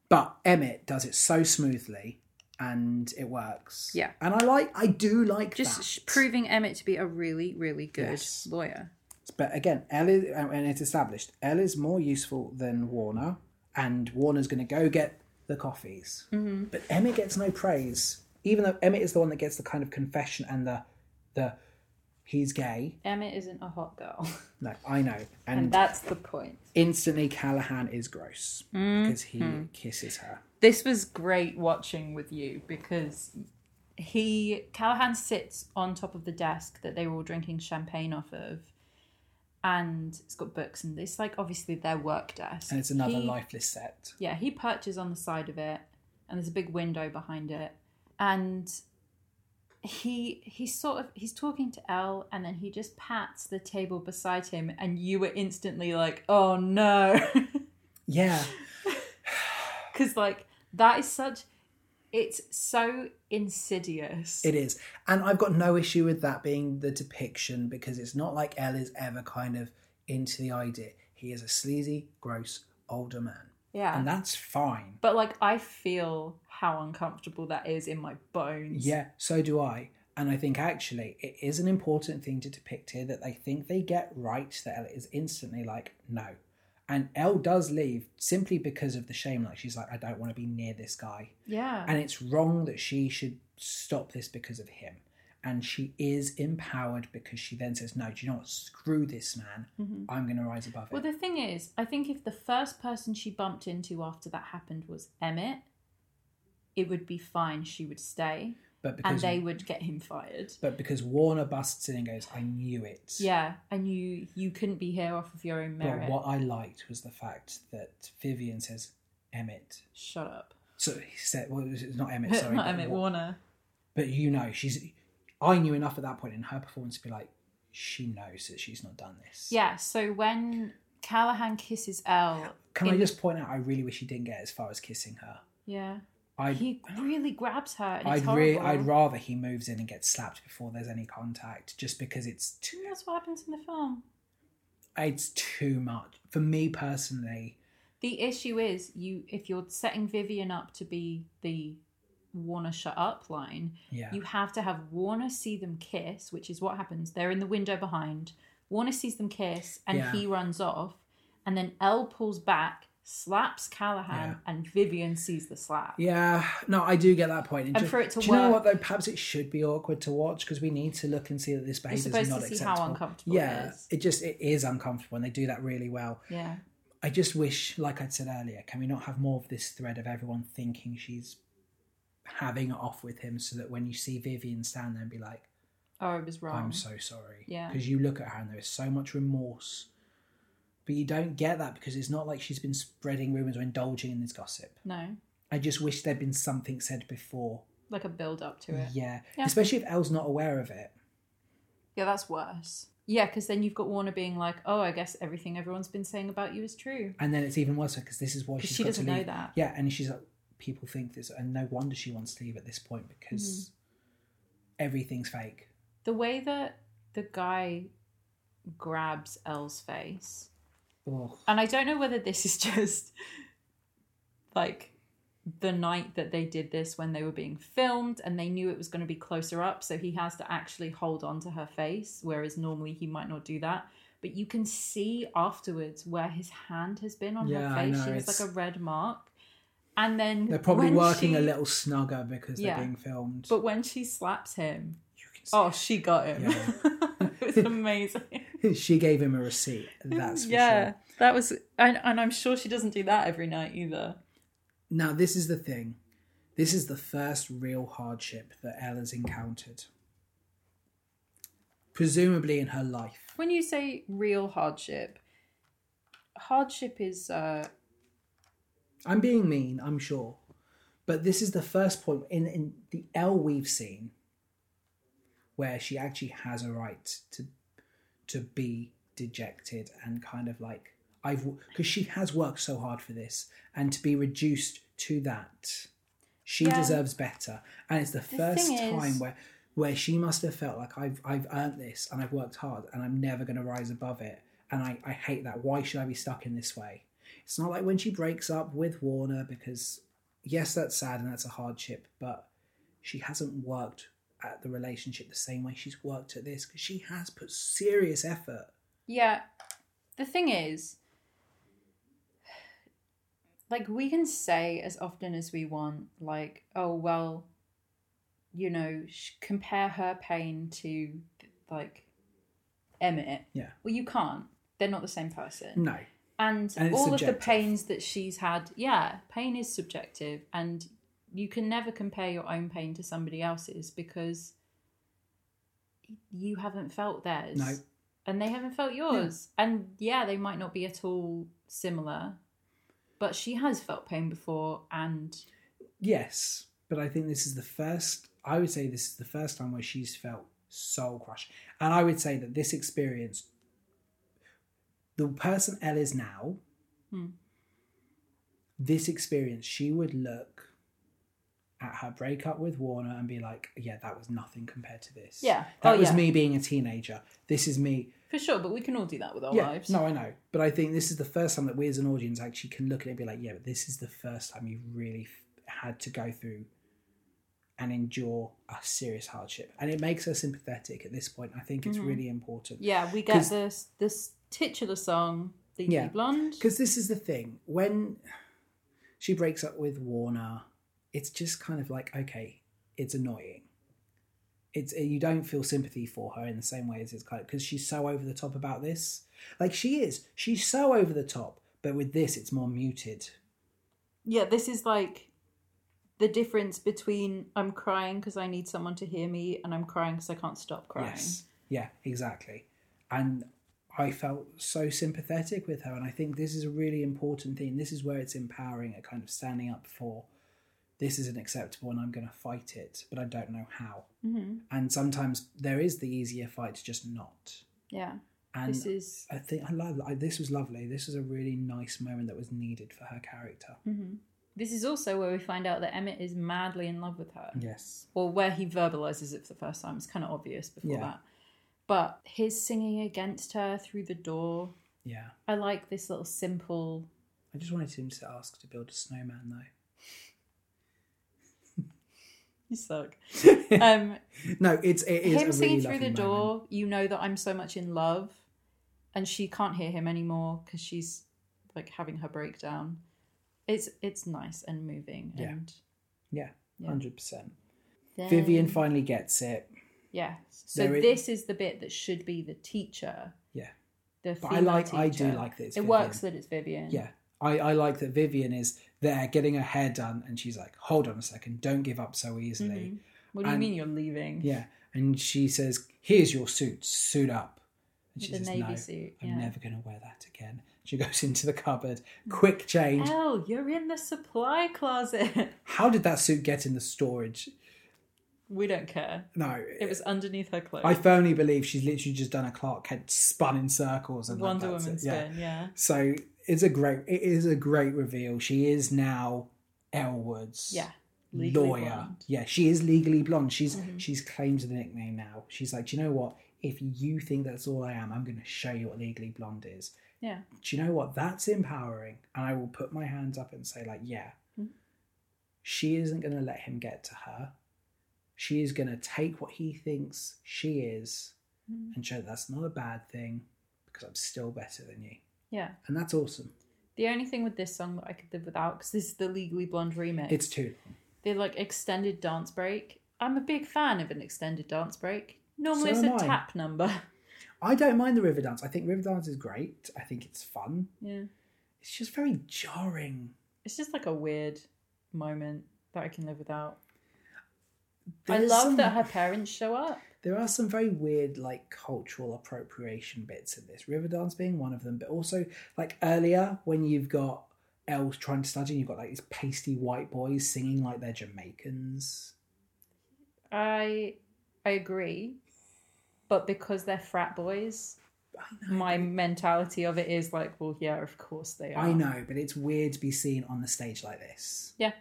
But Emmett does it so smoothly, and it works. Yeah. and I like I do like Just that. sh- proving Emmett to be a really, really good Yes. lawyer. But again, Elle is, and it's established Elle is more useful than Warner, and Warner's going to go get the coffees. But Emmett gets no praise, even though Emmett is the one that gets the kind of confession and the the he's gay. Emmett isn't a hot girl. No, I know, and, and that's the point. instantly Callahan is gross because he kisses her. this was great watching with you because he Callahan sits on top of the desk that they were all drinking champagne off of, and it's got books and it's like obviously their work desk. And it's another He- lifeless set. Yeah, he perches on the side of it, and there's a big window behind it, and he he's sort of he's talking to Elle, and then he just pats the table beside him, and you were instantly like, oh no. *laughs* Yeah, because like that is such it's so insidious it is. And I've got no issue with that being the depiction because it's not like Elle is ever kind of into the idea. He is a sleazy, gross, older man. yeah And that's fine. but like i feel how uncomfortable that is in my bones Yeah, so do I. And I think actually it is an important thing to depict here that they think they get right, that Elle is instantly like, no. And Elle does leave simply because of the shame. Like, she's like, I don't want to be near this guy. yeah And it's wrong that she should stop this because of him. And she is empowered because she then says, No, do you know what? Screw this man. Mhm. I'm going to rise above well it. the thing is i think if the first person she bumped into after that happened was emmett it would be fine she would stay But because, and they would get him fired but because Warner busts in and goes, I knew it. yeah and you you couldn't be here off of your own merit But what I liked was the fact that Vivian says, Emmett. shut up So he said, Well, it's not Emmett, *laughs* sorry. not but emmett Wa- warner But you know, she's. I knew enough at that point in her performance to be like, she knows that she's not done this. yeah so when callahan kisses elle Can I in- just point out, I really wish he didn't get as far as kissing her. yeah I he really grabs her. And it's I'd re- horrible. I'd rather he moves in and gets slapped before there's any contact, just because it's too, And That's what happens in the film. it's too much for me personally. The issue is you if you're setting Vivian up to be the Warner shut up line, Yeah, you have to have Warner see them kiss, which is what happens. They're in the window behind. Warner sees them kiss and Yeah. he runs off, and then Elle pulls back, slaps Callahan, Yeah. and Vivian sees the slap. yeah. No, I do get that point. And do, for it to do you know work- what though? Perhaps it should be awkward to watch because we need to look and see that this You're behavior is supposed to not see acceptable. how uncomfortable yeah, it is. it just it is uncomfortable, and they do that really well. Yeah. I just wish, like I'd said earlier, can we not have more of this thread of everyone thinking she's having it off with him, so that when you see Vivian stand there and be like. Oh, it was wrong. I'm so sorry. Yeah. Because you look at her and there is so much remorse. But you don't get that because it's not like she's been spreading rumours or indulging in this gossip. no. I just wish there'd been something said before. Like a build up to it. Yeah. Yeah. Especially if Elle's not aware of it. Yeah, that's worse. Yeah, because then you've got Warner being like, "Oh, I guess everything everyone's been saying about you is true," And then it's even worse because this is why because she's she got doesn't to know leave. that. Yeah, and she's like, people think this, and no wonder she wants to leave at this point Mm-hmm. because everything's fake. The way that the guy grabs Elle's face, Oh, and I don't know whether this is *laughs* just like the night that they did this when they were being filmed and they knew it was going to be closer up, so he has to actually hold on to her face, whereas normally he might not do that. But you can see afterwards where his hand has been on Yeah, her I face. know, she has it's- like a red mark. And then they're probably when working a she- little snugger because Yeah. they're being filmed. But when she slaps him, you can see oh, she got him. *laughs* it was amazing. it. *laughs* she gave him a *laughs* receipt. That's for yeah, sure. that was, and, and I'm sure she doesn't do that every night either. Now, this is the thing. This is the first real hardship that Elle has encountered. Presumably in her life. When you say real hardship, hardship is uh, I'm being mean, I'm sure. But this is the first point in, in the L we've seen where she actually has a right to to be dejected and kind of like I've because she has worked so hard for this and to be reduced to that she Yeah. deserves better and it's the, The first thing time is- where where she must have felt like I've I've earned this and I've worked hard and I'm never going to rise above it and I I hate that why should I be stuck in this way it's not like when she breaks up with Warner because yes that's sad and that's a hardship but she hasn't worked at the relationship the same way she's worked at this because she has put serious effort Yeah. The thing is, like, we can say as often as we want, like, oh, well, you know, sh- compare her pain to, like, Emmett. Yeah. Well, you can't. They're not the same person. no And, And it's all of subjective. the pains that she's had, yeah, pain is subjective. And you can never compare your own pain to somebody else's because you haven't felt theirs. No. And they haven't felt yours. And yeah, they might not be at all similar, but she has felt pain before. And Yes, but I think this is the first. I would say this is the first time where she's felt soul crush, and I would say that this experience, the person Elle is now, Hmm. this experience, she would look at her breakup with Warner and be like, "Yeah, that was nothing compared to this. yeah, that oh, was yeah, me being a teenager. This is me." for sure. But we can all do that with our yeah, lives. no, I know, but I think this is the first time that we as an audience actually can look at it and be like, "Yeah, but this is the first time you really f- had to go through." and endure a serious hardship. And it makes her sympathetic at this point. I think it's Mhm. really important. Yeah, we 'Cause- get this this titular song, the Yeah. Blonde. Because this is the thing when she breaks up with Warner, it's just kind of like, okay, it's annoying. It's uh, you don't feel sympathy for her in the same way as it's kind of because she's so over the top about this. Like she is, she's so over the top, but with this, it's more muted. yeah, this is like the difference between I'm crying because I need someone to hear me and I'm crying because I can't stop crying. Yes. Yeah, exactly. And I felt so sympathetic with her. And I think this is a really important thing. This is where it's empowering at kind of standing up for this isn't acceptable and I'm going to fight it, but I don't know how. hmm And sometimes there is the easier fight to just not. Yeah, And this is. I think I love I, this was lovely. This was a really nice moment that was needed for her character. hmm This is also where we find out that Emmett is madly in love with her, Yes. or where he verbalizes it for the first time. It's kind of obvious before Yeah. that, but his singing against her through the door. Yeah. I like this little simple. I just wanted him to ask to build a snowman though. You suck. *laughs* um, No, it's it is him a really singing through lovely the moment. door you know that i'm so much in love and she can't hear him anymore because she's like having her breakdown it's it's nice and moving Yeah. and Yeah, Yeah. hundred percent. then, Vivian finally gets it. yes so There is- this is the bit that should be the teacher Yeah. the But I female like, I do teacher. like that. It's it Vivian. works that it's vivian Yeah, I, I like that Vivian is there getting her hair done, and she's like, "Hold on a second, don't give up so easily." Mhm. what do you And- mean you're leaving Yeah, and she says, "Here's your suit. Suit up." And she the says, navy "No, suit I'm yeah. never going to wear that again." She goes *laughs* into the cupboard. Quick change. Elle, you're in the supply closet *laughs* How did that suit get in the storage? we don't care No, it was underneath her clothes I firmly believe she's literally just done a Clark Kent spun in circles and like, wonder that's it. woman Yeah. spin yeah. So it's a great it is a great reveal. She is now Elwood's Yeah. lawyer. blonde. Yeah, she is legally blonde. She's Mhm. she's claimed the nickname now. She's like, Do you know what? If you think that's all I am, I'm gonna show you what legally blonde is. Yeah. Do you know what? That's empowering. And I will put my hands up and say, like, yeah. Mhm. She isn't gonna let him get to her. She is gonna take what he thinks she is Mm. and show that's not a bad thing because I'm still better than you. Yeah. And that's awesome. The only thing with this song that I could live without, because this is the Legally Blonde remix, It's too the like extended dance break. I'm a big fan of an extended dance break. Normally So it's a am I. tap number. *laughs* I don't mind the river dance. I think river dance is great. I think it's fun. yeah. It's just very jarring. It's just like a weird moment that I can live without. I There's love some- that her parents show up. there are some very weird like cultural appropriation bits in this. River dance being one of them, but also like earlier when you've got else trying to study, and you've got like these pasty white boys singing like they're Jamaicans. I I agree, but because they're frat boys, I know. my mentality of it is like, well, yeah, of course they are. I know, but it's weird to be seen on the stage like this. Yeah.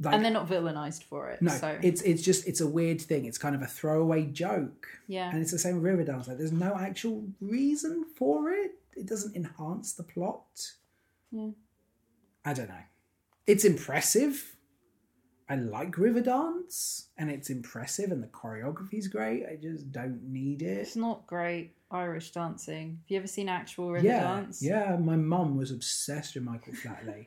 Like, and they're not villainized for it. no, so it's it's just it's a weird thing. It's kind of a throwaway joke, yeah, and it's the same with Riverdale. It's like there's no actual reason for it. It doesn't enhance the plot. Yeah. I don't know. It's impressive. I like Riverdance, and it's impressive, and the choreography's great. I just don't need it. it's not great Irish dancing. Have you ever seen actual river yeah, dance? yeah. My mum was obsessed with Michael Flatley.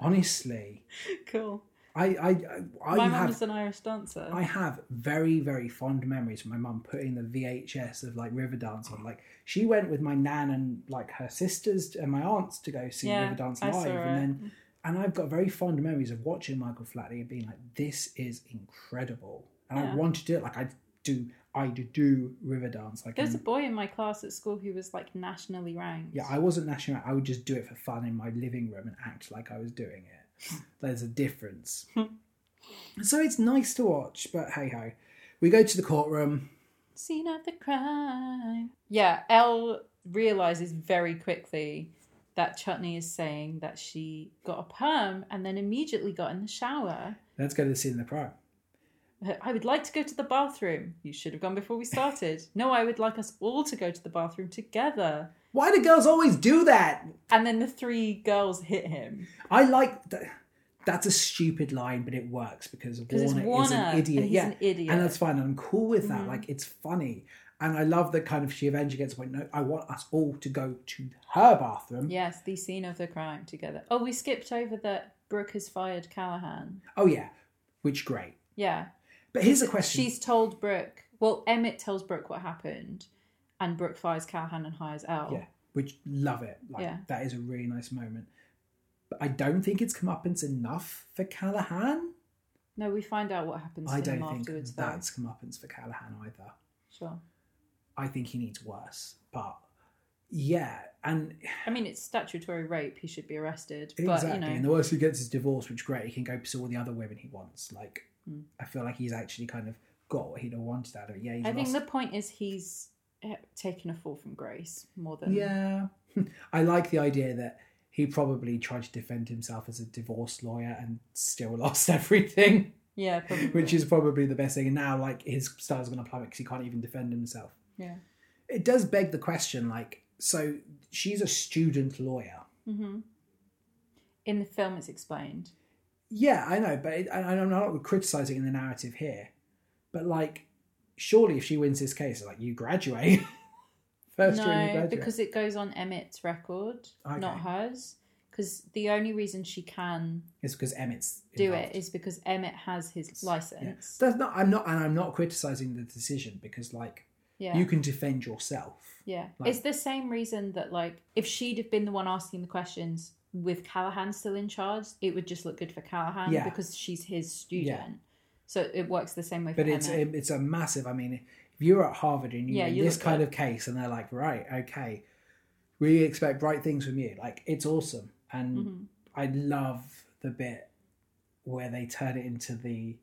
Honestly, *laughs* cool. I I I, I my mum have is an Irish dancer. I have very, very fond memories of my mum putting the VHS of like Riverdance on. Like she went with my nan and like her sisters and my aunts to go see yeah, Riverdance I live, saw and it. then and I've got very fond memories of watching Michael Flatley and being like, "This is incredible," and I Yeah. want to do it. Like I do, I do Riverdance. Like There was I'm- a boy in my class at school who was like nationally ranked. um, yeah, I wasn't national. I would just do it for fun in my living room and act like I was *laughs* doing it. There's a difference. Hmm. so it's nice to watch, but hey ho. We go to the courtroom. Scene of the crime. Yeah, Elle realizes very quickly that Chutney is saying that she got a perm and then immediately got in the shower. Let's go to the scene in the prime. I would like to go to the bathroom. You should have gone before we started. No, I would like us all to go to the bathroom together. Why do girls always do that? And then the three girls hit him I like th- that's a stupid line, but it works because because Warner, it's Warner. is an idiot. And he's yeah, an idiot. and that's fine. I'm cool with that. Mhm. Like it's funny, and I love that kind of she eventually gets the point. No, I want us all to go to her bathroom. yes, the scene of the crime together. Oh, we skipped over that Brooke has fired Callahan. Oh yeah, which great. Yeah. But here's the question: She's told Brooke. Well, Emmett tells Brooke what happened, and Brooke fires Callahan and hires Elle. Yeah, which love it. Like Yeah. that is a really nice moment. But I don't think it's comeuppance enough for Callahan. No, we find out what happens to I him don't think afterwards. Though. that's comeuppance for Callahan either. Sure. I think he needs worse. But yeah, and I mean, it's statutory rape. He should be arrested. exactly. But you And know, the worst he gets is divorce, which great, he can go pursue all the other women he wants. Like Hmm. I feel like he's actually kind of got what he'd have wanted out of it. Yeah, he's I think lost. the point is he's eh, taken a fall from grace more than Yeah. *laughs* I like the idea that he probably tried to defend himself as a divorce lawyer and still *laughs* *laughs* lost everything. yeah, probably. Which is probably the best thing, and now like his star's gonna plummet because he can't even defend himself. yeah. It does beg the question, like, so she's a student lawyer, hmm In the film, it's explained. Yeah, I know, but it, I, I'm not criticizing the narrative here. But like, surely if she wins this case, like you graduate *laughs* first year, you no, graduate. because it goes on Emmett's record, not Okay. hers. Because the only reason she can it's because Emmett's do involved. it is because Emmett has his license. That's not. I'm not, and I'm not criticizing the decision because like Yeah. you can defend yourself. yeah. like- it's the same reason that, like, if she'd have been the one asking the questions with Callahan still in charge, it would just look good for Callahan Yeah. because she's his student. So it works the same way for But it's Emmett. it's a massive. I mean, if you're at Harvard and you Yeah, win you this look kind good. of case, and they're like, right, okay, we expect bright things from you. Like it's awesome, and Mhm. I love the bit where they turn it into the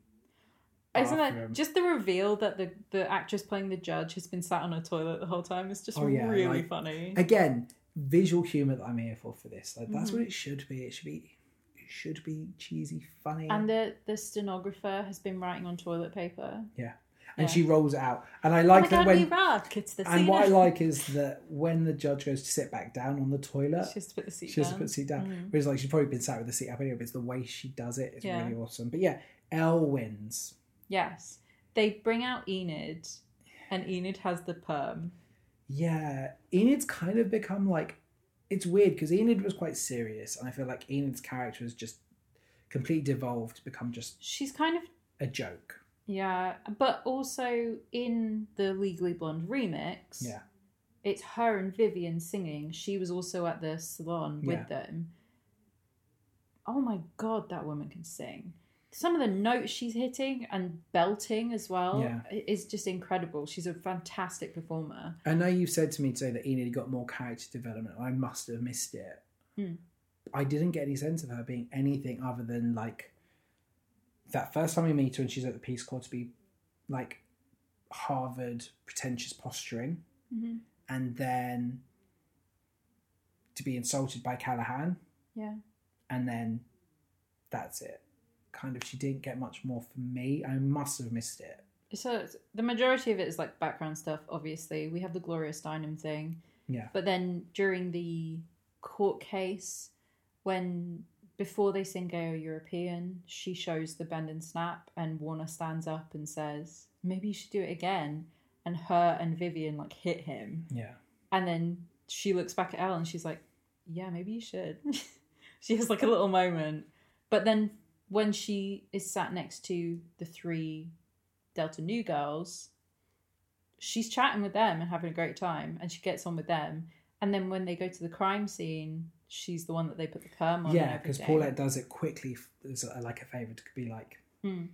Isn't bathroom. that just the reveal that the, the actress playing the judge has been sat on a toilet the whole time? Is just Oh, yeah, really like- funny. again visual humor that I'm here for for this. Like that's Mhm. what it should be. It should be it should be cheesy, funny, And and, the, the stenographer has been writing on toilet paper. yeah. she rolls it out. And I Oh like my that god, we when. rock! It's the And scene. what I *laughs* like is that when the judge goes to sit back down on the toilet, she has to put the seat she has to down. put the seat down. Mhm. Whereas like she's probably been sat with the seat up anyway, but it's the way she does it. It's Yeah. really awesome. But yeah, Elle wins. Yes. They bring out Enid, and Enid has the perm. Yeah, Enid's kind of become like it's weird because Enid was quite serious, and I feel like Enid's character has just completely devolved, to become just She's kind of, a joke. yeah, but also in the Legally Blonde remix, Yeah. it's her and Vivian singing. She was also at the salon Yeah. with them. Oh my god, that woman can sing. Some of the notes she's hitting and belting as well Yeah. i- is just incredible. She's a fantastic performer. I know you said to me today that Enid got more character development. and I must have missed it. Mm. I didn't get any sense of her being anything other than like that first time we meet her and she's at the Peace Corps to be like Harvard pretentious posturing Mm-hmm. and then to be insulted by Callahan Yeah. and then that's it. Kind of, she didn't get much more from me. I must have missed it. So it's- the majority of it is like background stuff. Obviously, we have the Gloria Steinem thing. Yeah. But then during the court case, when before they sing "Gay or European," she shows the bend and snap, and Warner stands up and says, "Maybe you should do it again." And her and Vivian like hit him, Yeah. and then she looks back at Elle and she's like, "Yeah, maybe you should." *laughs* she has like a little moment, but then when she is sat next to the three Delta New girls, she's chatting with them and having a great time, and she gets on with them. And then when they go to the crime scene, she's the one that they put the perm on. yeah, because because Paulette does it quickly f- as a, like a favour to be like, Hmm.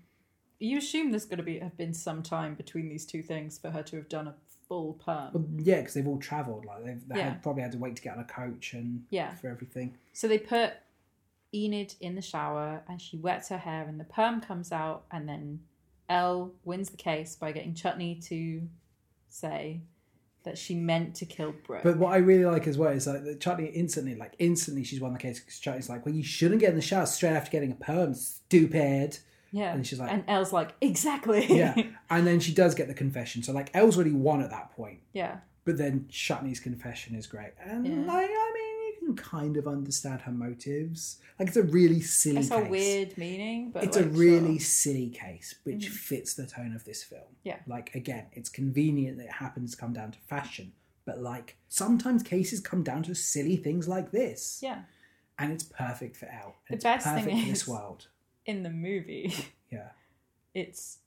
You assume there's going to be have been some time between these two things for her to have done a full perm. well, yeah, because they've all travelled. Like they've they Yeah. had, probably had to wait to get on a coach and Yeah. for everything. So they put Enid in the shower and she wets her hair and the perm comes out and then Elle wins the case by getting Chutney to say that she meant to kill Brooke. But what I really like as well is like that Chutney instantly, like instantly, she's won the case because Chutney's like, well, you shouldn't get in the shower straight after getting a perm, stupid. yeah. and she's like- And Elle's like, exactly. *laughs* *laughs* Yeah, and then she does get the confession. So like, Elle's already won at that point. yeah. But then Chutney's confession is great, and Yeah. like, I mean, you can kind of understand her motives. Like, it's a really silly. It's a case. weird meaning, but It's a like, really sure. silly case, which Mhm. fits the tone of this film. Yeah. Like again, it's convenient that it happens to come down to fashion, but like sometimes cases come down to silly things like this, yeah. and it's perfect for Elle. The it's best perfect thing for this is- world. In the movie, *laughs* Yeah. it's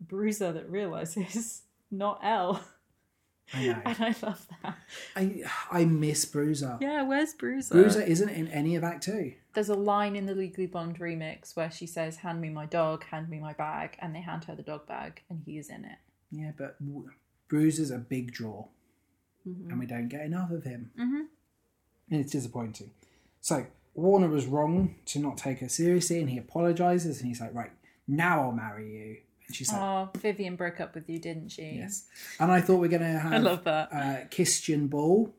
Bruiser that realizes, *laughs* not Elle. I know. And I love that. I I miss Bruiser. Yeah, where's Bruiser? Bruiser isn't in any of Act Two. there's a line in the Legally Blonde remix where she says, "Hand me my dog, hand me my bag," and they hand her the dog bag, and he is in it. Yeah, but w- Bruiser's a big draw, and we don't get enough of him. Mhm. And it's disappointing. So Warner was wrong to not take her seriously, and he apologizes, and he's like, "Right now, I'll marry you." And she's like, Oh, Vivian broke up with you, didn't she? "Yes." And I thought we're gonna have I love that. uh, Christian Ball.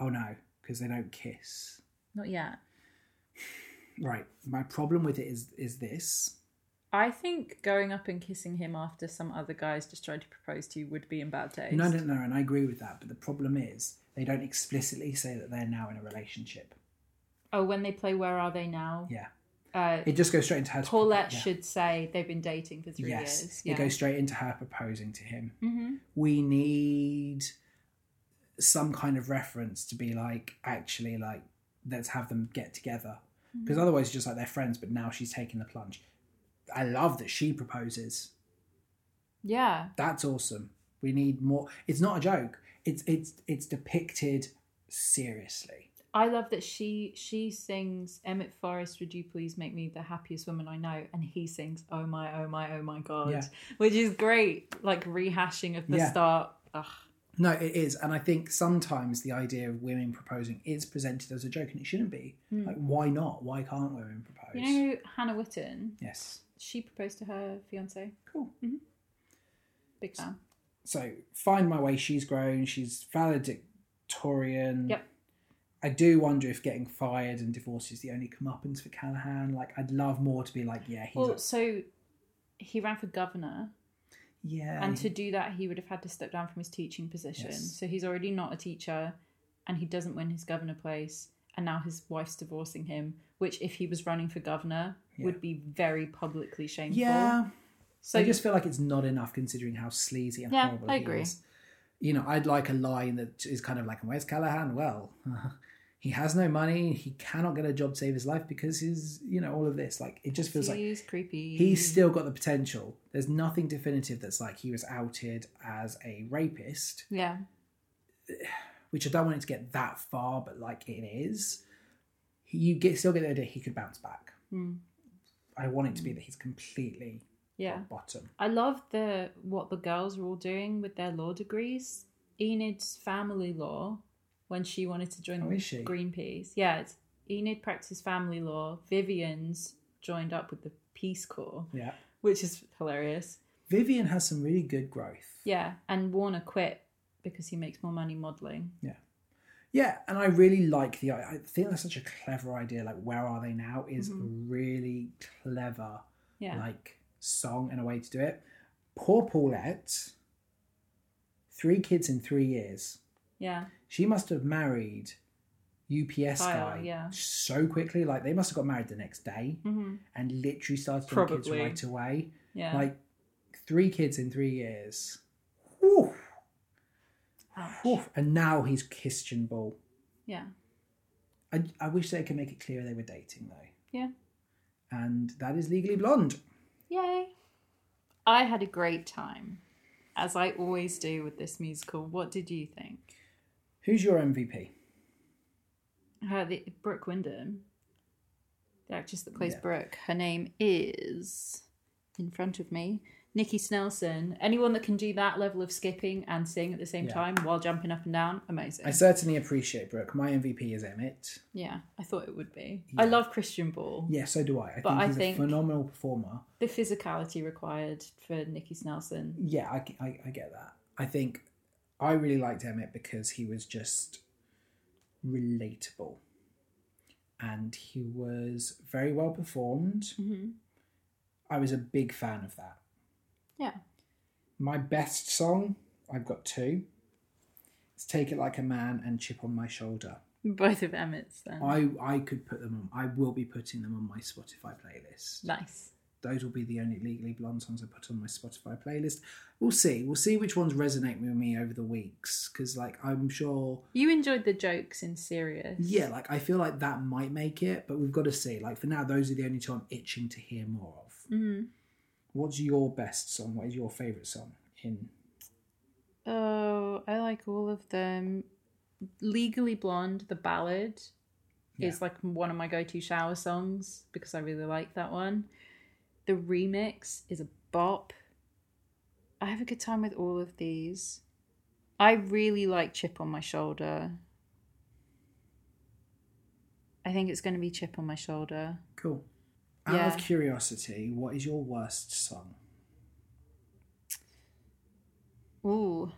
Oh no, because they don't kiss. Not yet. Right. My problem with it is is this. I think going up and kissing him after some other guys just tried to propose to you would be in bad taste. No, no, no, and I agree with that. But the problem is they don't explicitly say that they're now in a relationship. Oh, when they play Where Are They Now? Yeah. Uh, It just goes straight into her. Paulette yeah. should say they've been dating for three yes, years. it goes straight into her proposing to him. hmm We need some kind of reference to be like, actually, like, let's have them get together. Mm-hmm. Because otherwise, it's just like they're friends, but now she's taking the plunge. I love that she proposes. Yeah. That's awesome. We need more. It's not a joke. It's it's it's depicted seriously. I love that she she sings Emmett Forrest, Would You Please Make Me the Happiest Woman I Know? And he sings Oh My, Oh My, Oh My God, Yeah. which is great, like rehashing of the Yeah. start. Ugh. No, it is, and I think sometimes the idea of women proposing is presented as a joke, and it shouldn't be. Mm. Like, why not? Why can't women You propose? know who Hannah Witten? yes. She proposed to her fiance. Cool. Big fan. so find my way she's grown she's valedictorian Yep. i do wonder if getting fired and divorce is the only comeuppance for callahan like i'd love more to be like yeah he's Well, a- so he ran for governor, yeah and to do that, he would have had to step down from his teaching position. Yes. So he's already not a teacher, and he doesn't win his governor place. And now his wife's divorcing him, which, if he was running for governor, Yeah. would be very publicly shameful. yeah So i just feel like it's not enough considering how sleazy and Yeah, horrible I he agree. is. you know i'd like a line that is kind of like where's callahan well *laughs* he has no money he cannot get a job to save his life because he's you know all of this like it just feels like he's creepy. he's still got the potential. There's nothing definitive that's like he was outed as a rapist, yeah. which I don't want it to get that far, but like it is. He- You get still get the idea he could bounce back. Mm. I want it to be that he's completely Yeah. bottom. I love the what the girls are all doing with their law degrees. Enid's family law when she wanted to join Oh, is she? Greenpeace. Yeah, it's Enid practiced family law. Vivian's joined up with the Peace Corps, Yeah. which is hilarious. Vivian has some really good growth. Yeah, and Warner quit because he makes more money modeling. Yeah, and I really like the. I I think that's such a clever idea. Like, where are they now? Is Mhm. a really clever Yeah, like song and a way to do it. Poor Paulette, three kids in three years. yeah, She must have married UPS Kyle, guy yeah. so quickly. Like they must have got married the next day hmm and literally started doing kids Probably. right away. yeah. Like three kids in three years. Whew. Ouch. Whew. And now he's Christian Ball. Yeah, I, I wish they could make it clear they were dating though. Yeah. And that is Legally Blonde. yay! I had a great time, as I always do with this musical. What did you think? Who's your MVP? Her, the, Brooke Wyndham, the actress that plays Yeah. Brooke, her name is in front of me. Nikki Snelson. Anyone that can do that level of skipping and sing at the same Yeah. time while jumping up and down, amazing. I certainly appreciate Brooke. My MVP is Emmett. yeah, I thought it would be. I Yeah. love Christian Ball. Yeah, so do I. I But think I he's think- a phenomenal performer. The physicality required for Nikki Snelson. Yeah, I, I, I get that. I think I really liked Emmett because he was just relatable. And he was very well performed. Mm-hmm. I was a big fan of that. Yeah. My best song, I've got two. It's Take It Like a Man and Chip on My Shoulder. Both of um, Emmett's then. I, I could put them on, I will be putting them on my Spotify playlist. Nice. those will be the only legally blonde songs I put on my Spotify playlist. We'll see. We'll see which ones resonate with me over the weeks because, like, I'm sure. You enjoyed the jokes in Serious. Yeah, like I feel like that might make it, but we've got to see. Like for now, those are the only two I'm itching to hear more of. hmm What's your best song? What is your favorite song? In Oh, I like all of them. Legally Blonde, the ballad, Yeah. is like one of my go to shower songs because I really like that one. The remix is a bop. I have a good time with all of these. I really like Chip on My Shoulder. I think it's going to be Chip on My Shoulder. cool. Out Yeah. of curiosity, what is your worst song? Ooh.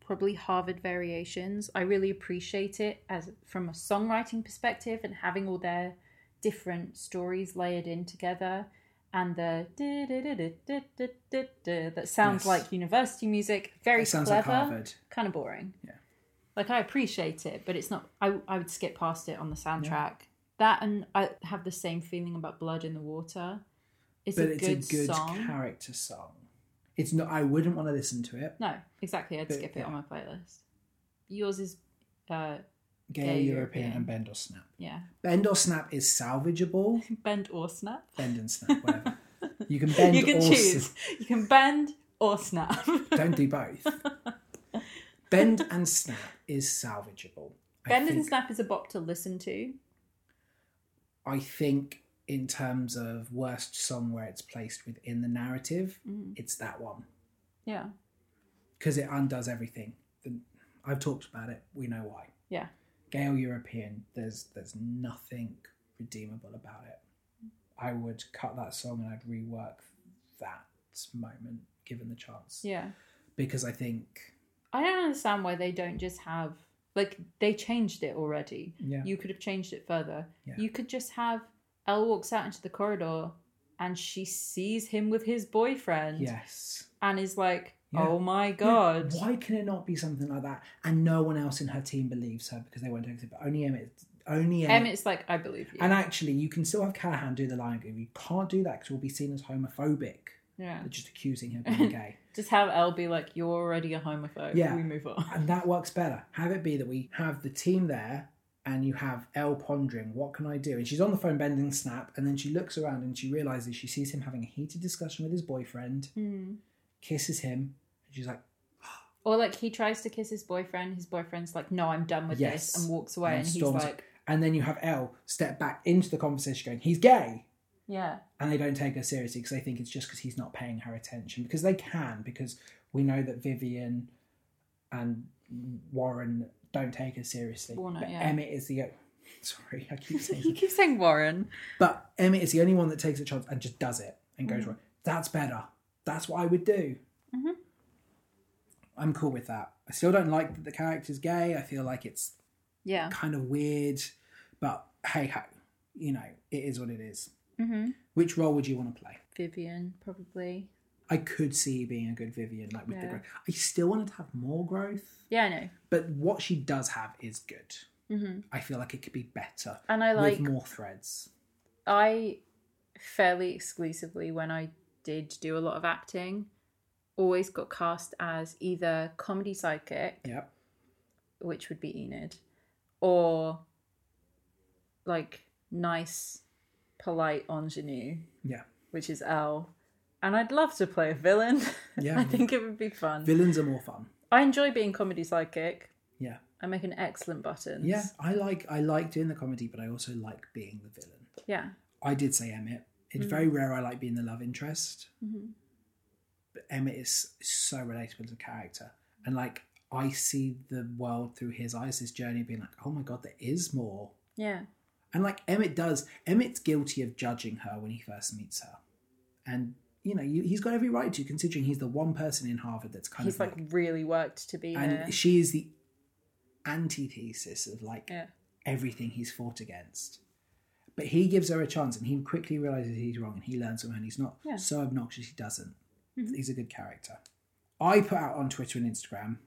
Probably Harvard Variations. I really appreciate it as from a songwriting perspective and having all their different stories layered in together and the du-du-du-du-du-du-du-du that sounds Yes. like university music. Very it sounds clever. like Harvard. Kind of boring. Yeah. Like I appreciate it, but it's not I I would skip past it on the soundtrack. That and I have the same feeling about Blood in the Water. It's, but a, it's good a good song. character song. It's not. I wouldn't want to listen to it. No, exactly. I'd But, skip it yeah. on my playlist. Yours is, uh, Gay, Gay European, European. and Bend or Snap. yeah, Bend or Snap *laughs* is salvageable. bend or snap. bend and snap, whatever. You can bend you can or choose. s- You can bend or snap. *laughs* don't do both. bend and snap is salvageable. I bend think, and snap is a bop to listen to. I think in terms of worst song where it's placed within the narrative, Mm. it's that one Yeah, because it undoes everything. The- I've talked about it. We know why. Yeah. Gale European. There's there's nothing redeemable about it. I would cut that song and I'd rework that moment given the chance yeah. because I think I don't understand why they don't just have like they changed it already. yeah You could have changed it further. Yeah. You could just have Elle walks out into the corridor and she sees him with his boyfriend yes and is like, Yeah. "Oh my god." Why can it not be something like that? And no one else in her team believes her because they won't take it. But only Emmett. Only Emmett. Emmett's like, I believe you. And actually, you can still have Callahan do the line. You can't do that because you'll be seen as homophobic. yeah. They're just accusing him *laughs* of being gay. Just have Elle be like, you're already a homophobe. Yeah. We move on. *laughs* and that works better. Have it be that we have the team there and you have Elle pondering, what can I do? And she's on the phone bending snap. And then she looks around and she realizes she sees him having a heated discussion with his boyfriend, Hmm. kisses him. And she's like, Or like he tries to kiss his boyfriend. His boyfriend's like, no, I'm done with Yes. this, and walks away. And And, he's storms- like, and then you have Elle step back into the conversation going, he's gay. *laughs* yeah, and they don't take her seriously because they think it's just because he's not paying her attention because they can because we know that vivian and warren don't take her seriously. Warner, but yeah. Emmett is the o- *laughs* sorry, I *laughs* keep saying you keep saying Warren. But Emmett is the only one that takes a chance and just does it and Mm-hmm. goes, right, that's better. That's what I would do. Mhm. I'm cool with that. I still don't like that the character's gay. I feel like it's Yeah. kind of weird, but hey ho, you know, it is what it is. Mm-hmm. Which role would you want to play? Vivian, probably. I could see you being a good Vivian, like with the Yeah. growth. I still want her to have more growth, Yeah, I know. but what she does have is good. Mm-hmm. I feel like it could be better And I like. with more threads. I fairly exclusively, when I did do a lot of acting, always got cast as either comedy psychic, Yep. which would be Enid, or like nice, polite ingenue, Yeah. which is Elle. And I'd love to play a villain. *laughs* Yeah. I think it would be fun. Villains are more fun. I enjoy being comedy psychic. Yeah. I make an excellent buttons. Yeah, I like I like doing the comedy, but I also like being the villain. Yeah. I did say Emmett. It's Mm. very rare I like being the love interest, Mhm. but Emmett is so relatable to the character, and like I see the world through his eyes, his journey, being like, oh my god, there is more. Yeah. And like Emmett does, Emmett's guilty of judging her when he first meets her, and you know you, he's got every right to, considering he's the one person in Harvard that's kind He's of like, like really worked to be there. and she is the antithesis of like Yeah. everything he's fought against. But he gives her a chance and he quickly realizes he's wrong and he learns from her and he's not Yeah. so obnoxious he doesn't. Mhm. He's a good character. I put out on Twitter and Instagram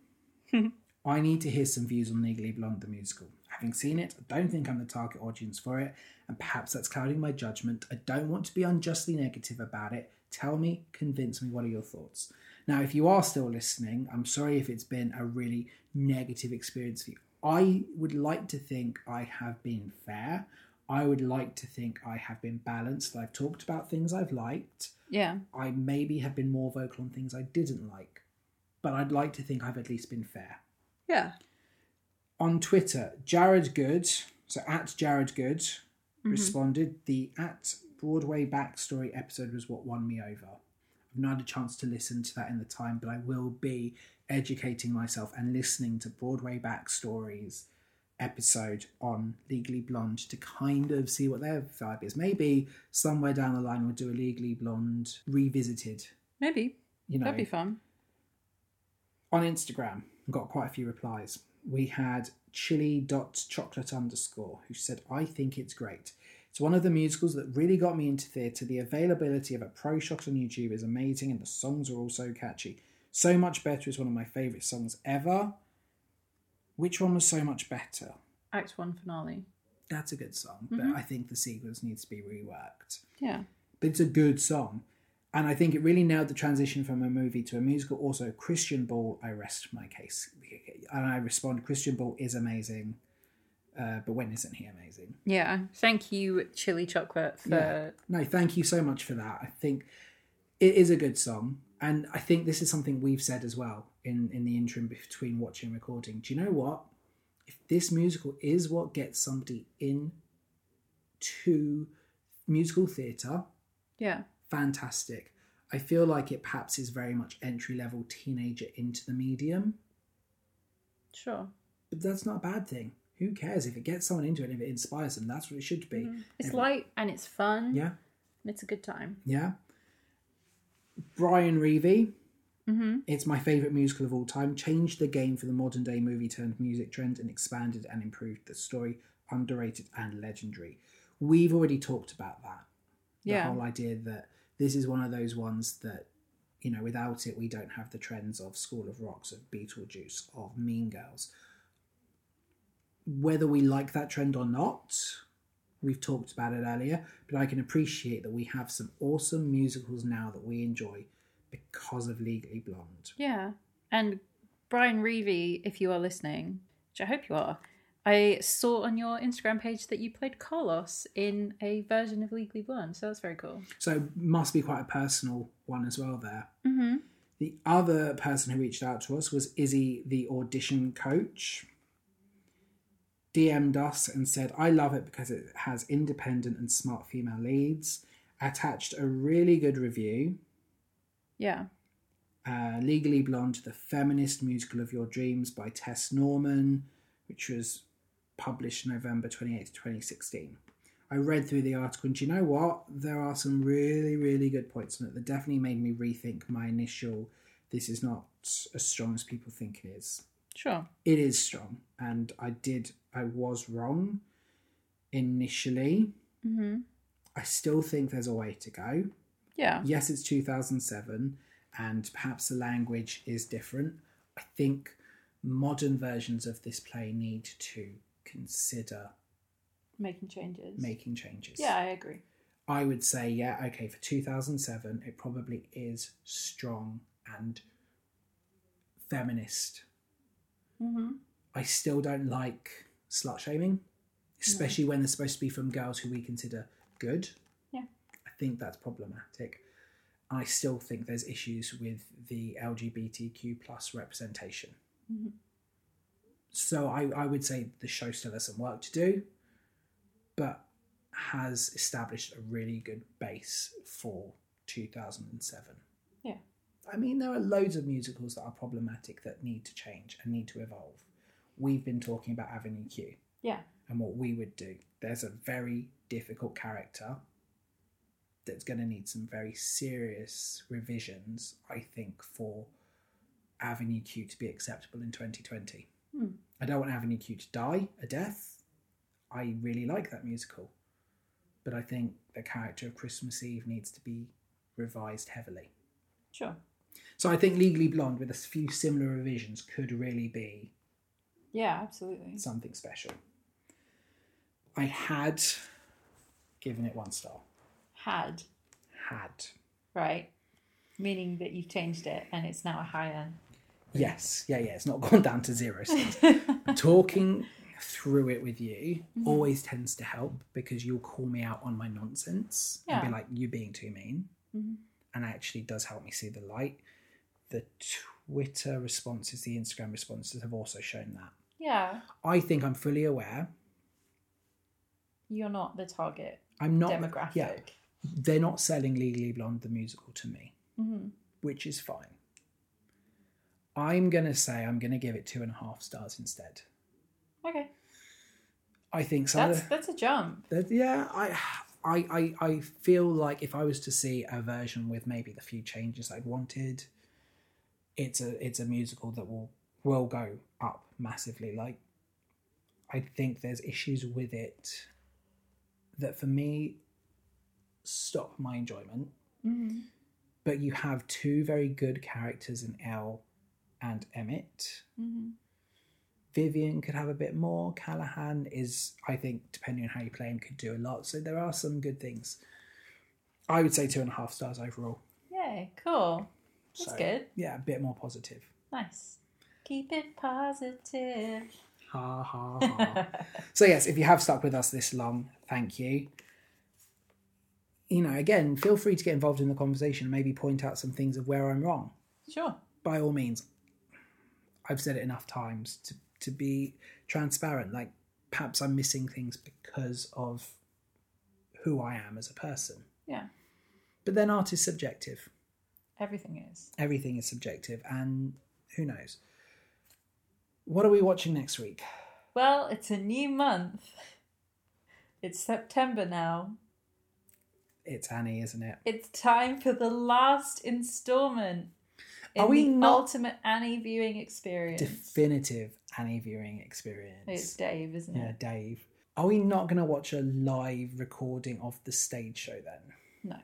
I need to hear some views on Legally Blonde the musical. Having seen it, I don't think I'm the target audience for it, and perhaps that's clouding my judgment. I don't want to be unjustly negative about it. Tell me, convince me, what are your thoughts? Now, if you are still listening, I'm sorry if it's been a really negative experience for you. I would like to think I have been fair. I would like to think I have been balanced. I've talked about things I've liked. Yeah. I maybe have been more vocal on things I didn't like, but I'd like to think I've at least been fair Yeah. on Twitter, Jared Good, so at Jared Good, Mhm. responded, the at Broadway backstory episode was what won me over. I've not had a chance to listen to that in the time, but I will be educating myself and listening to Broadway backstories episode on Legally Blonde to kind of see what their vibe is. Maybe somewhere down the line we'll do a Legally Blonde revisited, Maybe. you know That'd be fun. on Instagram, got quite a few replies. We had chili.chocolate underscore who said, I think it's great. It's one of the musicals that really got me into theatre. The availability of a pro shot on YouTube is amazing and the songs are all so catchy. So Much Better is one of my favourite songs ever. Which one was So Much Better? Act one finale. That's a good song, Mhm. but I think the sequence needs to be reworked Yeah. but it's a good song. And I think it really nailed the transition from a movie to a musical. Also, Christian Ball, I rest my case. And I respond, Christian Ball is amazing, uh, but when isn't he amazing? Yeah. Thank you, Chili Chocolate, for No, thank you so much for that. I think it is a good song. And I think this is something we've said as well in, in the interim between watching and recording. Do you know what? If this musical is what gets somebody in to musical theatre, yeah. fantastic. I feel like it perhaps is very much entry level teenager into the medium, Sure. but that's not a bad thing. Who cares if it gets someone into it and if it inspires them? That's what it should be. Mm-hmm. It's Every- light and it's fun. Mm-hmm. yeah, And it's a good time. yeah. Brian Reeve, Mm-hmm. it's my favourite musical of all time, changed the game for the modern day movie turned music trend and expanded and improved the story, underrated and legendary. We've already talked about that. the Yeah. whole idea that this is one of those ones that you know without it we don't have the trends of school of rocks of beetlejuice of mean girls whether we like that trend or not we've talked about it earlier but i can appreciate that we have some awesome musicals now that we enjoy because of legally blonde Yeah. And Brian Reeve, if you are listening, which I hope you are, I saw on your Instagram page that you played Carlos in a version of Legally Blonde. So that's very cool. so must be quite a personal one as well there Mm-hmm. The other person who reached out to us was Izzy, the audition coach. DM'd us and said, I love it because it has independent and smart female leads. Attached a really good review Yeah. uh, Legally Blonde, The Feminist Musical of Your Dreams by Tess Norman, which was published November 28th, 2016. I read through the article, and do you know what? There are some really, really good points in it that definitely made me rethink my initial this is not as strong as people think it is. Sure. It is strong, and I did, I was wrong initially. Mm-hmm. I still think there's a way to go. Yeah. Yes, it's 2007, and perhaps the language is different. I think modern versions of this play need to consider Making changes. making changes. Yeah, I agree. I would say, yeah, okay, for 2007, it probably is strong and feminist. Mm-hmm. I still don't like slut shaming, especially when they're supposed to be from girls who we consider good. Yeah. I think that's problematic. I still think there's issues with the LGBTQ plus representation. Mhm. So I, I would say the show still has some work to do, but has established a really good base for 2007. Yeah. I mean, there are loads of musicals that are problematic that need to change and need to evolve. We've been talking about Avenue Q Yeah. and what we would do. There's a very difficult character that's going to need some very serious revisions, I think, for Avenue Q to be acceptable in 2020. Hmm. I don't want Avenue Q to die a death. I really like that musical, but I think the character of Christmas Eve needs to be revised heavily. Sure. So I think Legally Blonde, with a few similar revisions, could really be Yeah, absolutely. something special. I had given it one star. Had Had. right, meaning that you've changed it and it's now a higher. Yes, yeah, yeah. It's not gone down to *laughs* zero. stars. Talking through it with you Mm-hmm. always tends to help because you'll call me out on my nonsense and Yeah. be like, "You being too mean," Mhm. and it actually does help me see the light. The Twitter responses, the Instagram responses have also shown that. yeah, I think I'm fully aware. you're not the target I'm not demographic. Yeah, they're not selling Legally Blonde the musical to me. hmm which is fine. I'm going to say I'm going to give it two and a half stars instead. Okay, I think some that's of that's a jump. the, that- yeah, I, I, I, I feel like if I was to see a version with maybe the few changes I'd wanted, it's a, it's a musical that will, will go up massively. Like, I think there's issues with it that for me stop my enjoyment. hmm But you have two very good characters in Elle and Emmett. hmm Vivian could have a bit more. Callahan is, I think, depending on how you play him, could do a lot. So there are some good things. I would say two and a half stars overall. Yay, cool. That's So, good. Yeah, a bit more positive. Nice. Keep it *laughs* positive. Ha ha *laughs* ha. so yes, if you have stuck with us this long, thank you. You know, again, feel free to get involved in the conversation. Maybe point out some things of where I'm wrong. Sure. by all means, I've said it enough times to, to be transparent. Like, perhaps I'm missing things because of who I am as a person. Yeah. But then art is subjective. Everything is. Everything is subjective, and who knows? What are we watching next week? Well, it's a new month. It's September now. It's Annie, isn't it? It's time for the last installment in Are we the not- ultimate Annie viewing experience. Definitive Annie viewing experience. It's Dave, isn't yeah, it? Dave. Are we not going to watch a live recording of the stage show then? No,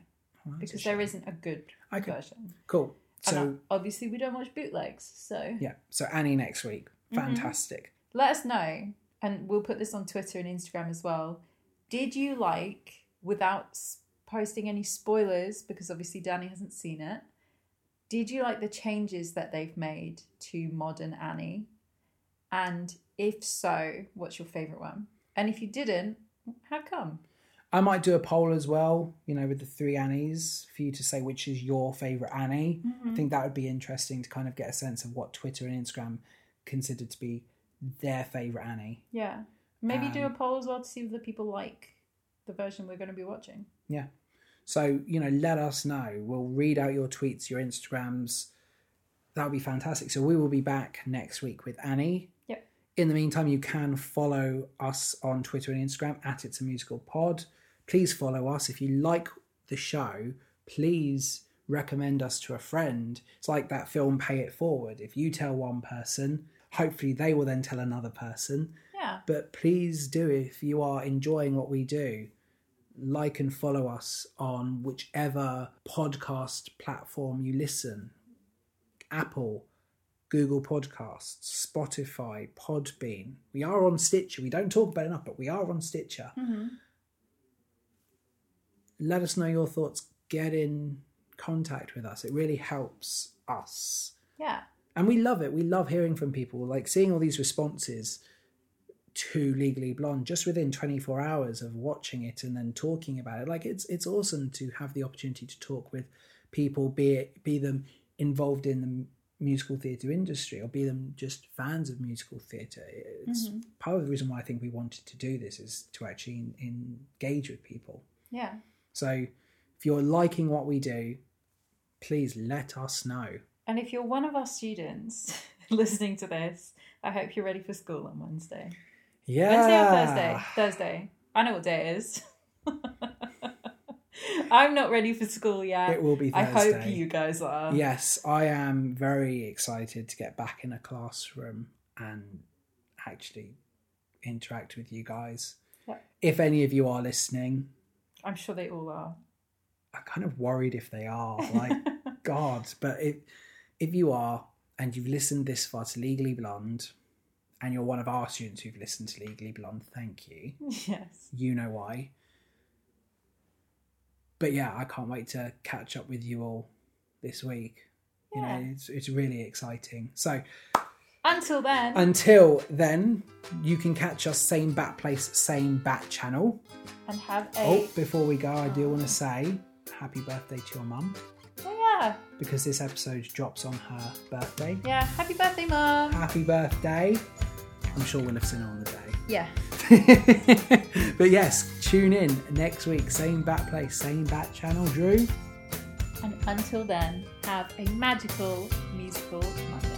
Oh, that's a because there shame. isn't a good Okay. version. Cool. And So. uh, obviously, we don't watch bootlegs, so Yeah. So Annie next week. Fantastic. let us know, and we'll put this on Twitter and Instagram as well. Did you like, without s- posting any spoilers, because obviously Danny hasn't seen it, did you like the changes that they've made to modern Annie? And if so, what's your favourite one? And if you didn't, how come? I might do a poll as well, you know, with the three Annies for you to say which is your favourite Annie. I think that would be interesting to kind of get a sense of what Twitter and Instagram considered to be their favourite Annie. Yeah. Maybe do a Um, poll as well to see whether people like the version we're going to be watching. So, you know, let us know. We'll read out your tweets, your Instagrams. That would be fantastic. So we will be back next week with Annie. Yep. In the meantime, you can follow us on Twitter and Instagram at It's a Musical Pod. Please follow us. If you like the show, please recommend us to a friend. It's like that film Pay It Forward. If you tell one person, hopefully they will then tell another person. Yeah. But please do, if you are enjoying what we do, like and follow us on whichever podcast platform you listen Apple, Google Podcasts, Spotify, Podbean. We are on Stitcher. We don't talk about it enough, but we are on Stitcher. Mm-hmm. Let us know your thoughts. Get in contact with us. It really helps us. Yeah. and we love it. We love hearing from people, like seeing all these responses to Legally Blonde just within 24 hours of watching it and then talking about it. Like it's it's awesome to have the opportunity to talk with people, be it be them involved in the musical theatre industry or be them just fans of musical theatre. It's Mhm. part of the reason why I think we wanted to do this is to actually en- engage with people. Yeah. So if you're liking what we do, please let us know. And if you're one of our students *laughs* listening to this, I hope you're ready for school on Wednesday. Yeah. Wednesday or Thursday? Thursday. I know what day it is. *laughs* I'm not ready for school yet. It will be I Thursday. hope you guys are. Yes, I am very excited to get back in a classroom and actually interact with you guys. Yeah. If any of you are listening, I'm sure they all are. I'm kind of worried if *laughs* they are. Like, God, but if if you are and you've listened this far to Legally Blonde, and you're one of our students who've listened to Legally Blonde, thank you. yes. you know why. But yeah, I can't wait to catch up with you all this week. You Yeah. know, it's, it's really exciting. So Until then, until then, you can catch us same bat place, same bat channel. and have a. Oh, before we go, I do want to say happy birthday to your mum Oh, yeah. because this episode drops on her birthday. Yeah. Happy birthday, Mum. Happy birthday! I'm sure we'll have seen her on the day. *laughs* Yeah. but yes, tune in next week. Same bat place, same bat channel. Drew. And until then, have a magical musical Monday.